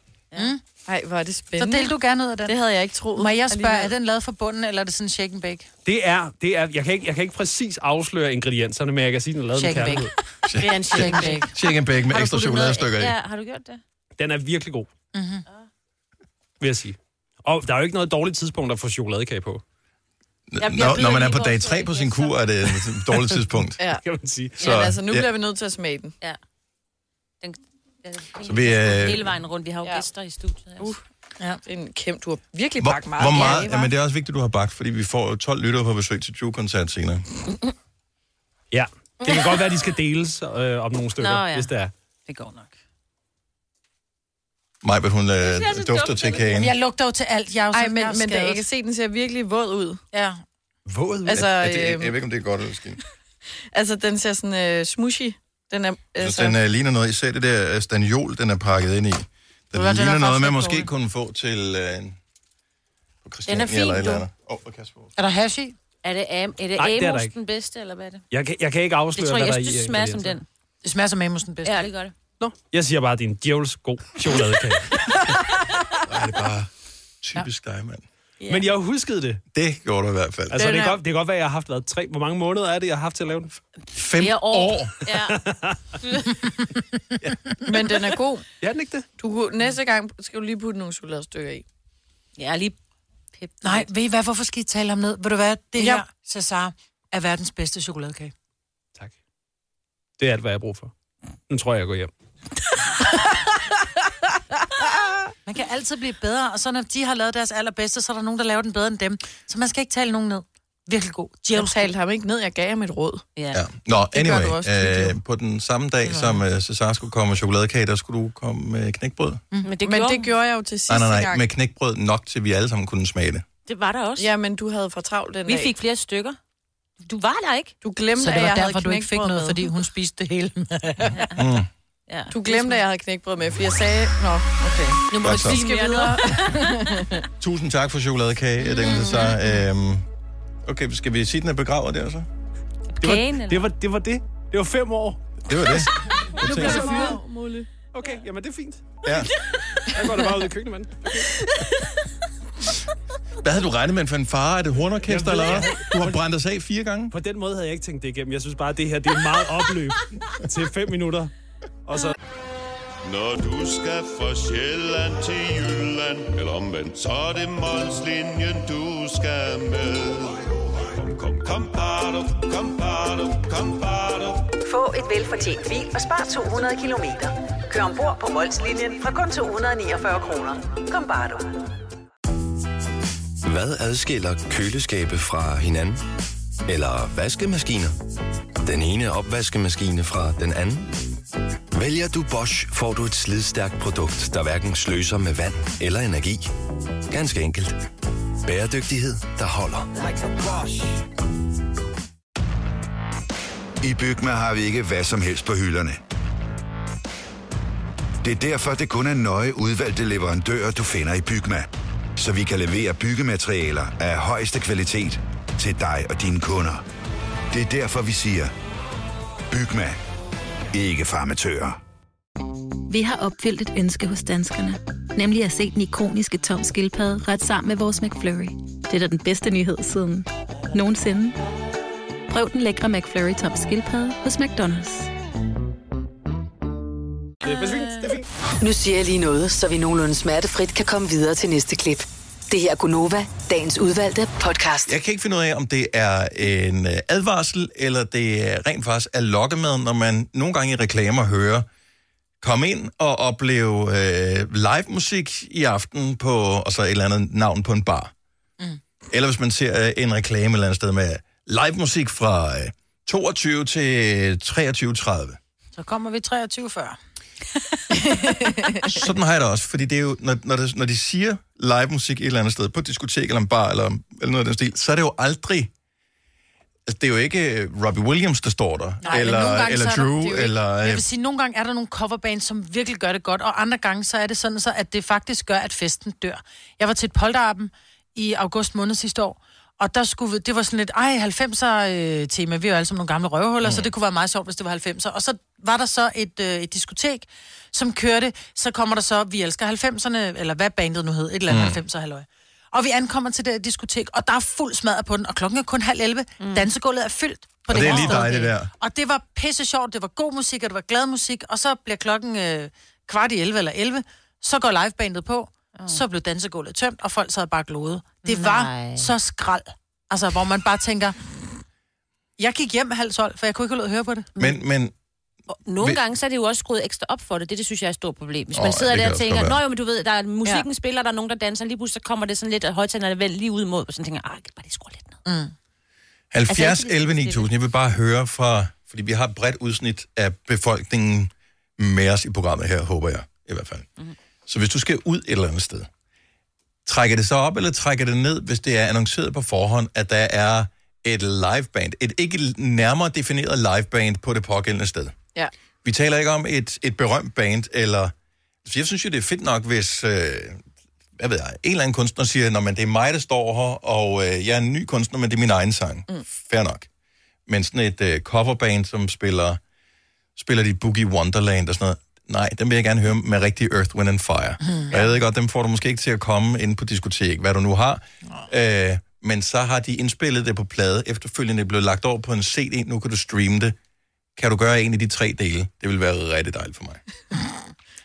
S4: Nej, hvor er det
S6: Mm? Så
S4: spændende.
S6: del du gerne ud af den. Det
S4: havde jeg ikke troet.
S6: Må jeg spørge, er
S4: alligevel.
S6: den lavet fra bunden, eller er det sådan en shake
S1: Øh,
S6: and bake?
S21: Det er, det er jeg, kan ikke, jeg kan ikke præcis afsløre ingredienserne, men jeg kan sige, den er lavet med
S6: Shake and
S21: kærlighed.
S2: Det er en shake and bake.
S1: Shake and bake med
S2: Har du
S1: ekstra
S2: puttet
S1: chokoladestykker i.
S2: noget- Ja, har du gjort det?
S21: Den er virkelig god,
S2: Mm-hmm.
S21: vil jeg sige. Og der er jo ikke noget dårligt tidspunkt at få chokoladekage på.
S1: Når, når man er på dag 3 på sin kur, er det et dårligt tidspunkt.
S4: [LAUGHS] Ja.
S21: Kan man sige.
S1: Så,
S4: Så, Men altså, nu
S1: ja.
S4: bliver vi nødt til at smage den.
S5: Ja. Den, den,
S1: Så vi, øh,
S5: Hele vejen rundt. Vi har jo ja. gæster i studiet. Altså. Uh,
S4: ja. Det er en kæmpe... Du har virkelig
S1: Hvor,
S4: bagt meget.
S1: hvor meget?
S4: Ja,
S1: Ja, men det er også vigtigt, du har bagt, fordi vi får jo 12 lyttere på besøg til 20-koncert senere.
S21: Ja, det kan godt være, at de skal deles øh, om nogle stykker,
S5: Nå,
S21: Nå,
S5: ja.
S21: ja. hvis det er.
S5: Det går nok.
S1: Maj, hun øh,
S6: Det er så
S1: dufter
S6: dumt,
S1: til
S6: at-
S1: kagen.
S6: Jeg lugter jo til alt. Jeg er jo
S4: Ej,
S6: sådan, jeg
S4: men,
S6: er
S4: men da
S6: skadet.
S4: jeg kan se, den ser virkelig våd ud.
S6: Ja.
S1: Våd?
S4: Altså,
S1: er det, jeg
S4: øhm,
S1: ved ikke, om det er godt
S4: [LAUGHS]
S1: eller skidt.
S4: Altså, den ser sådan uh, smushy. Den er...
S1: Altså,
S4: Altså,
S1: den øh, ligner noget, især det der øh, staniol, den er pakket ind i. Den
S4: den er
S1: ligner noget,
S4: faktisk
S1: man
S4: lidt
S1: måske
S4: dårlig.
S1: kunne få til øh, på
S5: Den er
S1: Christiania
S5: fin,
S1: eller et eller
S5: du.
S1: andet. Åh, oh, Kasper.
S6: Er der hash i?
S5: Er det, am, er det
S21: Nej, det er der
S5: Amos
S21: ikke.
S5: den bedste, eller hvad er det?
S21: Jeg kan, jeg kan ikke afsløre,
S5: Det tror jeg,
S21: hvad
S5: jeg
S21: der er
S5: synes,
S21: i
S5: det smager som
S21: ingredienserne.
S5: den.
S6: Det smager som Amos den bedste.
S5: Ja, det gør det.
S21: Jeg siger bare, at det er en djævels god chokoladekage.
S1: [LAUGHS] Ej, det er bare typisk dig, mand.
S21: Ja. Men jeg huskede det.
S1: Det gjorde du i hvert fald.
S21: Altså, det, kan godt, det kan godt være, at jeg har haft været tre. Hvor mange måneder er det, jeg har haft til at lave den?
S1: Fem
S5: Flere år.
S21: år.
S5: Ja.
S4: men den er
S1: [LAUGHS]
S4: god.
S21: Ja, den ikke det?
S4: Du, kunne- næste gang skal du lige putte nogle chokoladestykker i.
S5: Ja, lige pep.
S6: Nej, ved I hvad, hvorfor skal I tale om ned? Ved du hvad, det
S4: Ja.
S6: her, Cesar, er verdens bedste chokoladekage.
S21: [LAUGHS] Det er alt, hvad jeg har brug for. Nu tror jeg, jeg går hjem.
S6: Man kan altid blive bedre, og så når de har lavet deres allerbedste, så er der nogen, der laver den bedre end dem. Så man skal ikke tale nogen ned. Virkelig god.
S4: Jeg talte ham ikke ned, jeg gav ham et råd.
S5: Ja.
S1: Ja. Nå,
S4: Det gør
S1: anyway,
S4: du også tit,
S1: øh, på den samme dag,
S4: Det gør
S1: som øh, Cesar skulle komme med chokoladekage, der skulle du komme med knækbrød.
S5: Mm, Men det,
S4: men
S5: gjorde
S4: det gjorde jeg jo til sidste
S1: Nej, nej, nej,
S4: gang.
S1: med knækbrød nok, til vi alle sammen kunne smage det.
S5: Det var der også.
S4: Ja, men du havde for travlt den
S5: Vi
S4: dag.
S5: fik flere stykker. Du var der ikke.
S4: Du glemte,
S6: Så det
S4: at
S6: var
S4: jeg
S6: derfor,
S4: havde
S6: du ikke fik
S4: knækbrød
S6: noget,
S4: med.
S6: fordi hun spiste det hele.
S1: Mm.
S5: Ja.
S4: Du glemte, at jeg havde knækbrød med, fordi jeg sagde... Nå, okay.
S5: Nu
S1: må Godt vi så. sige
S4: mere videre. [LAUGHS]
S1: Tusind tak for chokoladekage, jeg tænkte Cesar. Øhm, okay, skal vi sige, den er begravet der så?
S21: Det var,
S5: Kagen, eller?
S21: det var det. Var det. det var fem år.
S1: Det var det.
S21: Nu
S1: bliver
S21: jeg fyret.
S4: Mulle.
S21: Okay, jamen det er fint.
S1: Ja.
S21: Jeg går da bare ud i køkkenet, mand.
S1: Hvad havde du regnet med for en far? Er det hornorkester,
S21: Jeg ved
S1: eller hvad?
S21: ikke.
S1: Du har brændt os af fire gange.
S21: På den måde havde jeg ikke tænkt det igennem. Jeg synes bare, at det her det er meget
S1: [LAUGHS]
S21: opløb til fem minutter. Og så...
S22: Når du skal fra Sjælland til Jylland, eller omvendt, så er det Molslinjen, du skal med. Kom, kom, kom, bado, kom, bado, kom, bado.
S23: Få et velfortjent bil og spar 200 kilometer. Kør ombord på Molslinjen fra kun 249 kroner. Kom bare du.
S24: Hvad adskiller køleskabe fra hinanden? Eller vaskemaskiner? Den ene opvaskemaskine fra den anden? Vælger du Bosch, får du et slidstærkt produkt, der hverken sløser med vand eller energi. Ganske enkelt. Bæredygtighed, der holder.
S10: Like a Bosch.
S11: I Bygma har vi ikke hvad som helst på hylderne. Det er derfor, det kun er nøje udvalgte leverandører, du finder i Bygma. Så vi kan levere byggematerialer af højeste kvalitet til dig og dine kunder. Det er derfor, vi siger, Bygma. Ikke farmatører.
S12: Vi har opfyldt et ønske hos danskerne. Nemlig at se den ikoniske tom skildpadde ret sammen med vores McFlurry. Det er da den bedste nyhed siden nogensinde. Prøv den lækre McFlurry tom skildpadde hos McDonald's.
S21: Det er besvint.
S9: Nu siger jeg lige noget, så vi nogenlunde smertefrit kan komme videre til næste klip. Det her er Gunova, dagens udvalgte podcast.
S1: Jeg kan ikke finde ud af, om det er en øh, advarsel, eller det er rent faktisk er lokkemad, når man nogle gange i reklamer hører, kom ind og opleve øh, live musik i aften på, og så et eller andet navn på en bar. Mm. Eller hvis man ser øh, en reklame et eller andet sted med live musik fra øh, 22 til 23.30.
S6: [LAUGHS] Så kommer vi 23 før. [LAUGHS]
S1: Sådan har jeg det også, fordi det er jo, når, når, det, når de siger live musik et eller andet sted, på et diskotek eller en bar eller, eller noget af den stil, så er det jo aldrig, altså, det er jo ikke øh, Robbie Williams, der står der,
S6: Nej, men nogle
S1: eller,
S6: gange,
S1: eller
S6: så er der- det
S1: Drew,
S6: er jo ikke-
S1: eller...
S6: Jeg
S1: øh,
S6: vil sige, nogle gange er der nogle coverbands, som virkelig gør det godt, og andre gange så er det sådan, så, at det faktisk gør, at festen dør. Jeg var til et polterappen i august måned sidste år, og der skulle, vi- det var sådan lidt, ej, 90'er øh, tema, vi er jo alle sammen nogle gamle røvhuller, mm. så det kunne være meget sjovt, hvis det var 90'er. Og så var der så et, øh, et diskotek, som kørte, så kommer der så, vi elsker 90'erne, eller hvad bandet nu hed, et eller andet
S14: Mm.
S6: mm. 90'er halløj. Og vi ankommer til det her diskotek, og der er fuld smadret på den, og klokken er kun halv 11. Mm. Dansegulvet er fyldt. På
S1: Og det er
S6: her
S1: lige
S6: sted.
S1: dig, det der.
S6: Og det var pisse sjovt, det var god musik, og det var glad musik, og så bliver klokken øh, kvart i 11 eller 11, så går livebandet på, oh. så blev dansegulvet tømt, og folk sad bare og gloede. Det Nej. var
S14: Nej.
S6: så skrald, altså hvor man bare tænker, jeg gik hjem halv 12, for jeg kunne ikke holde ud at høre på det.
S1: Men, men
S5: Nogle
S1: Vil-
S5: gange så er det jo også skruet ekstra op for det. Det, det synes jeg er et stort problem. Hvis
S1: Åh,
S5: man
S1: ja,
S5: sidder
S1: det
S5: der og
S1: kan også
S5: tænker,
S1: godt
S5: nå
S1: være.
S5: jo, men du ved, der er musikken ja. spiller, der er nogen, der danser, og lige pludselig så kommer det sådan lidt, at højtalerne er vendt lige ud mod, og sådan tænker, ah, kan bare lige skrue lidt ned.
S6: Mm.
S1: 70,
S5: Altså, ikke-
S1: 11, 9000. Jeg vil bare høre fra, fordi vi har et bredt udsnit af befolkningen med os i programmet her, håber jeg i hvert fald. Mm-hmm. Så hvis du skal ud et eller andet sted, trækker det så op eller trækker det ned, hvis det er annonceret på forhånd, at der er et liveband, et ikke nærmere defineret liveband på det pågældende sted?
S4: Ja.
S1: Vi taler ikke om et, et berømt band, eller... Så jeg synes jo, det er fedt nok, hvis... Øh, hvad ved jeg, en eller anden kunstner siger, når man det er mig, der står her, og øh, jeg er en ny kunstner, men det er min egen sang. Mm. Fair nok. Men sådan et øh, coverband, som spiller, spiller de Boogie Wonderland og sådan noget, nej, dem vil jeg gerne høre med rigtig Earth, Wind and Fire. Mm. Og jeg ved godt, dem får du måske ikke til at komme ind på diskotek, hvad du nu har. Øh, men så har de indspillet det på plade, efterfølgende blev lagt over på en CD, nu kan du streame det. Kan du gøre en af de tre dele? Det vil være rigtig dejligt for mig.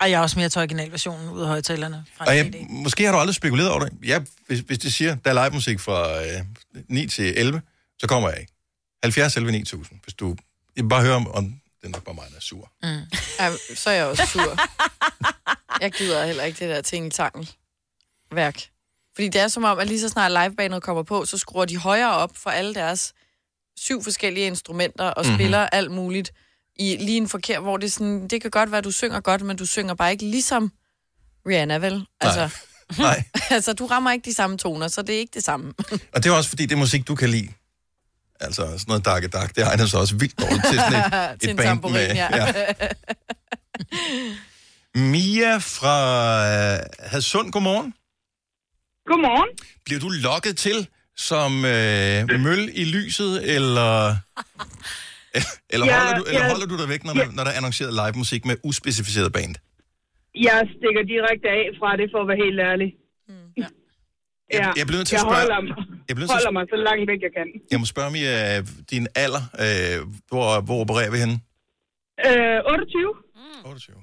S6: Og jeg er også mere til originalversionen ud af højtalerne. fra en
S1: Og jeg,
S6: CD.
S1: måske har du aldrig spekuleret over det. Jeg, hvis, hvis de siger, der er live musik fra øh, 9 til 11, så kommer jeg ikke. 70 11 9000, hvis du... Jeg vil bare høre om, om det er nok bare mig, der er sur.
S4: Mm. [LAUGHS] Ja, så er jeg også sur. Jeg gider heller ikke det der ting tangel værk. Fordi det er som om, at lige så snart livebandet kommer på, så skruer de højere op for alle deres syv forskellige instrumenter og
S14: Mhm.
S4: spiller mm-hmm. alt muligt i lige en forkert, hvor det er sådan, det kan godt være, du synger godt, men du synger bare ikke ligesom Rihanna, vel? Altså, [LAUGHS]
S1: Nej. [LAUGHS]
S4: altså du rammer ikke de samme toner, så det er ikke det samme. [LAUGHS]
S1: Og det er også fordi, det er musik, du kan lide. Altså sådan noget dark dark, det egner sig også vildt dårligt til sådan
S4: [LAUGHS]
S1: et,
S4: Til
S1: et
S4: en
S1: band
S4: tamburin,
S1: med.
S4: ja.
S1: Mia fra øh, Hadsund, godmorgen.
S25: Godmorgen.
S1: Bliver du lokket til som øh, møl i lyset,
S25: [LAUGHS]
S1: eller, eller,
S25: Ja,
S1: holder, du, eller
S25: ja.
S1: holder du dig væk, når, man, når der er annonceret live musik med uspecificeret band?
S25: Jeg stikker direkte af fra det, for at være helt ærlig. Ja.
S1: Jeg- jeg bliver nødt til at
S25: jeg
S1: spørge-
S25: Holder mig,
S1: Jeg bliver nødt til at
S25: holder
S1: sp-
S25: mig så langt væk, jeg kan.
S1: Jeg må spørge, Mia, din alder, øh, hvor, hvor opererer vi henne?
S25: Øh, 28.
S1: 28.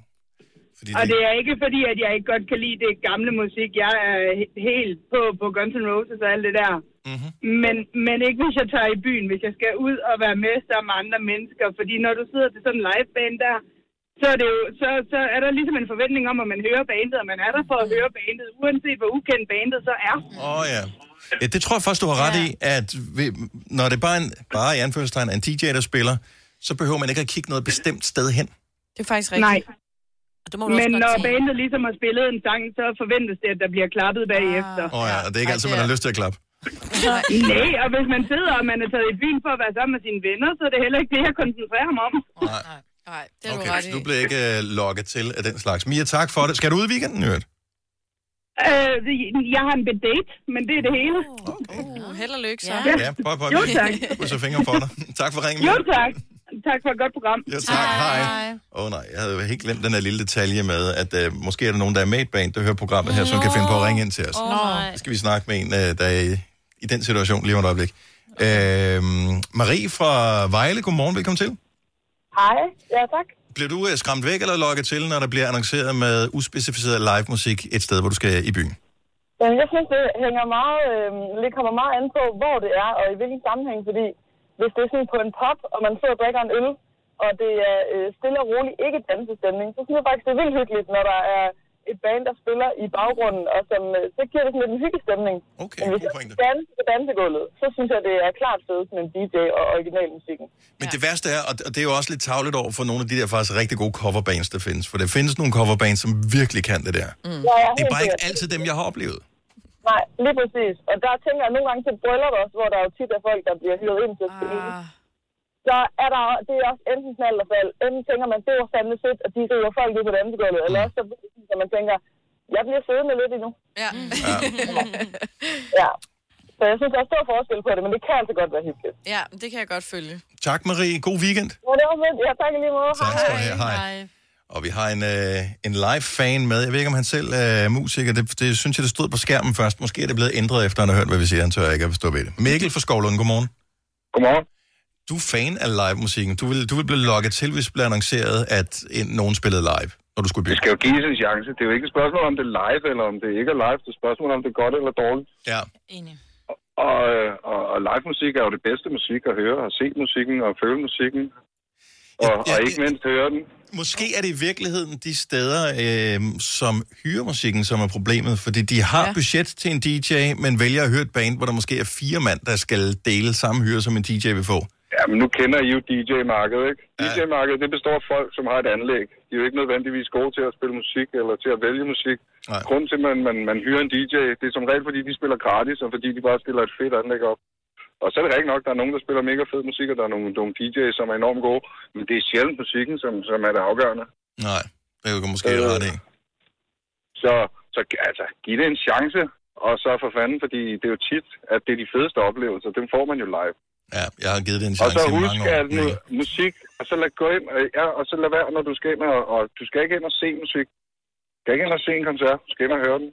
S25: Fordi og det er ikke fordi, at jeg ikke godt kan lide det gamle musik. Jeg er he- helt på, på Guns N' Roses og alt det der.
S1: Mm-hmm.
S25: Men, men ikke hvis jeg tager i byen, hvis jeg skal ud og være med sammen med andre mennesker. Fordi når du sidder til sådan en liveband der, så er, det jo, så, så er der ligesom en forventning om, at man hører bandet, og man er der for at høre bandet, uanset hvor ukendt bandet så er.
S1: Åh oh, ja. ja. Det tror jeg først, du har ret ja. i, at vi, når det bare er en, bare i anførselstegn, er en DJ, der spiller, så behøver man ikke at kigge noget bestemt sted hen.
S4: Det er faktisk
S25: Nej.
S4: rigtigt.
S25: Men når bandet ligesom har spillet en sang, så forventes det, at der bliver klappet bagefter.
S1: Åh oh, ja, og det er ikke altid, man har lyst til at klappe.
S25: Nej, og hvis man sidder, og man er taget i byen for at være sammen med sine venner, så er det heller ikke det, jeg koncentrerer mig om.
S4: Nej, det
S25: er
S1: Okay, så du bliver ikke øh, lokket til af den slags. Mia, tak for det. Skal du ud i weekenden, i øvrigt?
S25: Øh, jeg har en bedate, men det er det hele. Okay.
S4: Uh, held og lykke så.
S1: Ja, prøv, prøv.
S25: Jo, tak.
S1: Krydser fingre for dig. [LAUGHS] tak for ringen.
S25: Jo,
S1: Mia.
S25: tak. Tak for et godt program.
S1: Jo, tak. Hej. Åh oh, nej, jeg havde helt glemt den her lille detalje med, at øh, måske er der nogen, der er med i et band, der hører programmet her, som kan finde på at ringe ind til os.
S8: Åh, nej.
S1: Så skal vi snakke med en, øh, der er i, i den situation lige om et øjeblik. Øh, Marie fra Vejle, godmorgen, velkommen til.
S3: Hej, ja tak.
S1: Bliver du øh, skræmt væk eller lokket til, når der bliver annonceret med uspecificeret live musik et sted, hvor du skal i byen?
S3: Jamen, jeg synes, det hænger meget, øh, det kommer meget an på, hvor det er og i hvilken sammenhæng, fordi hvis det er sådan på en pop, og man sidder og drikker en øl, og det er øh, stille og roligt, ikke dansestemning, så synes jeg faktisk, det er vildt hyggeligt, når der er et band, der spiller i baggrunden, og som, øh, så giver det sådan lidt en hyggestemning.
S1: Okay,
S3: Men hvis jeg skal danse på dansegulvet, så synes jeg, det er klart fedest med en DJ og originalmusikken.
S1: Men det værste er, og og det er jo også lidt tavlet over for nogle af de der faktisk rigtig gode coverbands, der findes. For der findes nogle coverbands, som virkelig kan det der.
S3: Mm. Ja, ja,
S1: Det er
S3: helt
S1: bare ikke
S3: sikkert.
S1: altid dem, jeg har oplevet.
S3: Nej, lige præcis. Og der tænker jeg nogle gange til bryllup også, hvor der jo tit er folk, der bliver hyret ind til at spille. Så er der, det er også enten knald og fald. Enten tænker man, det var fandme fedt, at de river folk ud på dansegulvet, eller også så bliver det sådan, at man tænker, jeg bliver siddende lidt endnu.
S4: Ja.
S3: ja. [LAUGHS] ja. Så jeg synes, der er stor forskel på det, men det kan altså godt være hyggeligt.
S4: Ja, det kan jeg godt følge.
S1: Tak Marie, god weekend.
S3: Nå, det var fedt. Ja, tak i lige måde.
S1: Tak skal du have. Hej. Og vi har en, øh, en live fan med. Jeg ved ikke, om han selv øh, er musiker. Det, det synes jeg, det stod på skærmen først. Måske er det blevet ændret, efter han har hørt, hvad vi siger. Han tør ikke at forstå ved det. Mikkel fra Skovlund, godmorgen.
S10: Godmorgen.
S1: Du er fan af live-musikken. Du vil, du vil blive lukket til, hvis det bliver annonceret, at en, nogen spillede live, når du skulle blive.
S10: Det skal jo gives en chance. Det er jo ikke et spørgsmål, om det er live eller om det ikke er live. Det er et spørgsmål, om det er godt eller dårligt.
S1: Ja.
S10: Og, og, og live musik er jo det bedste musik at høre, og se musikken og føle musikken. Og, ja, og ikke mindst høre den.
S1: Måske er det i virkeligheden de steder, øh, som hyrer musikken, som er problemet. Fordi de har ja. budget til en DJ, men vælger at høre et band, hvor der måske er fire mand, der skal dele samme hyre, som en DJ vil få.
S10: Ja, men nu kender I jo DJ-markedet, ikke? Ja. DJ-markedet, det består af folk, som har et anlæg. De er jo ikke nødvendigvis gode til at spille musik eller til at vælge musik.
S1: Nej.
S10: Grunden til, at man, man, man hyrer en DJ, det er som regel, fordi de spiller gratis, og fordi de bare stiller et fedt anlæg op. Og så er det rigtigt nok, der er nogen, der spiller mega fed musik, og der er nogle, nogle DJ's, som er enormt gode. Men det er sjældent musikken, som, som er det afgørende.
S1: Nej, det er jo måske øh. ret i.
S10: Så, så altså, giv det en chance, og så for fanden, fordi det er jo tit, at det er de fedeste oplevelser. Dem får man jo live.
S1: Ja, jeg har givet det en
S10: Og
S1: chance
S10: så
S1: i
S10: husk,
S1: mange år.
S10: at
S1: Mm.
S10: nu, musik, og så lad gå ind, og, ja, og så lad være, når du skal ind, og, og du skal ikke ind og se musik. Du skal ikke ind og se en koncert, du skal ind og høre den.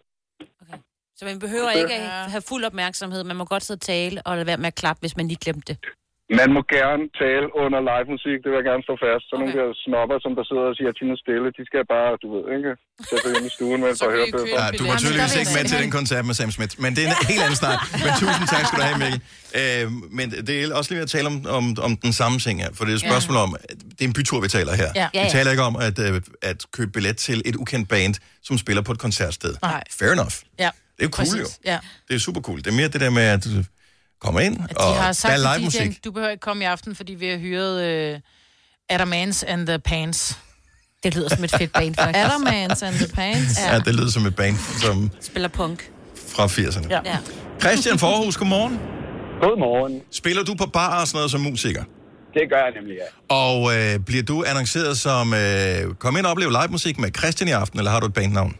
S5: Så man behøver ikke at have fuld opmærksomhed. Man må godt sidde og tale og lade være med at klappe, hvis man lige glemte det.
S10: Man må gerne tale under live musik, det vil jeg gerne stå fast. Så okay. nogle der snopper, som der sidder og siger, at stille, de skal bare, du ved, ikke? Sætte sig ind i stuen, mens der hører det.
S1: Ja, du var tydeligvis ikke med til den koncert med Sam Smith, men det er en helt anden snak. Men tusind tak skal du have, Mikkel. Øh, men det er også lige ved at tale om, om, om den samme ting her, for det er et spørgsmål om, at det er en bytur, vi taler her.
S8: Ja. Ja,
S1: Vi
S8: ja.
S1: taler ikke om at, øh, at købe billet til et ukendt band, som spiller på et koncertsted.
S6: Nej.
S1: Fair enough.
S6: Ja.
S1: Det er jo cool,
S6: Præcis.
S1: jo.
S6: Ja.
S1: Det er super cool. Det er mere det der med, at du kommer ind,
S6: De
S1: og
S6: har
S1: der
S6: sagt
S1: er
S6: til
S1: live musik.
S6: DJ'en, du behøver ikke komme i aften, fordi vi har hyret øh, Adamans and the Pants.
S5: Det lyder som et fedt band, faktisk.
S4: Adamans and the Pants.
S1: Ja. det lyder som et band som
S5: [LAUGHS] Spiller punk.
S1: fra 80'erne.
S5: Ja. ja.
S1: Christian Forhus, godmorgen.
S13: Godmorgen.
S1: Spiller du på bar og sådan noget som musiker?
S13: Det gør jeg nemlig, ja.
S1: Og øh, bliver du annonceret som, øh, kom ind og opleve live musik med Christian i aften, eller har du et bandnavn?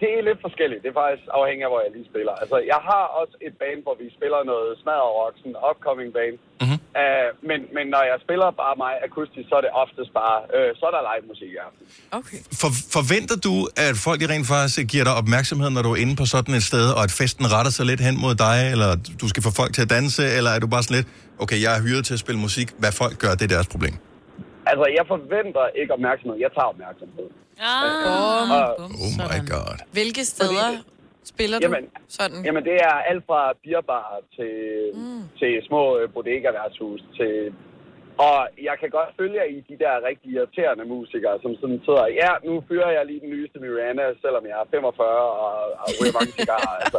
S13: Det er lidt forskelligt. Det er faktisk afhængig af, hvor jeg lige spiller. Altså, jeg har også et band, hvor vi spiller noget smadret rock, sådan en upcoming band. Mm-hmm. Uh, men, men når jeg spiller bare mig akustisk, så er det oftest bare, øh, så er der live musik i aften.
S4: Okay.
S1: For, forventer du, at folk de rent faktisk giver dig opmærksomhed, når du er inde på sådan et sted, og at festen retter sig lidt hen mod dig, eller du skal få folk til at danse, eller er du bare sådan lidt, okay, jeg er hyret til at spille musik, hvad folk gør, det er deres problem?
S13: Altså, jeg forventer ikke opmærksomhed. Jeg tager opmærksomhed.
S4: Ah.
S13: Øh,
S4: Bum,
S13: og,
S1: oh my god.
S4: Hvilke steder spiller du
S13: Jamen,
S4: sådan?
S13: Jamen, det er alt fra bierbar til, mm. til små øh, bodega-værtshus til... Og jeg kan godt følge jer i de der rigtig irriterende musikere, som sådan sidder, ja, nu fyrer jeg lige den nyeste Miranda, selvom jeg er 45 og, og ryger mange cigarer. Altså.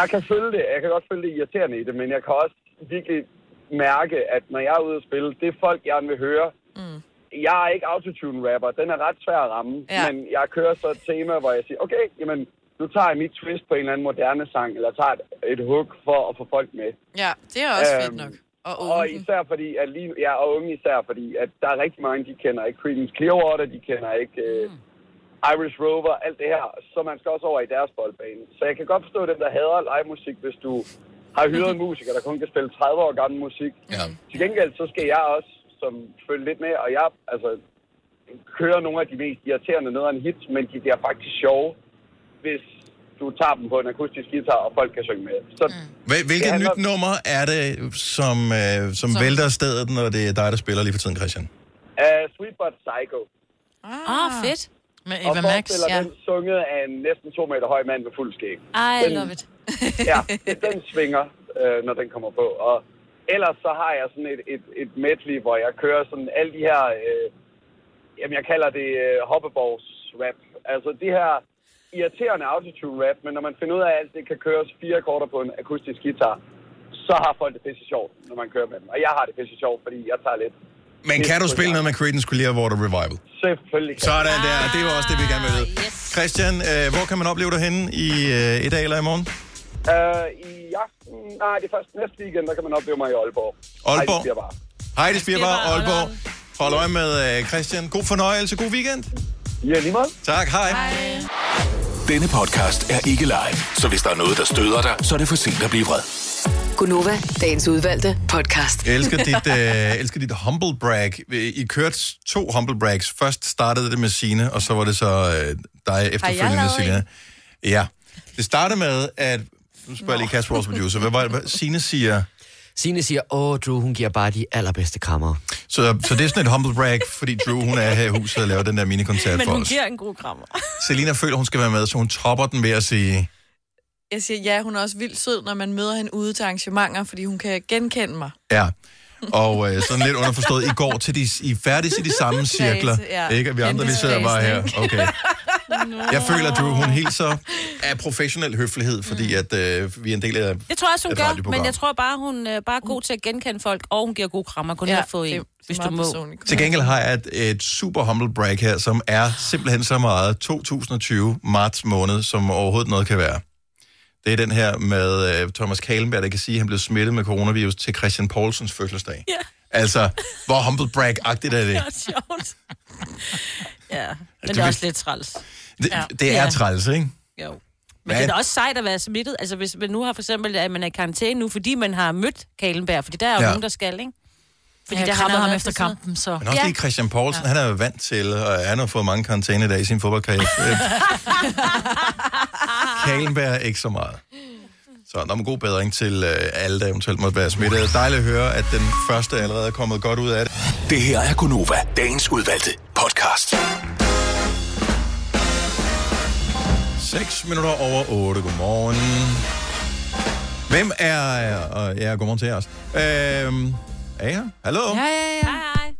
S13: Jeg kan følge det. Jeg kan godt følge det irriterende i det, men jeg kan også virkelig mærke, at når jeg er ude at spille, det folk gerne vil høre, mm. jeg er ikke autotune-rapper. Den er ret svær at ramme. Ja. Men jeg kører så et tema, hvor jeg siger, okay, jamen, nu tager jeg mit twist på en eller anden moderne sang, eller tager et, et hook for at få folk med.
S4: Ja, det er også fedt
S13: Øhm,
S4: nok.
S13: Og, og især fordi, at lige, ja, og unge især fordi, at der er rigtig mange, de kender ikke Creedence Clearwater, de kender ikke øh,
S4: Mm.
S13: Irish Rover, alt det her. Så man skal også over i deres boldbane. Så jeg kan godt forstå dem, der hader livemusik, hvis du har hyret en musiker, der kun kan spille 30 år gammel musik.
S1: Ja.
S13: Til gengæld, så skal jeg også som følge lidt med, og jeg altså, kører nogle af de mest irriterende nederen hits, men de bliver faktisk sjove, hvis du tager dem på en akustisk guitar, og folk kan synge med. Så
S4: Mm.
S1: Hvil- Hvilket nyt nummer er det, som, øh, som vælter stedet, når det er dig, der spiller lige for tiden, Christian?
S13: Uh, Sweet But Psycho.
S5: Ah, ah fedt.
S6: Med
S13: og forestiller den sunget af en næsten to meter høj mand med fuld skæg.
S5: I
S13: den,
S5: love it.
S13: [LAUGHS] ja, den svinger, øh, når den kommer på. Og ellers så har jeg sådan et, et, et medley, hvor jeg kører sådan alle de her, øh, jamen jeg kalder det øh, hoppeborgs-rap. Altså de her irriterende autotune-rap, men når man finder ud af, at alt det kan køres fire korter på en akustisk guitar, så har folk det pisse sjovt, når man kører med dem. Og jeg har det pisse sjovt, fordi jeg tager lidt.
S1: Men kan du spille noget med Creedence Clearwater Revival?
S13: Selvfølgelig kan
S1: Sådan
S13: jeg.
S1: der, det var også det, vi gerne ville vide. Christian, øh, hvor kan man opleve dig henne i, øh, i dag eller i morgen?
S13: Øh, I aften, nej, det er først næste weekend, der kan man opleve mig i Aalborg.
S1: Aalborg.
S13: Ej, det bare.
S1: Heidi Spirbar, Aalborg. Hold øje med øh, Christian. God fornøjelse, god weekend.
S13: Ja, lige meget.
S1: Tak, hej.
S14: Denne podcast er ikke live, så hvis der er noget, der støder dig, så er det for sent at blive vred.
S9: Gunova, dagens udvalgte podcast.
S1: Jeg elsker dit,
S9: [LAUGHS]
S1: øh, elsker dit humble brag. I kørte to humble brags. Først startede det med Sine, og så var det så øh, dig efterfølgende,
S15: lavet
S1: Sine. Ja. Det startede med, at... Nu spørger jeg lige Kasper, vores producer. Hvad var det? Hvad- Sine siger...
S7: Signe siger, åh, Drew, hun giver bare de allerbedste krammer.
S1: Så, så det er sådan et humble brag, fordi Drew, hun er her i huset og laver den der minikoncert
S4: Men
S1: for
S4: hun
S1: os.
S4: giver en god krammer.
S1: Selina føler, hun skal være med, så hun topper den ved at sige...
S4: Jeg siger, ja, hun er også vildt sød, når man møder hende ude til arrangementer, fordi hun kan genkende mig.
S1: Ja. Og øh, sådan lidt underforstået, I går til de, I er færdige til de samme cirkler.
S4: Kredse, ja.
S1: Ikke? Og vi andre, vi sidder bare her. Okay. Jeg føler, at Drew, hun hilser af professionel høflighed, fordi at, øh, vi er en del af
S5: Jeg tror også, hun
S1: et
S5: gør,
S1: radioprogram.
S5: men jeg tror bare, hun øh, bare er god til at genkende folk, og hun giver gode krammer. Kun ja, har fået en, hvis du må.
S1: Til gengæld har jeg et, et super humble break her, som er simpelthen så meget 2020 marts måned, som overhovedet noget kan være. Det er den her med øh, Thomas Kalenberg, der kan sige, at han blev smittet med coronavirus til Christian Paulsens fødselsdag.
S5: Ja.
S1: Altså, hvor humble
S5: [LAUGHS]
S1: brag-agtigt er det?
S5: er sjovt. ja, men
S1: Du
S5: det er
S1: vil-
S5: også lidt træls.
S1: Det,
S5: Ja.
S1: det er
S5: Ja.
S1: træls, ikke?
S5: Jo. Men
S1: Hvad?
S5: det er da også sejt at være smittet. Altså hvis man nu har for eksempel, at man er i karantæne nu, fordi man har mødt Kalenberg, fordi der er jo
S1: Ja.
S5: ja. nogen, der skal, ikke? Fordi
S6: Ja,
S5: der har
S6: krammer
S5: man
S6: ham
S5: været
S6: efter
S5: til siden.
S6: kampen, så.
S1: Men også lige Christian Poulsen, ja. han er jo vant til, og han har fået mange karantæne i dag i
S6: [LAUGHS]
S1: sin fodboldkarriere. Øh, Kalenberg ikke så meget. Så der må god bedring til øh, alle, der eventuelt måtte være smittet. Dejligt at høre, at den første allerede er kommet godt ud af det.
S14: Det her er Gunova, dagens udvalgte podcast.
S1: 6 minutter over 8. Godmorgen. Hvem er... og Ja, godmorgen til jer også. Øhm, er I her? Hallo?
S6: Ja, ja, ja. Hej, hej.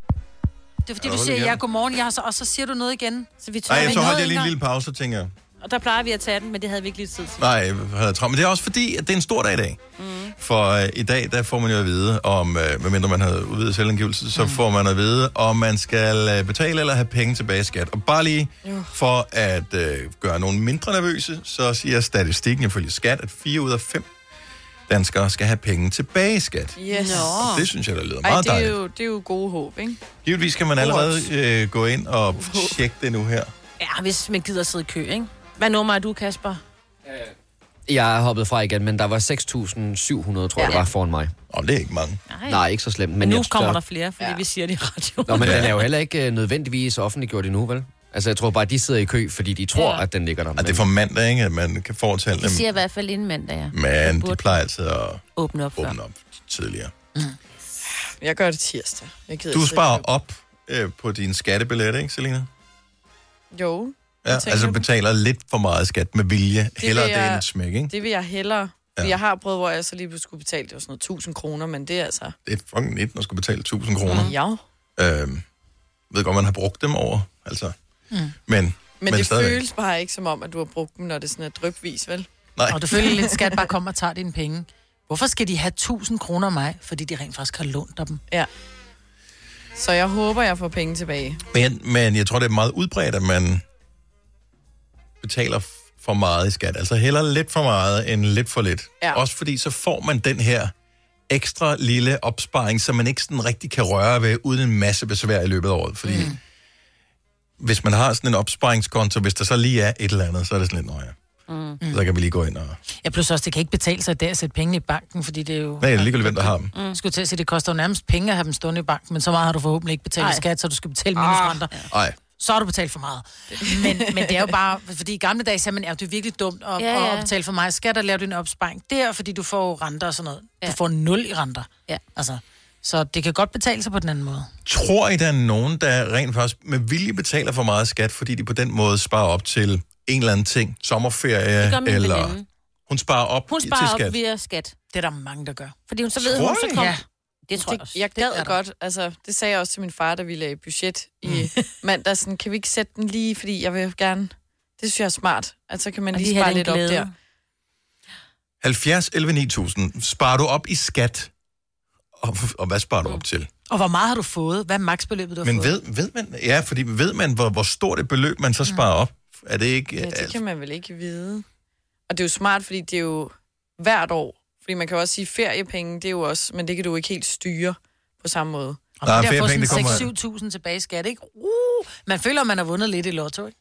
S6: Det er fordi,
S1: Er
S6: du
S1: der hul
S6: siger,
S1: igen?
S6: ja, godmorgen, jeg har så, og så siger du noget igen.
S5: Så vi
S1: Nej, så holdt jeg lige en lille pause og tænker,
S5: Og der plejer vi at tage den, men det havde vi ikke lige tid til.
S1: nej, jeg havde travlt. Men det er også fordi, at det er en stor dag i dag.
S5: Mm.
S1: For øh, i dag, der får man jo at vide om, øh, medmindre man havde udvidet selvangivelse,
S4: Mm.
S1: så får man at vide, om man skal øh, betale eller have penge tilbage i skat. Og bare lige for at øh, gøre nogen mindre nervøse, så siger statistikken ifølge skat, at 4 ud af 5 danskere skal have penge tilbage i skat.
S4: Yes.
S1: Det synes jeg, der lyder
S4: Ej,
S1: meget
S4: det er,
S1: dejligt.
S4: jo, det er jo gode håb, ikke?
S1: Givetvis kan man allerede øh, gå ind og tjekke det nu her.
S5: Ja, hvis man gider sidde i kø, ikke? Hvad nummer er du, Kasper?
S7: Jeg er hoppet fra igen, men der var 6.700, tror jeg,
S5: Ja.
S7: ja. var foran mig.
S1: Og det er ikke mange.
S5: Nej,
S7: Nej ikke så slemt. Men
S5: Men nu
S7: jeg,
S5: kommer der flere, fordi ja. vi siger det i radioen.
S7: Nå,
S1: [LAUGHS]
S7: men den er jo heller ikke øh, nødvendigvis offentliggjort endnu, vel? Altså, jeg tror bare, de sidder i kø, fordi de tror,
S5: Ja.
S7: ja. at den ligger der.
S1: Og det er for mandag, ikke? At man kan foretale
S5: De
S1: dem.
S5: siger i hvert fald inden mandag, ja.
S1: Men de
S5: Burde
S1: plejer altid at
S5: Åbne op,
S1: åbne op tidligere.
S4: Jeg gør det tirsdag. Jeg gider
S1: Du
S4: ikke
S1: sparer op øh, på din skattebillet, ikke, Selina?
S4: sidde- Jo.
S1: Ja,
S4: Jeg tænker
S1: altså betaler lidt for meget skat med vilje.
S4: vil
S1: Heller det
S4: jeg-
S1: end et smæk, ikke?
S4: Det vil jeg hellere. Ja. Jeg har prøvet, hvor jeg så lige pludselig skulle betale, det var sådan noget 1000 kroner, men det er altså...
S1: Det er fucking net, at skulle betale 1000 kroner. Mm.
S4: Ja. Men,
S1: Øhm, ved godt, man har brugt dem over, altså. Mm. Men, men,
S4: men det
S1: stadigvæk.
S4: føles bare ikke som om, at du har brugt dem, når det sådan er drypvis, vel?
S1: Nej.
S6: Og du føler lidt skat bare kommer og tager dine penge. Hvorfor skal de have 1000 kroner af mig? Fordi de rent faktisk har lånt dig dem.
S4: Ja. Så jeg håber, jeg får penge [LAUGHS] tilbage.
S1: Men, men jeg tror, det er meget udbredt, at man betaler f- for meget i skat. Altså heller lidt for meget end lidt for lidt.
S4: Ja.
S1: Også fordi så får man den her ekstra lille opsparing, som man ikke sådan rigtig kan røre ved, uden en masse besvær i løbet af året. Fordi mm. hvis man har sådan en opsparingskonto, hvis der så lige er et eller andet, så er det sådan lidt nøje. Mm. Så kan vi lige gå ind og...
S6: Ja, plus også, det kan ikke betale sig i dag at sætte penge i banken, fordi det er jo...
S1: Nej, det er ligegyldigt, hvem der har dem.
S6: Mm. Skulle til at sige, det koster jo nærmest penge at have dem stående i banken, men så meget har du forhåbentlig ikke betalt i
S1: Ej.
S6: skat, så du skal betale minusrenter.
S1: Nej.
S6: Så har du betalt for meget. Men, men det er jo bare, fordi i gamle dage sagde man, er det er virkelig dumt at,
S5: Ja,
S6: ja,
S5: ja.
S6: ja. at betale for meget skat, og laver du en opsparing der, fordi du får jo renter og sådan noget. Ja. Du får nul i renter.
S5: Ja.
S6: Altså, så det kan godt betale sig på den anden måde.
S1: Tror I, der er nogen, der rent faktisk med vilje betaler for meget skat, fordi de på den måde sparer op til en eller anden ting?
S5: Det
S1: Sommerferie
S5: gør min
S1: eller...
S5: veninde.
S1: Hun sparer op
S5: Hun
S1: til
S5: sparer
S1: skat.
S5: op via skat.
S6: Det er der mange, der gør.
S5: Fordi hun så ved, hun så kommer... Ja. Det tror jeg også.
S4: Jeg gad godt, altså det sagde jeg også til min far, da vi lagde budget i [LAUGHS] mm. mandag, sådan, kan vi ikke sætte den lige, fordi jeg vil gerne, det synes jeg er smart, at så kan man
S5: Og
S4: lige,
S5: lige
S4: lige
S5: have
S4: spare
S5: den
S4: lidt
S5: glæde.
S4: op der.
S1: 70, 11, 9000. Sparer du op i skat? Og, og hvad sparer du op til?
S5: Mm.
S6: Og hvor meget har du fået? Hvad er maksbeløbet, du har
S1: Men
S6: fået?
S1: ved, ved man, ja, fordi ved man, hvor, hvor stort et beløb man så
S5: Mm.
S1: sparer op? Er det ikke...
S4: Ja, det kan man vel ikke vide. Og det er jo smart, fordi det er jo hvert år, fordi man kan jo også sige feriepenge, det er jo også, men det kan du jo ikke helt styre på samme måde.
S1: Nej,
S6: Og det at få
S1: feriepenge, det
S6: sådan
S1: kommer-
S6: 6-7.000 tilbage i skat, ikke? Uh, man føler, man har vundet lidt i lotto, ikke?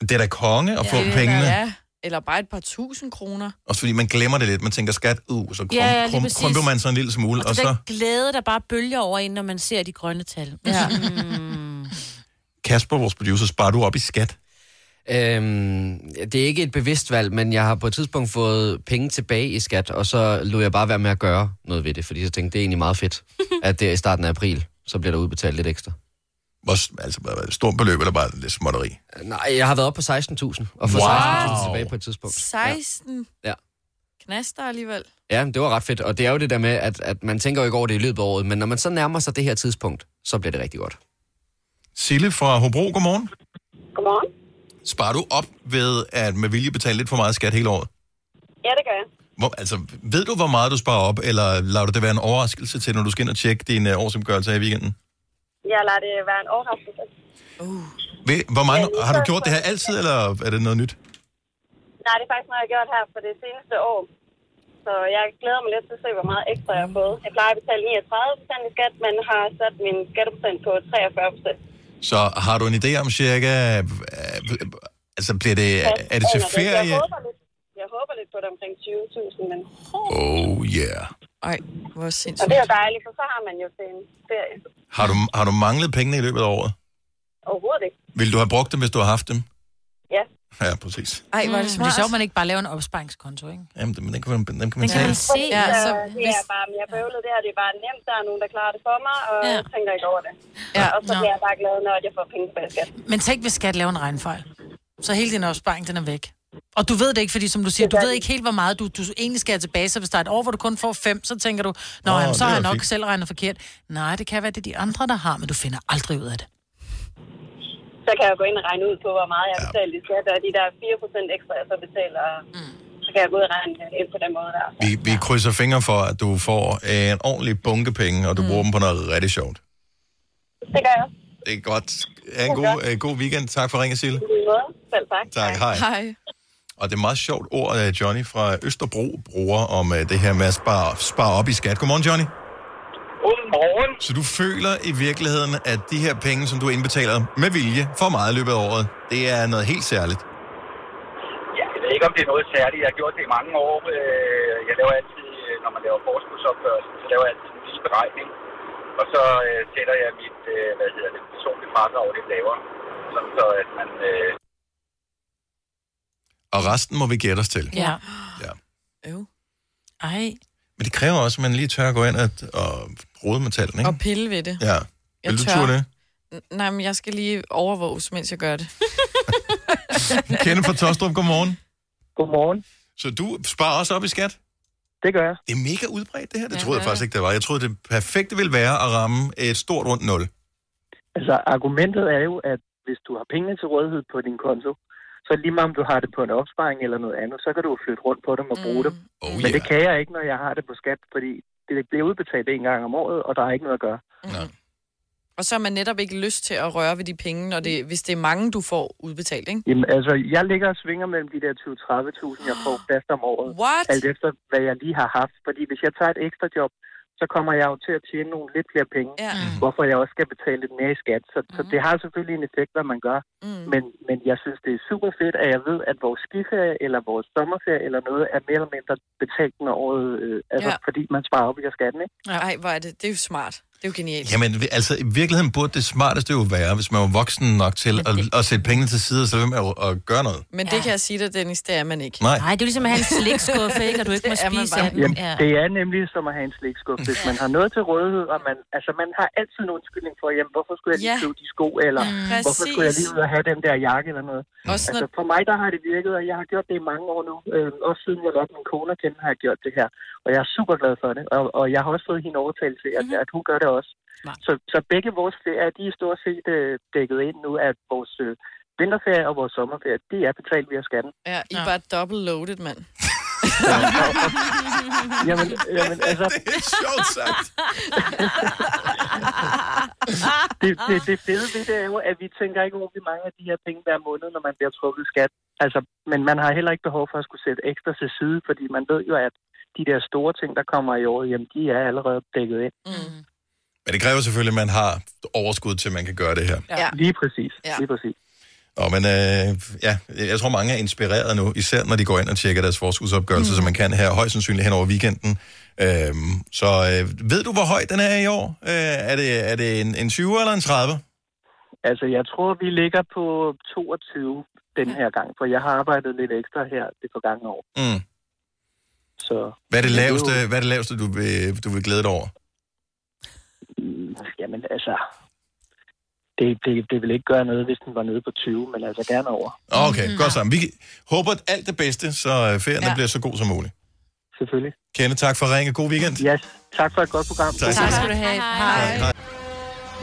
S1: Det er da konge at ja, få
S4: Eller-
S1: pengene.
S4: Ja, eller bare et par tusind kroner.
S1: Også fordi man glemmer det lidt. Man tænker skat, uh, så krum,
S5: Ja, ja,
S1: ja,
S5: lige
S1: krum,
S5: præcis.
S1: krumper man så en lille smule. Og,
S5: Og så
S1: så
S5: den glæde, der bare bølger over en, når man ser de grønne tal. Mm. Ja.
S1: Kasper, vores producer, sparer du op i skat?
S7: Øhm, det er ikke et bevidst valg, men jeg har på et tidspunkt fået penge tilbage i skat, og så lod jeg bare være med at gøre noget ved det, fordi jeg tænkte, det er egentlig meget fedt, at det er i starten af april, så bliver der udbetalt lidt ekstra.
S1: Hvor, s- altså, hvad- hvad- stort beløb eller bare lidt småtteri?
S7: Øh, Nej, jeg har været oppe på 16.000, og fået
S1: Wow.
S7: 16.000 tilbage på et tidspunkt.
S4: 16
S7: Ja.
S4: knaster alligevel.
S7: Ja, men det var ret fedt, og det er jo det der med, at, at man tænker jo ikke over det i løbet af året, men når man så nærmer sig det her tidspunkt, så bliver det rigtig godt.
S1: Sille fra Hobro, godmorgen.
S16: Godmorgen.
S1: Sparer du op ved, at med vilje betale lidt for meget skat hele året?
S16: Ja, det gør jeg.
S1: Hvor, altså, ved du, hvor meget du sparer op, eller lader du det være en overraskelse til, når du skal ind og tjekke din uh, årsopgørelse her i weekenden?
S16: Jeg lader det være en overraskelse. Uh.
S1: Ved, hvor mange,
S16: Ja, lige
S1: har du
S16: før-
S1: gjort det her altid, eller er det noget nyt?
S16: Nej, det er faktisk noget, jeg har gjort her for det seneste år. Så jeg glæder mig lidt til at se, hvor meget ekstra jeg har fået. Jeg plejer at betale 39 procent i skat, men har sat min skatteprocent på 43 procent.
S1: Så har du en idé om cirka... øh, øh, Altså, bliver det, er det til ferie?
S16: Jeg håber lidt, jeg håber lidt på det omkring 20.000, men...
S1: Oh yeah.
S4: Ej, hvor
S16: Og
S4: sindssygt.
S16: det er jo dejligt, for så har man jo til en ferie.
S1: Har du, har du manglet pengene i løbet af året?
S16: Overhovedet ikke.
S1: Vil du have brugt dem, hvis du har haft dem?
S16: Ja.
S1: Ja, præcis.
S4: Ej,
S6: hvor er Mm. det smart. Det er sjovt, man ikke bare laver en opsparingskonto, ikke?
S1: Jamen, dem, den kan man, dem kan man tage.
S16: Ja,
S6: Ja,
S16: så
S6: så
S16: det er bare, jeg bøvlede det her, det er bare nemt, der er nogen, der klarer det for mig, og ja. jeg tænker ikke over det. Ja. Og så bliver jeg bare glad, når jeg får penge tilbage i skat.
S6: Men tænk, hvis skat laver en regnfejl. Så hele din opsparing, den er væk. Og du ved det ikke, fordi som du siger, du ved ikke helt, hvor meget du, du egentlig skal have tilbage. Så hvis der er et år, hvor du kun får fem, så tænker du, Nå,
S5: Nå,
S6: jamen,
S5: det
S6: så har
S5: er
S6: jeg
S5: da
S6: nok
S5: fint."
S6: selv regnet forkert. Nej, det kan være, det er de andre, der har, men du finder aldrig ud af det.
S16: Så kan jeg gå ind og regne ud på, hvor meget jeg ja. betaler i skat, og de der 4 ekstra, jeg så betaler, mm. så kan jeg gå ud og regne det ind på den måde der.
S1: Vi, vi krydser fingre for, at du får øh, en ordentlig bunke penge, og du mm. bruger dem på noget rigtig sjovt.
S16: Det gør jeg også.
S1: Det er godt. Ha' en god, øh, god weekend. Tak for ringen, Sille.
S16: På lige måde. Selv tak.
S1: Tak, hej.
S16: [LAUGHS]
S1: Og det er et meget sjovt ord, øh, Johnny fra Østerbro bruger om øh, det her med at spare, spare op i skat. Godmorgen, Johnny.
S2: Godmorgen.
S1: Så du føler i virkeligheden, at de her penge, som du indbetaler med vilje for meget i løbet af året, det er noget helt særligt.
S2: Ja, jeg ved ikke, om det er noget særligt. Jeg har gjort det i mange år. Øh, Jeg laver altid, øh, når man laver forskudsopgørelse, så laver jeg altid en lille beregning. Og så øh, sætter jeg mit, øh, hvad hedder det, personlige fradrag lidt lavere. Sådan så, at man... Øh,
S1: Og resten må vi gætte os til.
S6: Ja.
S1: Ja.
S4: Øv.
S6: Ej.
S1: Men det kræver også, at man lige tør at gå ind og, og rode med tallene, ikke?
S4: Og pille ved det.
S1: Ja.
S4: Jeg
S1: Vil du
S4: tør.
S1: turde det?
S4: N- Nej, men jeg skal lige overvåges, mens jeg gør det.
S1: [LAUGHS] Kenneth fra Tostrup, godmorgen.
S2: Godmorgen.
S1: Så du sparer også op i skat?
S2: Det gør jeg.
S1: Det er mega udbredt, det her. Det troede jeg faktisk ikke, det var. Jeg troede, det perfekte ville være at ramme et stort rundt nul.
S2: altså, argumentet er jo, at hvis du har penge til rådighed på din konto, så lige meget om du har det på en opsparing eller noget andet, så kan du jo flytte rundt på dem og bruge dem.
S1: Oh,
S2: Men det kan jeg ikke, når jeg har det på skat, fordi det bliver udbetalt en gang om året, og der er ikke noget at gøre.
S1: Nej.
S4: Og så har man netop ikke lyst til at røre ved de penge, når det, hvis det er mange, du får udbetalt, ikke?
S2: Jamen, altså, jeg ligger og svinger mellem de der 20-30.000, jeg får fast om året.
S4: What?
S2: Alt efter, hvad jeg lige har haft. Fordi hvis jeg tager et ekstra job, så kommer jeg jo til at tjene nogle lidt flere penge,
S4: ja.
S2: hvorfor jeg også skal betale lidt mere i skat. Så, mm. så det har selvfølgelig en effekt, hvad man gør.
S4: Mm.
S2: Men, men jeg synes, det er super fedt, at jeg ved, at vores skiferie eller vores sommerferie eller noget er mere eller mindre betalt, når året... Øh, altså,
S4: Ja.
S2: ja. fordi man sparer op i skatten, ikke?
S4: Nej, hvor er det, det er jo smart. Det er jo genialt.
S1: Jamen, vi- altså, i virkeligheden burde det smarteste jo være, hvis man var voksen nok til at, at sætte pengene til side og så med at, at gøre noget.
S4: Men det kan jeg sige dig, Dennis, det er man ikke.
S1: Nej.
S5: Nej, det er ligesom at have en slikskuffe, ikke? Og du ikke må
S4: [LAUGHS] Det er man
S5: spise
S4: bare.
S5: af den.
S2: Jamen,
S5: Ja.
S2: ja. det er nemlig som at have en slikskuffe. Hvis man har noget til rådighed, og man, altså, man har altid en undskyldning for, jamen, hvorfor skulle jeg lige
S4: Ja.
S2: købe de sko, eller
S4: Mm.
S2: hvorfor skulle jeg lige
S4: Præcis.
S2: ud og have den der jakke, eller noget.
S4: Også
S2: altså,
S4: når-
S2: for mig, der har det virket, og jeg har gjort det i mange år nu. Øh, også siden jeg lærte min kone at kende, har jeg gjort det her. Og jeg er super glad for det. Og, og jeg har også fået hende overtalt til, at,
S4: Mhm.
S2: mm-hmm. at hun gør det også. Så, så begge vores ferier, de er stort set øh, dækket ind nu, at vores øh, vinterferie og vores sommerferie, de er betalt via skatten.
S4: Ja, I er bare double loaded, mand.
S2: Jamen, jamen altså...
S1: [LAUGHS] Det er sjovt sagt.
S2: det, det, det fede ved det er jo, at vi tænker ikke over, mange af de her penge hver måned, når man bliver trukket skat. Altså, men man har heller ikke behov for at skulle sætte ekstra til side, fordi man ved jo, at de der store ting, der kommer i året, jamen, de er allerede dækket ind.
S1: Men det kræver selvfølgelig, at man har overskud til, at man kan gøre det her.
S2: Ja. Lige præcis.
S4: Ja.
S2: Lige præcis.
S1: Og men, øh, ja, jeg tror, mange er inspireret nu, især når de går ind og tjekker deres forskudsopgørelse, mm. som man kan her højst sandsynligt hen over weekenden. Øhm, så øh, ved du, hvor høj den er i år? Øh, er det, er det en, en 20 eller en 30?
S2: Altså, jeg tror, vi ligger på 22 den her gang, for jeg har arbejdet lidt ekstra her det forgangne år.
S1: Mm.
S2: Så,
S1: Hvad
S2: Men
S1: er det
S2: det er
S1: laveste,
S2: jo-
S1: hvad er det laveste du, vil, du vil glæde dig over?
S2: mm, jamen altså, det, det, det vil ikke gøre noget, hvis den var nede på 20, men altså gerne over.
S1: Okay, mm. godt sammen. Vi håber at alt det bedste, så øh, ferien ja. bliver så god som muligt.
S2: Selvfølgelig.
S1: Kende, tak for at ringe. God weekend.
S2: Ja, yes. tak for et godt program.
S1: Tak,
S2: Tak
S1: tak.
S2: skal du have.
S1: Hej. Hej.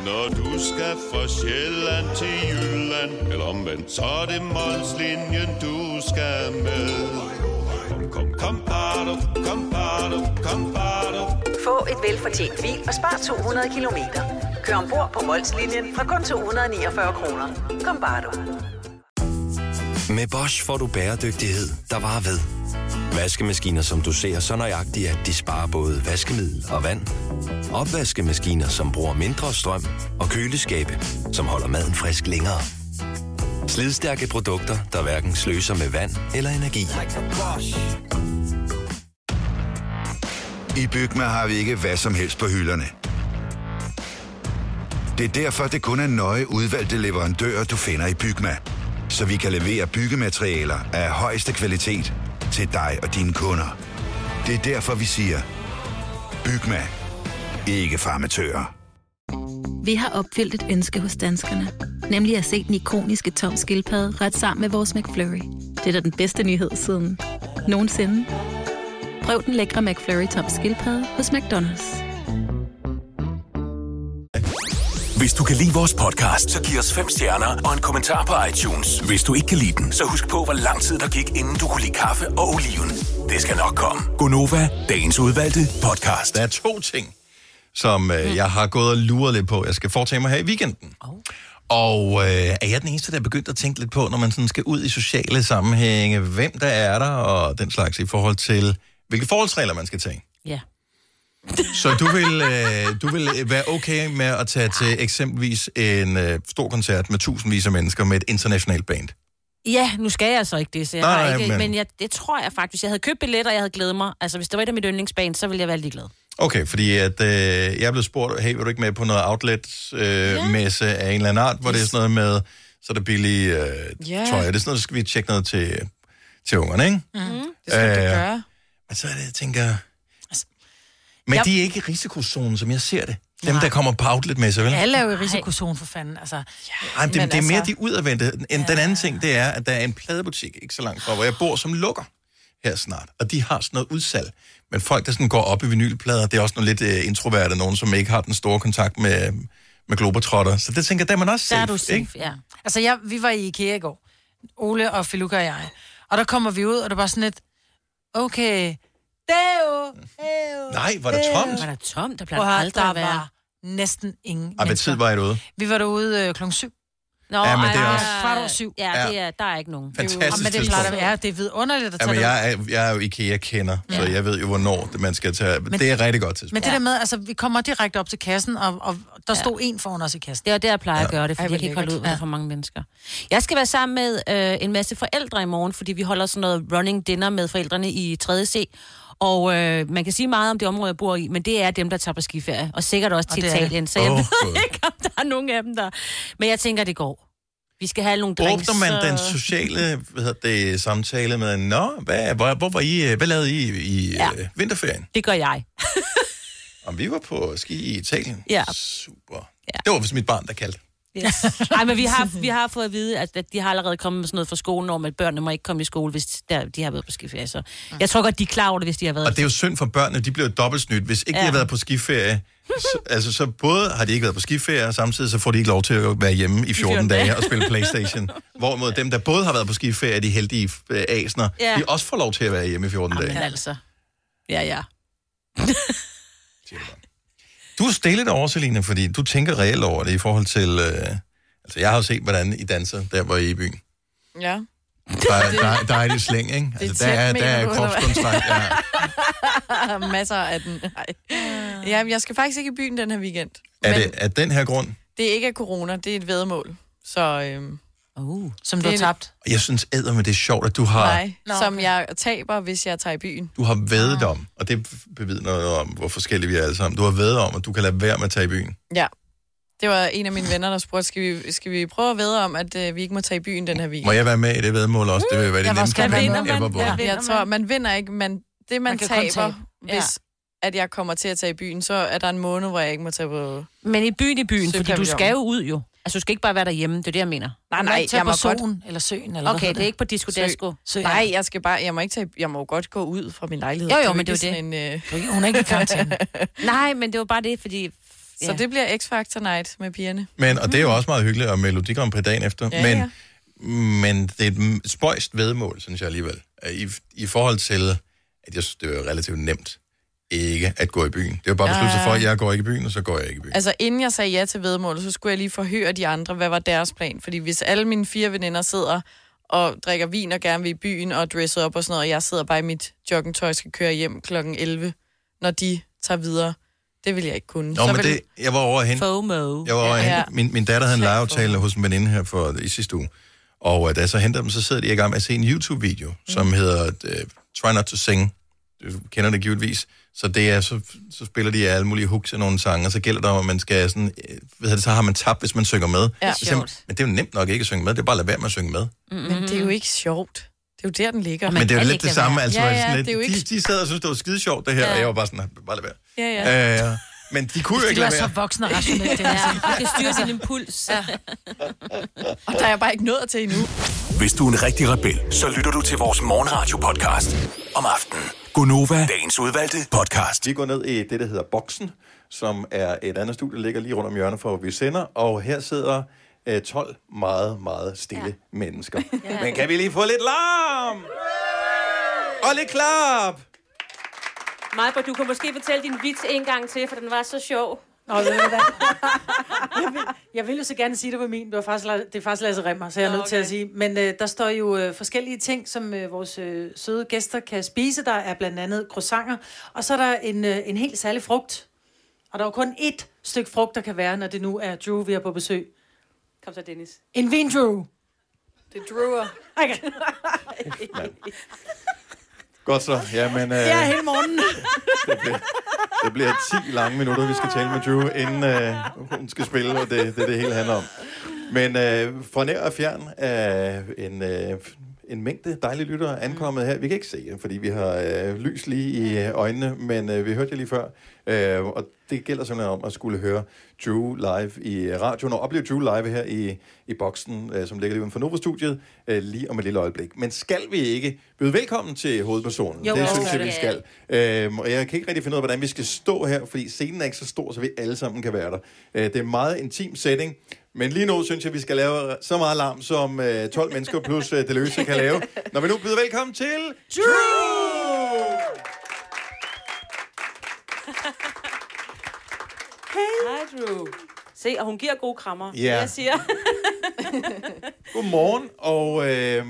S22: Når du skal fra Sjælland til Jylland Eller omvendt, så er det Molslinjen, du skal med Kom, kom, kom, bado, kom, bado, kom, bado.
S23: Få et velfortjent bil og spar 200 kilometer. Kør ombord på Molslinjen fra kun 249 kroner. Kom bare du.
S24: Med Bosch får du bæredygtighed, der varer ved. Vaskemaskiner, som du ser så nøjagtigt, at de sparer både vaskemiddel og vand. Opvaskemaskiner, som bruger mindre strøm. Og køleskabe, som holder maden frisk længere. Slidstærke produkter, der hverken sløser med vand eller energi.
S11: I Bygma har vi ikke hvad som helst på hylderne. Det er derfor, det kun er nøje udvalgte leverandører, du finder i Bygma. Så vi kan levere byggematerialer af højeste kvalitet til dig og dine kunder. Det er derfor, vi siger, Bygma. Ikke farmatører.
S12: Vi har opfyldt et ønske hos danskerne. Nemlig at se den ikoniske tom skildpadde ret sammen med vores McFlurry. Det er da den bedste nyhed siden nogensinde. Prøv den lækre McFlurry tom skildpadde hos McDonald's.
S14: Hvis du kan lide vores podcast, så giv os fem stjerner og en kommentar på iTunes. Hvis du ikke kan lide den, så husk på, hvor lang tid der gik, inden du kunne lide kaffe og oliven. Det skal nok komme.
S1: Gonova, dagens udvalgte podcast. Der er to ting, som
S2: Mm.
S1: øh, jeg har gået og luret lidt på, jeg skal foretage mig her i weekenden. Oh. Og øh, er jeg den eneste, der er begyndt at tænke lidt på, når man sådan skal ud i sociale sammenhænge, hvem der er der, og den slags i forhold til, hvilke forholdsregler man skal tage?
S5: Ja.
S1: Så du vil, øh, du vil være okay med at tage til eksempelvis en øh, stor koncert med tusindvis af mennesker med et internationalt band?
S5: Ja, nu skal jeg så ikke det, så jeg
S1: Nej,
S5: har
S1: nej,
S5: ikke,
S1: men-
S5: men, jeg, det tror jeg faktisk. Jeg havde købt billetter, og jeg havde glædet mig. Altså, hvis det var et af mit yndlingsbane, så ville jeg være ligeglad.
S1: Okay, fordi at, øh, jeg blev spurgt, hey, vil du ikke med på noget outlet-messe øh, yeah. af en eller anden art, hvor yes. det er sådan noget med, så er der billige øh,
S4: Ja.
S1: yeah. tøj, det er sådan noget, så skal vi tjekke noget til, til ungerne, ikke?
S4: Mm. Det skal du
S1: Øh,
S4: gøre.
S1: Men så er det, jeg tænker... Men
S6: Jeg-
S1: de er ikke i risikozonen, som jeg ser det. Dem,
S6: Nej.
S1: der kommer på outlet-messe, vel?
S6: Alle er jo i risikozonen for fanden, altså.
S1: Ej, det, det er mere de udadvendte. End Den anden ting, det er, at der er en pladebutik ikke så langt fra, hvor jeg bor, som lukker her snart. Og de har sådan noget udsalg. Men folk, der sådan går op i vinylplader, det er også nogle lidt øh, introverte, nogen, som ikke har den store kontakt med, med globetrotter. Så det tænker jeg, der er man også safe,
S6: Der er du safe,
S1: ikke?
S5: ja.
S6: Altså, jeg, vi var i IKEA i går. Ole og Filuka og jeg. Og der kommer vi ud, og det var sådan lidt... Okay, Deo! Deo!
S1: Nej, var der tomt?
S5: Var der tomt? Der
S6: Prøv
S5: plejer
S6: at høre,
S5: aldrig
S6: der
S5: at være.
S6: var næsten ingen
S1: Ej, hvad tid var I derude?
S6: Vi var derude øh, klokken syv.
S5: Nå,
S1: Ah, Ja, men det er
S5: ej,
S1: også-
S5: kvart over syv. Ja, det er, der er ikke nogen.
S1: Fantastisk
S6: men det er
S1: tidspunkt.
S6: klart, at ja, det er vidunderligt at tage
S1: Jamen,
S6: det ud.
S1: jeg, er, jeg er jo IKEA-kender, ja. så jeg ved jo, hvornår man skal tage... Men, det er et rigtig godt tidspunkt.
S6: Men det der med, altså, vi kommer direkte op til kassen, og, og der stod en foran os i kassen.
S5: Det er det, jeg plejer at gøre det, fordi jeg kan ikke holde ud, hvor der er for mange mennesker. Jeg skal være sammen med øh, en masse forældre i morgen, fordi vi holder sådan noget running dinner med forældrene i 3.C. Og øh, man kan sige meget om det område, jeg bor i, men det er dem, der tager på skiferie, og sikkert også
S6: Og
S5: til
S6: det er det.
S5: Italien. Så jeg
S1: Åh,
S5: oh, ved ikke, om der er nogen af dem, der... Men jeg tænker, det går. Vi skal have nogle drinks.
S1: Åbner man den
S5: og-
S1: sociale hvad hedder det, samtale med, Nå, hvad, hvor, hvor var I, øh, hvad lavede I i ja. øh, vinterferien?
S5: Det gør jeg.
S1: Om vi var på ski i Italien.
S5: Ja.
S1: Super. Ja. Det var vist mit barn, der kaldte.
S5: Yes. Ej, men vi har, vi har fået at vide, at, at de har allerede kommet med sådan noget fra skolen om, at børnene må ikke komme i skole, hvis der, de har været på skiferie. Så jeg tror godt, de er klar over det, hvis de har været
S1: Og det er jo synd for børnene, de bliver jo dobbelt snydt. Hvis ikke ja. de
S5: Ja.
S1: har været på skiferie, så, altså, så både har de ikke været på skiferie, og samtidig så får de ikke lov til at være hjemme i 14
S5: 14
S1: dage
S5: dage.
S1: og spille Playstation. Hvorimod dem, der både har været på skiferie, de heldige øh, asner, ja.
S5: Ja.
S1: de også får lov til at være hjemme i 14
S5: Jamen
S1: dage.
S5: altså. Ja, ja.
S1: Du er stille derovre, Selina, fordi du tænker reelt over det i forhold til... Øh, altså, jeg har jo set, hvordan I danser, der hvor I er i byen.
S4: Ja.
S1: Der er, der, er- der er det slæng, ikke?
S4: Det er
S1: Altså, der er,
S4: tæt,
S1: der er
S4: mener du, eller hvad?
S1: kropskontakt. Ja.
S4: [LAUGHS] Masser af den. Ej. Jamen, jeg skal faktisk ikke i byen den her weekend.
S1: Er det af den her grund?
S4: Det er ikke af corona, det er et vedmål. Så, øhm,
S5: uh,
S6: Som du har tabt.
S1: Jeg synes æder med det er sjovt, at du har,
S4: Nej, som jeg taber, hvis jeg tager i byen.
S1: du har vedet om, og det bevidner noget om, hvor forskellige vi er alle sammen. Du har vedet om, at du kan lade være med at tage i byen.
S4: Ja. Det var en af mine venner, der spurgte, skal vi, skal vi prøve at vede om, at øh, vi ikke må tage i byen den her weekend?
S1: Må jeg være med i det vedmål også? Det vil være det nemmeste
S4: Mm, jeg vinder
S1: vedmål
S4: man,
S1: ever,
S4: ja,
S1: både.
S4: jeg tror, man vinder ikke, men det man,
S5: Man
S4: man
S5: kan
S4: taber,
S5: kun tabe. Ja.
S4: hvis at jeg kommer til at tage i byen, så er der en måned, hvor jeg ikke må tage på...
S5: Men i byen i byen, fordi du
S4: Søpavillon.
S5: skal jo ud jo. Altså, du skal ikke bare være derhjemme, det er det, jeg mener.
S4: Nej, nej,
S5: tage
S4: jeg
S5: på
S4: må
S5: solen.
S4: godt...
S6: eller søen,
S5: eller hvad Okay, hedder det er det? ikke på disco dasko.
S4: Sø.
S5: Sø.
S4: Nej, jeg skal bare... Jeg må, ikke tage, jeg må jo godt gå ud fra min lejlighed.
S5: Jo, jo,
S4: er
S5: men det er jo
S4: ikke sådan En,
S6: øh... Hun er ikke i
S4: [LAUGHS]
S6: karantæne.
S5: Nej, men det var bare det, fordi...
S4: Så det bliver X-Factor Night med pigerne.
S1: Men, og det er jo også meget hyggeligt, og Melodi Grand Prix dagen efter.
S4: Mm. Ja,
S1: men,
S4: ja.
S1: men det er et m- spøjst vedmål, synes jeg alligevel. Øh, I, I forhold til, at jeg synes, det er jo relativt nemt ikke at gå i byen. Det er jo bare at beslutte sig for, at jeg går ikke i byen, og så går jeg ikke i byen.
S4: Altså, inden jeg sagde ja til vedmålet, så skulle jeg lige forhøre de andre, hvad var deres plan. Fordi hvis alle mine fire veninder sidder og drikker vin og gerne vil i byen og dresser op og sådan noget, og jeg sidder bare i mit joggingtøj og skal køre hjem kl. 11, når de tager videre, det vil jeg ikke kunne.
S1: Nå, men
S4: vil...
S1: det, jeg var over hen.
S5: FOMO.
S1: Jeg var over
S4: Ja.
S1: ja. min, min datter havde en legeaftale hos en veninde her for, i sidste uge. Og øh, da jeg så henter dem, så sidder de i gang med at se en
S4: Mm.
S1: YouTube-video, som hedder øh, Try Not To Sing. Du kender det givetvis. Så det er, så, så spiller de alle mulige hooks af nogle sange, og så gælder det om, at man skal sådan, øh, hvad hedder det, så har man tabt, hvis man synger med.
S4: Ja.
S1: Så siger man, men det er jo nemt nok ikke at synge med, det er bare at lade være med at synge med.
S4: Men det er jo ikke sjovt. Det er jo der, den ligger.
S1: Men det er jo lidt det samme, altså,
S4: ja,
S1: var
S4: ja,
S1: det sådan
S4: det er jo
S1: lidt,
S4: ikke...
S1: de, de sad og syntes, det var skide sjovt det her,
S4: Ja.
S1: og jeg var bare sådan, bare lad være.
S4: Ja, ja.
S1: Øh, men de kunne jo
S6: Fordi
S1: ikke
S6: du er
S1: lade
S6: så
S1: være.
S6: voksen og rationel.
S5: Ja, du kan styre din impuls. Ja.
S4: Og der er jeg bare ikke nået til endnu.
S14: Hvis du er en rigtig rebel, så lytter du til vores morgenradio-podcast om aftenen. Gunova, dagens udvalgte podcast.
S1: Vi går ned i det, der hedder Boksen, som er et andet studie, der ligger lige rundt om hjørnet for, hvor vi sender. Og her sidder øh, 12 meget, meget stille ja. mennesker. [LAUGHS] Ja. Men kan vi lige få lidt larm? Og lidt klap!
S5: Majbert, du kan måske fortælle din vits en gang til, for den var så sjov.
S17: Nå, ved du hvad? Jeg vil, jeg vil jo så gerne sige, det var min. Det, var faktisk, La- det er faktisk Lasse Remmer, så jeg er nødt okay. til at sige. Men øh, der står jo øh, forskellige ting, som øh, vores øh, søde gæster kan spise. Der er blandt andet croissanter, og så er der en, øh, en helt særlig frugt. Og der er jo kun ét stykke frugt, der kan være, når det nu er Drew, vi er på besøg.
S5: Kom så, Dennis.
S17: En vindrue.
S5: Det druer.
S17: [LAUGHS] Okay.
S1: Godt så. Jamen, øh,
S17: Ja, hele morgenen.
S1: det, bliver, det bliver 10 lange minutter, vi skal tale med Drew, inden øh, hun skal spille, og det, det er det hele handler om. Men øh, fra nær og fjern er en, øh, en mængde dejlige lyttere ankommet her. Vi kan ikke se jer, fordi vi har øh, lys lige i øh, øjnene, men øh, vi hørte jer lige før, øh, og det gælder simpelthen om at skulle høre Drew live i øh, radioen, og opleve Drew live her i, i boksen, øh, som ligger lige uden for Novo-studiet, øh, lige om et lille øjeblik. Men skal vi ikke byde velkommen til hovedpersonen?
S17: Jo,
S1: det
S17: lad os
S1: synes jeg,
S17: gøre
S1: vi
S17: det.
S1: skal. Øhm, og jeg kan ikke rigtig finde ud af, hvordan vi skal stå her, fordi scenen er ikke så stor, så vi alle sammen kan være der. Øh, det er en meget intim setting, men lige nu synes jeg, vi skal lave så meget alarm, som øh, 12 mennesker plus øh, det løse kan lave. Når vi nu byder velkommen til Drew!
S18: Hey. Hej, Drew. Se, og hun giver gode krammer.
S1: Ja.
S18: Det, Jeg siger.
S1: Godmorgen, og øh,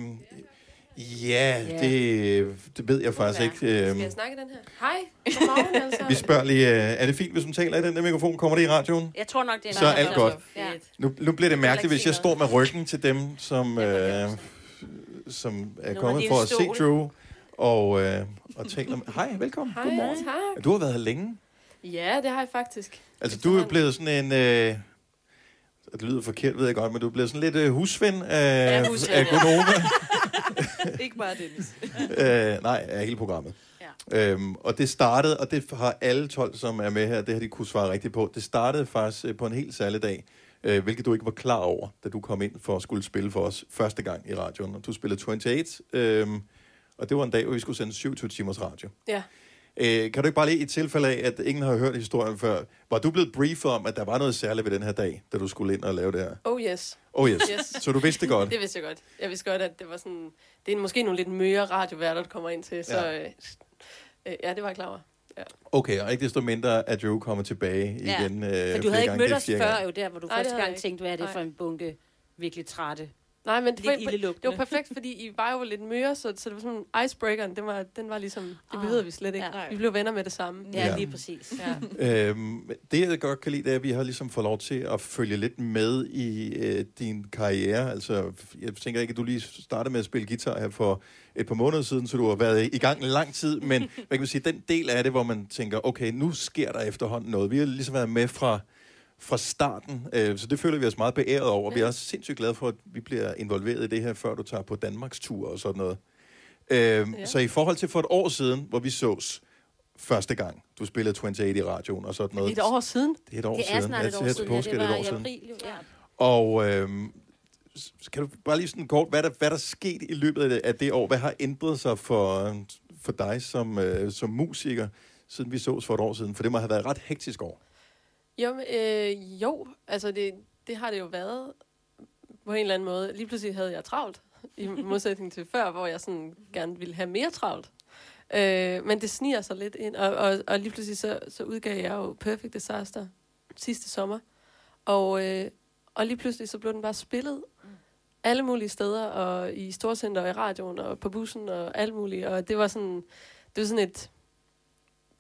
S1: ja,
S19: Ja.
S1: det, øh, det ved jeg faktisk ikke.
S19: Skal
S1: Øh,
S19: jeg snakke i den her?
S26: [LAUGHS]
S19: Hej, godmorgen altså.
S1: vi spørger lige, øh, er det fint, hvis hun taler i den der mikrofon? Kommer det i radioen?
S5: Jeg tror nok, det er
S1: Så er
S5: nok-
S1: alt godt.
S5: Ja.
S1: Nu, nu bliver det mærkeligt, hvis jeg står med ryggen til dem, som, øh, som er
S19: af
S1: kommet
S19: din
S1: for at se
S19: stol.
S1: Drew, og, øh, og taler med... Hej, velkommen.
S19: Hej,
S1: Godmorgen.
S19: tak.
S1: Du har været her længe.
S19: Ja, det har jeg faktisk.
S1: Altså, du er blevet sådan en... Øh, det lyder forkert, ved jeg godt, men du er blevet sådan lidt øh, husven af,
S19: Ja,
S1: ja,
S19: husven,
S1: af
S19: ja.
S1: Gunova.
S5: [LAUGHS]
S18: [LAUGHS] Ikke bare Dennis.
S1: [LAUGHS] øh, nej, af hele programmet. Ja. Øhm, og det startede, og det har alle 12, som er med her, det har de kunne svare rigtigt på. Det startede faktisk øh, på en helt særlig dag, øh, hvilket du ikke var klar over, da du kom ind for at skulle spille for os første gang i radioen. Og du spillede 28, øhm, og det var en dag, hvor vi skulle sende 27 timers radio.
S19: Ja.
S1: Øh, kan du ikke bare lige i tilfælde af, at ingen har hørt historien før, var du blevet briefet om, at der var noget særligt ved den her dag, da du skulle ind og lave det her?
S19: Oh yes.
S1: Oh yes. Så du vidste det
S19: [LAUGHS]
S1: godt?
S19: det vidste jeg godt. Jeg vidste godt, at det var sådan... Det er måske nogle lidt møre radioværter, der kommer ind til, så...
S1: Ja.
S19: Ja, øh, ja det var jeg klar over. Ja.
S1: Okay, og ikke desto mindre, at Drew kommer tilbage
S5: Ja.
S1: igen. Øh,
S5: For du
S1: flere
S5: havde ikke
S1: gange.
S5: mødt
S1: Det er
S5: os
S1: fjerde
S5: før,
S1: gang.
S5: jo der, hvor du
S19: Nej, det
S5: første
S19: havde
S5: gang
S19: jeg
S5: tænkte, hvad er det
S19: Nej.
S5: for en bunke virkelig trætte.
S19: Nej, men det var,
S5: Lidt ildelugtende.
S19: det var perfekt, fordi I var jo lidt møre, så, så det var sådan icebreakeren, den var, den var ligesom, det behøvede vi slet ikke. Vi blev venner med det samme.
S1: Ja, Ja. lige
S5: præcis.
S19: Ja.
S1: [LAUGHS] Øhm, det, jeg godt kan lide, det er, at vi har ligesom fået lov til at følge lidt med i øh, din karriere. Altså, jeg tænker ikke, at du lige startede med at spille guitar her for et par måneder siden, så du har været i gang lang tid, men hvad kan man sige, den del af det, hvor man tænker, okay, nu sker der efterhånden noget. Vi har ligesom været med fra, fra starten, øh, så det føler vi os meget beæret over. Vi er også sindssygt glade for, at vi bliver involveret i det her, før du tager på Danmarks tur og sådan noget. Øh, ja. Så i forhold til for et år siden, hvor vi sås første gang, du spillede 28 i radioen og sådan noget.
S19: Et år siden?
S1: Det er et år siden. Ja, til her til påske er det et år siden.
S5: jo. Ja.
S1: Og øhm, s- s- kan du bare lige sådan kort, hvad der, hvad der skete i løbet af det, af det år? Hvad har ændret sig for, øh, for dig som, øh, som musiker, siden vi sås for et år siden? For det må have været et ret hektisk år.
S19: Jo, men, øh, jo altså det, det har det jo været på en eller anden måde. Lige pludselig havde jeg travlt, i modsætning til før, hvor jeg sådan gerne ville have mere travlt. Øh, men det sniger sig lidt ind, og, og, og lige pludselig så, så udgav jeg jo Perfect Disaster sidste sommer. Og, øh, og lige pludselig så blev den bare spillet alle mulige steder, og i storcenter og i radioen og på bussen og alt muligt. Og det var sådan, det var sådan et,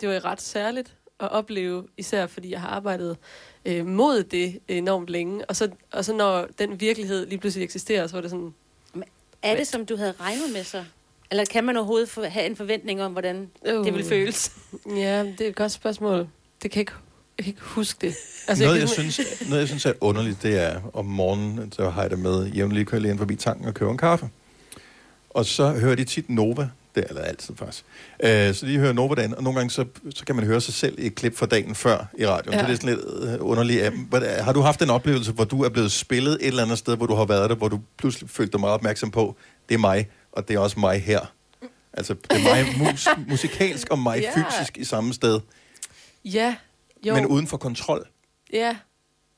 S19: det var ret særligt at opleve, især fordi jeg har arbejdet øh, mod det enormt længe. Og så, og så når den virkelighed lige pludselig eksisterer, så var det sådan...
S5: Er det, som du havde regnet med så? Eller kan man overhovedet for, have en forventning om, hvordan
S19: Øh,
S5: det vil føles?
S19: [LAUGHS] Ja, det er et godt spørgsmål. Det kan jeg ikke, jeg kan ikke huske det.
S1: Altså, noget, jeg
S19: kan-
S1: synes, noget, jeg synes er underligt, det er om morgenen, så har jeg det med jævnligt kører jeg lige ind forbi tanken og køber en kaffe. Og så hører de tit Nova, det er eller altid faktisk. Øh, så de hører Nova dagen, og nogle gange så, så kan man høre sig selv i et klip fra dagen før i radioen. Ja.
S19: Ja.
S1: Så det er sådan lidt øh, underligt. af dem. Hvordan- Har du haft en oplevelse, hvor du er blevet spillet et eller andet sted, hvor du har været der, hvor du pludselig følte dig meget opmærksom på, det er mig, og det er også mig her. Altså, det er mig mus, musikalsk og
S19: [LAUGHS]
S1: mig
S19: Ja.
S1: fysisk i samme sted,
S19: Ja, jo.
S1: men uden for kontrol.
S19: Ja,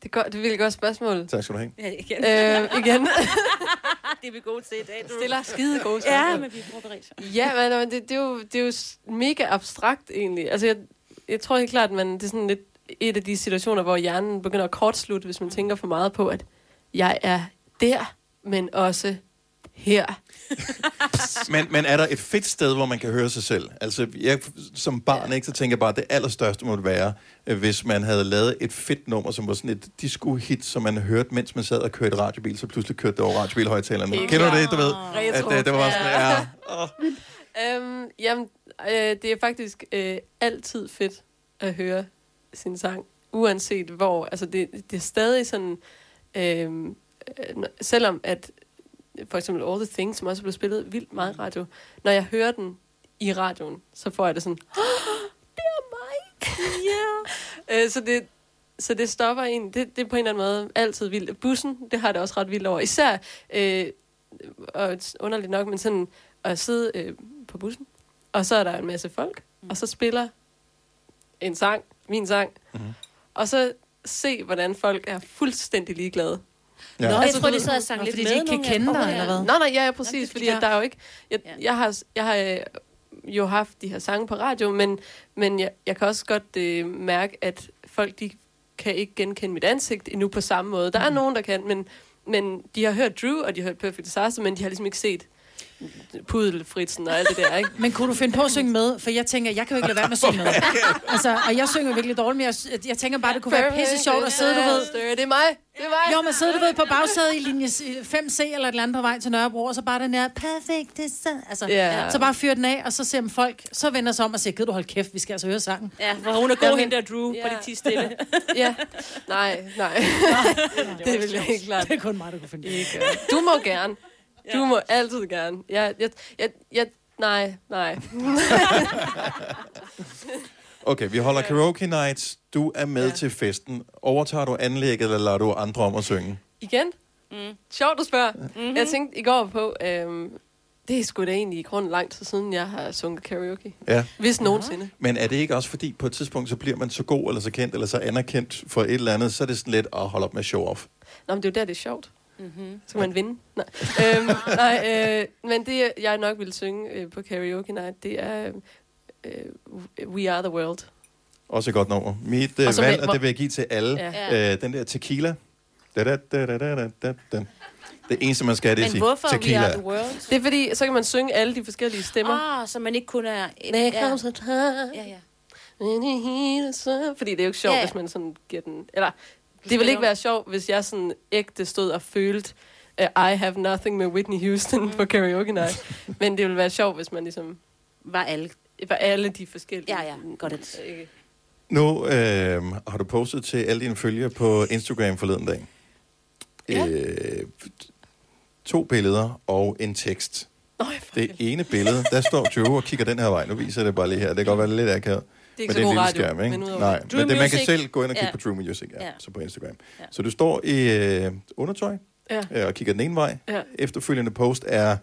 S19: det er, godt, det er et virkelig godt spørgsmål.
S1: Tak skal du have.
S5: Ja, igen.
S19: Øh, igen.
S5: [LAUGHS]
S19: [LAUGHS]
S5: det er vi gode til i dag. Du.
S19: Stiller skide gode
S5: Ja,
S19: spørgsmål.
S5: men vi er forberedt.
S19: Ja, men, men det, det, er jo, det er jo s- mega abstrakt egentlig. Altså, jeg, jeg tror helt klart, at man, det er sådan lidt et af de situationer, hvor hjernen begynder at kortslutte, hvis man tænker for meget på, at jeg er der, men også her.
S1: [LAUGHS] Men, men er der et fedt sted, hvor man kan høre sig selv? Altså, jeg, som barn, ikke, så tænker jeg bare, at det allerstørste måtte være, øh, hvis man havde lavet et fedt nummer, som var sådan et disco-hit, som man hørte, mens man sad og kørte i radiobil, så pludselig kørte det over radiobilhøjtalerne.
S19: Helt
S1: Kender du
S19: klart.
S1: det, du ved?
S19: Retro.
S1: øh, det var bare sådan,
S19: Ja.
S1: ja.
S19: Øhm, jamen, øh, det er faktisk øh, altid fedt at høre sin sang, uanset hvor. Altså, det, det er stadig sådan, øh, øh, n- selvom at for eksempel All The Things, som også blev spillet vildt meget i radio, når jeg hører den i radioen, så får jeg det sådan, [GASPS] [LAUGHS] Øh, så, det, så det stopper en. Det, det er på en eller anden måde altid vildt. Bussen, det har det også ret vildt over. Især, øh, og s- underligt nok, men sådan at sidde øh, på bussen, og så er der en masse folk, og så spiller en sang, min sang,
S1: Mhm.
S19: og så se, hvordan folk er fuldstændig ligeglade. Altså,
S5: Ja. Nå, jeg
S19: du
S5: troede,
S19: ved-
S5: de sad og sang
S19: Nå,
S5: lidt
S19: fordi
S5: med
S19: de ikke kan
S5: nogle af-
S19: kende
S5: Åh,
S19: dig,
S5: ja.
S19: eller hvad?
S5: Nå,
S19: Nej, nej, ja, ja, præcis, fordi at der er jo ikke... Jeg, jeg har, jeg har øh, jo haft de her sange på radio, men, men jeg, jeg kan også godt øh, mærke, at folk de kan ikke genkende mit ansigt endnu på samme måde.
S6: Mm.
S19: Der er nogen, der kan, men, men de har hørt Drew, og de har hørt Perfect Disaster, men de har ligesom ikke set Pudelfritsen og alt det der, ikke?
S6: [LAUGHS] Men kunne du finde på at synge med? For jeg tænker, jeg kan jo ikke lade være med at synge med. altså, og jeg synger virkelig dårligt, men jeg, jeg tænker bare, det kunne være pisse sjovt at sidde, du ved.
S19: Det er mig. Det er mig.
S6: Jo, men sidde, du ved, på bagsædet i linje 5C eller et eller andet på vej til Nørrebro, og så bare den her, perfekt, det er så... Altså,
S19: Ja.
S6: yeah. så bare fyr den af, og så ser man folk, så vender sig om og siger, gider du holde kæft, vi skal altså høre sangen.
S5: Ja, for hun er god, hende der
S6: Drew,
S19: på det
S6: tis
S5: stille.
S19: [LAUGHS] ja. Nej, nej. det vil jeg ikke klart.
S6: Det er kun mig, der kunne finde
S19: det. Du må gerne. Du må altid gerne. Jeg, jeg, jeg, jeg, nej, nej.
S1: Okay, vi holder karaoke nights. Du er med ja. til festen. Overtager du anlægget, eller lader du andre om at synge?
S19: Igen? Mm. Sjovt at spørge. Mm-hmm. Jeg tænkte i går på, øhm, det er sgu da egentlig i grunden lang tid siden, jeg har sunget karaoke.
S1: Ja.
S19: Hvis nogensinde.
S1: Men er det ikke også fordi, på et tidspunkt, så bliver man så god, eller så kendt, eller så anerkendt for et eller andet, så er det sådan lidt at holde op med show-off.
S19: Nå, men det er jo der, det er sjovt. Mm-hmm. Så kan man vinde.
S5: [LAUGHS]
S19: Nej, øhm, nej øh, men det, jeg nok ville synge øh, på karaoke night, det er øh, We Are The World.
S1: Også et godt nummer. Mit øh,
S19: Og så
S1: valg,
S19: med-
S1: og det vil jeg give til alle,
S19: Ja.
S1: ja. øh, den der tequila. Da, da, da, da, da, da, da, da. Det eneste, man skal, det er at sige tequila.
S19: World? Det er fordi, så kan man synge alle de forskellige stemmer.
S5: Ah, så man ikke kun er...
S19: There
S5: ja.
S19: comes a time.
S5: Ja, ja.
S19: Fordi det er jo ikke sjovt,
S5: Ja,
S19: ja,
S5: ja.
S19: ja. hvis man sådan giver den... Eller, det ville ikke være sjovt, hvis jeg sådan ægte stod og følte, uh, I have nothing med Whitney Houston mm. på karaoke night. Men det ville være sjovt, hvis man ligesom...
S5: Var alle.
S19: Var alle de forskellige.
S5: Ja, ja, godt det.
S1: Nu øh, har du postet til alle dine følgere på Instagram forleden dag. Ja. Øh, to billeder og en tekst. det ene billede, der står Joe og kigger den her vej. Nu viser jeg det bare lige her. Det kan godt være lidt akavet.
S19: Det er ikke
S1: Men
S19: så
S1: det er en
S19: god radio,
S1: lille skærm, ikke?
S19: men udover
S1: Nej,
S19: det.
S1: men det, man kan
S19: Music.
S1: selv gå ind og kigge
S19: Ja.
S1: på True Music, ja,
S19: Ja.
S1: så på Instagram. Ja. Så du står i øh, undertøj
S19: Ja.
S1: øh, og kigger den ene vej.
S19: Ja.
S1: Efterfølgende post er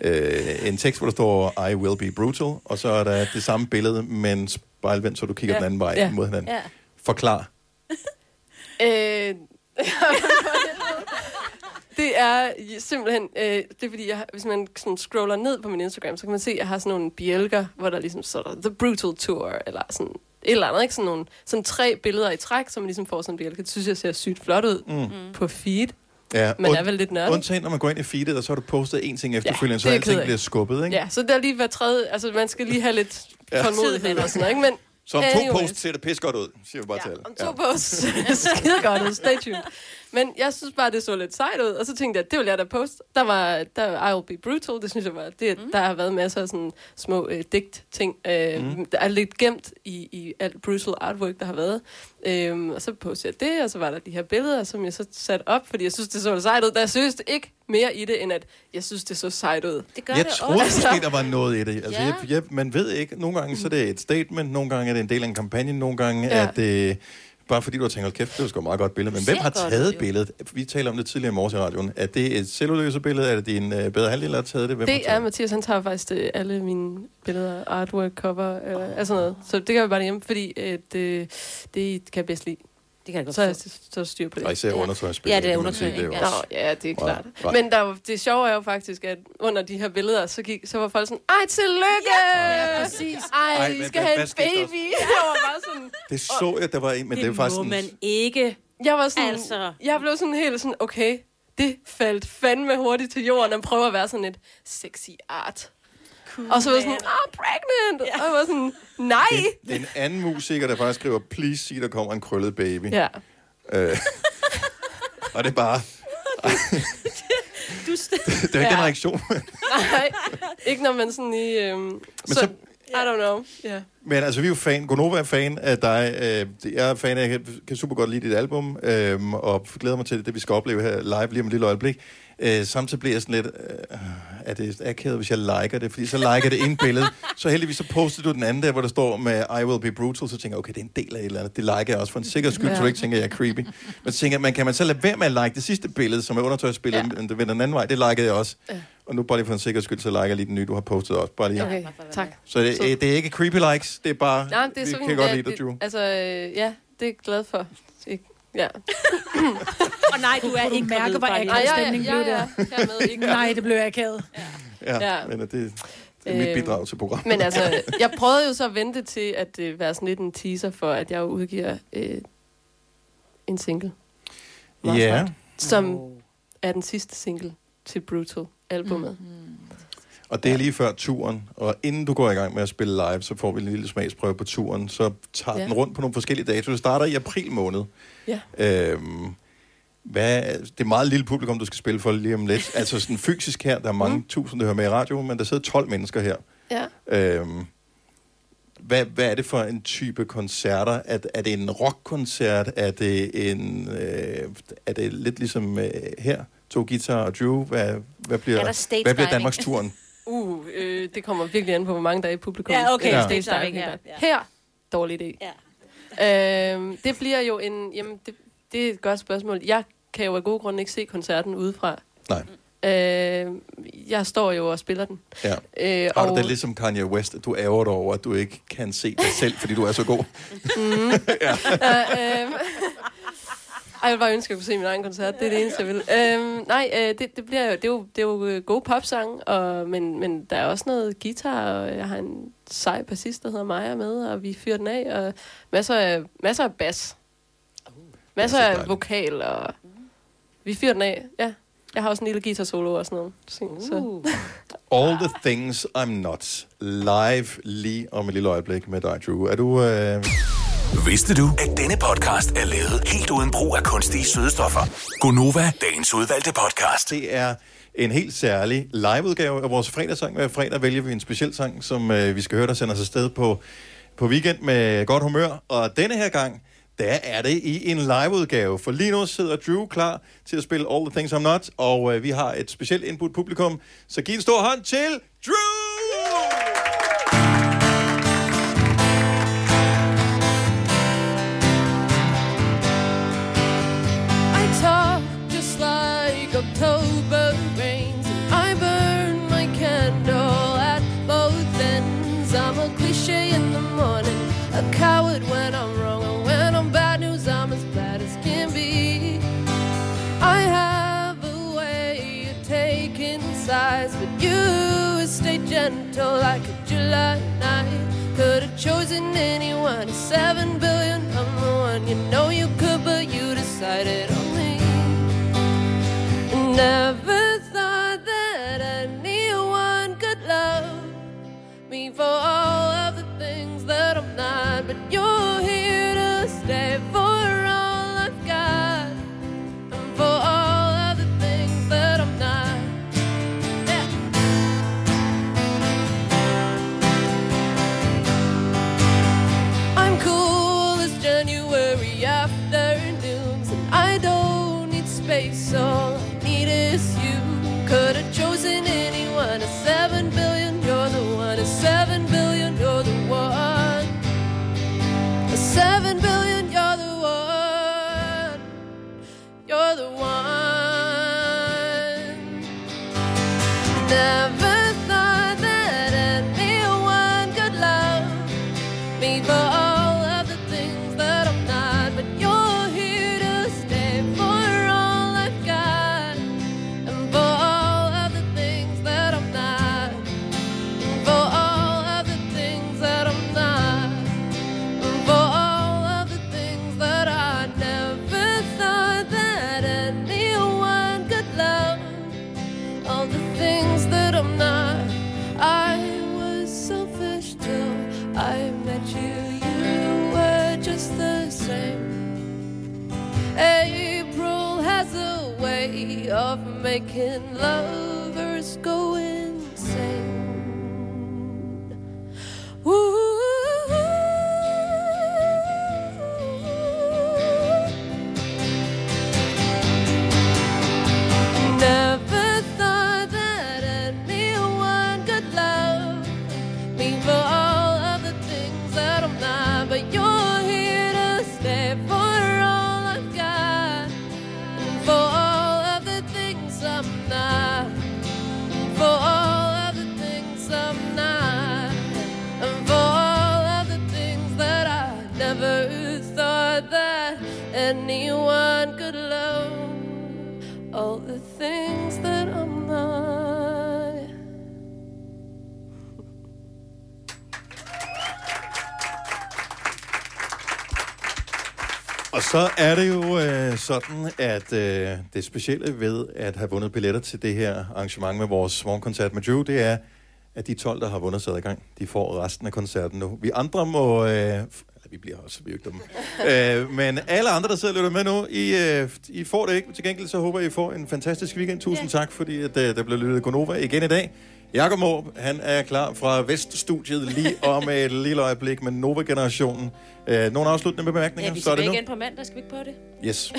S1: øh, en tekst, hvor der står, I will be brutal, og så er der det samme billede, men spejlvendt, så du kigger ja. den anden vej ja. mod hinanden. Ja. Forklar.
S19: Øh, [LAUGHS] det er simpelthen, øh, det er fordi, jeg, har- hvis man sådan scroller ned på min Instagram, så kan man se, at jeg har sådan nogle bjælker, hvor der ligesom står der, The Brutal Tour, eller sådan et eller andet, ikke? Sådan, nogle, sådan tre billeder i træk, som man ligesom får sådan en bjælke. Det synes jeg ser sygt flot ud
S1: Mm.
S19: mm. på feed.
S1: Ja,
S19: Man
S1: und-
S19: er vel lidt nørdet.
S1: Undtagen, når man går ind i feedet, og så har du postet en ting efterfølgende, ja,
S19: det
S1: så
S19: er jeg ked
S1: alting
S19: af.
S1: bliver skubbet, ikke?
S19: Ja, så der er lige hver tredje, altså man skal lige have lidt
S1: Ja.
S19: ja. tålmodighed og sådan noget, ikke? Men
S1: Så om to
S19: anyways.
S1: posts ser det pis godt ud, siger vi bare ja, til alle.
S19: Om to [LAUGHS] posts. Skide godt ud. Stay tuned. Men jeg synes bare, det så lidt sejt ud, og så tænkte jeg, det vil jeg da poste. Der var der, I Will Be Brutal, det synes jeg var, det, mm. der har været masser af sådan små øh, digt-ting, øh,
S3: Mm.
S19: mm. der er lidt gemt i, i alt brutal artwork, der har været. Øh, og så postede jeg det, og så var der de her billeder, som jeg så satte op, fordi jeg synes, det så lidt sejt ud. Der synes ikke mere i det, end at jeg synes, det så sejt ud. Det
S1: jeg troede måske, der var noget i det. Altså,
S19: Ja.
S1: ja. jeg, jeg, man ved ikke. Nogle gange så er det et statement, nogle gange er det en del af en kampagne, nogle gange ja.
S19: Ja.
S1: er det... Bare fordi du har tænkt, hold kæft, det var sgu et meget godt billede. Men
S19: Det
S1: hvem
S19: ser
S1: har
S19: godt ud,
S1: taget
S19: jo.
S1: billedet? Vi taler om det tidligere i morges i radioen. Er det et celluløse billede? Er det din øh, bedre halvdel, der har taget det? Hvem har
S19: det er Mathias, han tager faktisk øh, alle mine billeder, artwork, cover, øh, oh. altså noget. Så det gør vi bare hjemme, fordi øh, det, det kan jeg bedst lide.
S5: Det kan jeg godt
S19: så, er jeg- så er jeg styr på det.
S1: Og især undertøjsbilleder, Ja, det er kan man sige, det er undertøj, jo ikke? også-
S19: Nå, ja, det er
S1: Nej,
S19: klart.
S1: nej.
S19: Men der, er jo- det sjove er jo faktisk, at under de her billeder, så, gik, så var folk sådan, ej, tillykke!
S6: Ja, præcis.
S19: Ej,
S1: Ej,
S19: I
S1: men
S19: skal
S1: hvad-
S19: have
S1: hvad
S19: en
S1: skete der?
S19: baby. [LAUGHS] Jeg var bare sådan,
S1: Det så jeg, der var en, men det, er faktisk... en-
S5: ikke.
S19: Jeg var sådan,
S5: Altså.
S19: altså. jeg blev sådan helt sådan, okay, det faldt fandme hurtigt til jorden, og prøver at være sådan et sexy art. Cool, og så var jeg sådan,
S8: man.
S19: ah, pregnant! Yeah. Og jeg var sådan, nej!
S1: Det, det er en anden musiker, der faktisk skriver, please sig, der kommer en krøllet baby.
S19: Ja.
S1: Øh, [LAUGHS] og det er bare...
S19: [LAUGHS]
S5: Du
S1: Det er ikke ja. en reaktion.
S19: Nej, ikke når man sådan i... Øhm, Men så,
S1: så-
S19: I don't know. Ja.
S1: Men altså, vi er jo fan. Gonova er fan af dig. Øh, Jeg er fan af, jeg kan- kan super godt lide dit album, øh, og glæder mig til det, vi skal opleve her live lige om et lille øjeblik. Øh, Samtidig bliver jeg sådan lidt, øh, er det akavet, hvis jeg liker det? Fordi så liker det ene
S19: [LAUGHS]
S1: billede. Så heldigvis så poster du den anden der, hvor der står med I will be brutal. Så tænker jeg, okay, det er en del af et eller andet. Det liker jeg også for en sikkerheds skyld, så du
S19: Ja.
S1: ikke tænker, jeg er creepy. Men så tænker jeg, man, kan man så lade være med at like det sidste billede, som er undertøjsbilledet, ja. men det vender den anden vej. Det likede jeg også.
S19: Ja.
S1: Og nu bare lige for en sikkerheds skyld, så liker jeg lige den nye, du har postet også. Bare lige.
S19: Okay, tak.
S1: Så det, øh, det er ikke creepy likes, det er bare,
S19: Nej, men det er
S1: vi
S19: sådan,
S1: kan godt
S19: ja,
S1: lide dig, Drew.
S19: det, Altså, øh, ja, det er jeg glad for. Ikke- Ja.
S5: Og nej, du er
S6: Kunne du
S5: ikke
S6: mærke,
S5: gravid,
S6: hvor
S5: bare lige.
S6: akavet
S5: Ej, ja,
S6: stemningen
S5: ja,
S6: blev
S5: ja,
S6: der?
S5: ja. Hermed ikke
S6: Nej,
S5: gravid.
S6: det blev akavet.
S1: Ja,
S19: Ja.
S1: men det, det er mit
S19: Øhm,
S1: bidrag til programmet.
S19: Men
S1: [LAUGHS]
S19: altså, jeg prøvede jo så at vente til at øh, være sådan lidt en teaser for, at jeg jo udgiver øh,
S26: en single,
S1: Ja.
S26: som er den sidste single til Brutal-albumet.
S1: Og det er lige før turen, og inden du går i gang med at spille live, så får vi en lille smagsprøve på turen. Så tager
S26: Ja.
S1: den rundt på nogle forskellige datoer. Det starter i april måned.
S26: Ja.
S1: Øhm, hvad, det er et meget lille publikum, du skal spille for lige om lidt. Altså sådan fysisk her, der er mange mm.
S19: Mhm.
S1: tusind, der hører med i radio, men der sidder 12 mennesker her.
S26: Ja.
S1: Øhm, hvad, hvad er det for en type koncerter? Er, er det en rockkoncert? Er det en øh, er det lidt ligesom øh, her? To guitar og Drew? Hvad, hvad bliver,
S26: Er der
S1: hvad
S26: stage
S1: bliver
S26: diving?
S1: Danmarks turen?
S26: [LAUGHS] Uh, øh, det kommer virkelig an på, hvor mange der er i publikum.
S19: Ja, okay,
S1: Ja.
S26: Stage
S19: stage diving,
S26: diving,
S19: ja,
S26: ja. Her, dårlig idé. Ja. Øhm, det bliver jo en... Jamen, det, det er et godt spørgsmål. Jeg kan jo af gode grunde ikke se koncerten udefra. Nej. Øhm, jeg står jo og spiller den.
S1: Ja.
S26: Øh,
S1: Har du det lidt som Kanye West, at du ærger dig over, at du ikke kan se dig selv, fordi du er så god? [LAUGHS]
S26: Mm. ja. øhm. Ej, jeg ville bare ønske, at jeg kunne se min egen koncert. Det er det eneste, jeg vil. Øhm, nej, øh, det, det, bliver jo, det, er jo, det er jo øh, gode popsang, og, men, men der er også noget guitar, og jeg har en sej bassist, der hedder Maja med, og vi fyrer den af, og masser af, masser af bas.
S1: Uh,
S26: Masser af vokal, og vi fyrer den af, ja. Jeg har også en lille guitar solo og sådan noget. Så, så.
S1: Uh. All the things I'm not. Live lige om et lille øjeblik med dig, Drew. Er du... Øh...
S14: Vidste du, at denne podcast er lavet helt uden brug af kunstige sødestoffer? Gonova, dagens udvalgte podcast.
S1: Det er en helt særlig liveudgave af vores fredagssang. Hver fredag vælger vi en speciel sang, som øh, vi skal høre, der sender os afsted på, på weekend med godt humør. Og denne her gang, der er det i en liveudgave. For lige nu sidder Drew klar til at spille All the Things I'm Not, og øh, vi har et specielt input publikum. Så giv en stor hånd til Drew!
S26: I talk just like October rains. I burn my candle at both ends. I'm a cliche in the morning, a coward when I'm wrong, and when I'm bad news, I'm as bad as can be. I have a way of taking sides, but you stay gentle like a July night. Could have chosen anyone, seven billion, I'm the one. You know you could, but you decided on me. Never thought that anyone could love me for all of the things that I'm not, but you're here to stay for all I've got for all of the things that I'm not. Yeah. I'm cool as January afternoons, and I don't need space. All I need is you. Could have chosen anyone. A seven billion, you're the one. A seven billion, you're the one. A seven billion, you're the one. You're the one. Never thought that anyone could love me for all of the things that I'm not. But you're here to stay for all I've got. And for all of the things that I'm not. And for all of the things that I'm not. And for all of the things that I never thought that anyone could love. All the things that I'm not. I was selfish till I met you. You were just the same. April has a way of making lovers go insane. Never thought that anyone could love me for all of the things that I'm not. But you're here to stay for all I've got, and for all of the things I'm not, and for all of the things I'm not, and for all of the things that I never thought that anyone could love all the things that I'm not.
S1: Og så er det jo øh, sådan, at øh, det specielle ved at have vundet billetter til det her arrangement med vores morgenkoncert med Drew, det er, at de 12, der har vundet sig adgang, de får resten af koncerten nu. Vi andre må... Øh, f- eller, vi bliver også, vi er jo ikke dumme.
S3: [LAUGHS]
S1: øh, men alle andre, der sidder og lytter med nu, I, øh, I får det ikke. Til gengæld så håber jeg, I får en fantastisk weekend. Tusind yeah. tak, fordi at, øh, der blev lyttet Gonova igen i dag. Jakob Måb, han er klar fra Veststudiet lige om et lille øjeblik med Nova-generationen. Øh, nogle afsluttende bemærkninger?
S3: Ja, vi
S1: så er
S3: skal
S1: det nu.
S3: igen på mandag, skal vi ikke på det?
S1: Yes.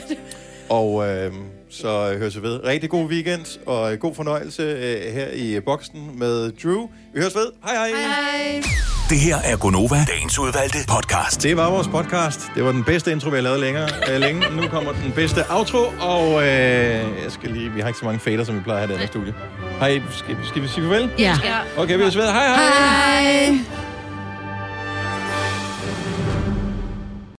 S1: Og øh, så høres vi ved. Rigtig god weekend, og øh, god fornøjelse øh, her i boksen med Drew. Vi høres ved. Hej hej.
S3: Hej.
S1: Det her er Gonova, dagens udvalgte podcast. Altså, Det var vores podcast. Det var den bedste intro, vi har lavet længere, øh, længe. Nu kommer den bedste outro, og øh, jeg skal lige... Vi har ikke så mange fader, som vi plejer at have i det andet studie. Hej, skal, skal vi sige farvel?
S8: Ja.
S1: Okay, vi høres ved. Hej hej.
S8: Hej.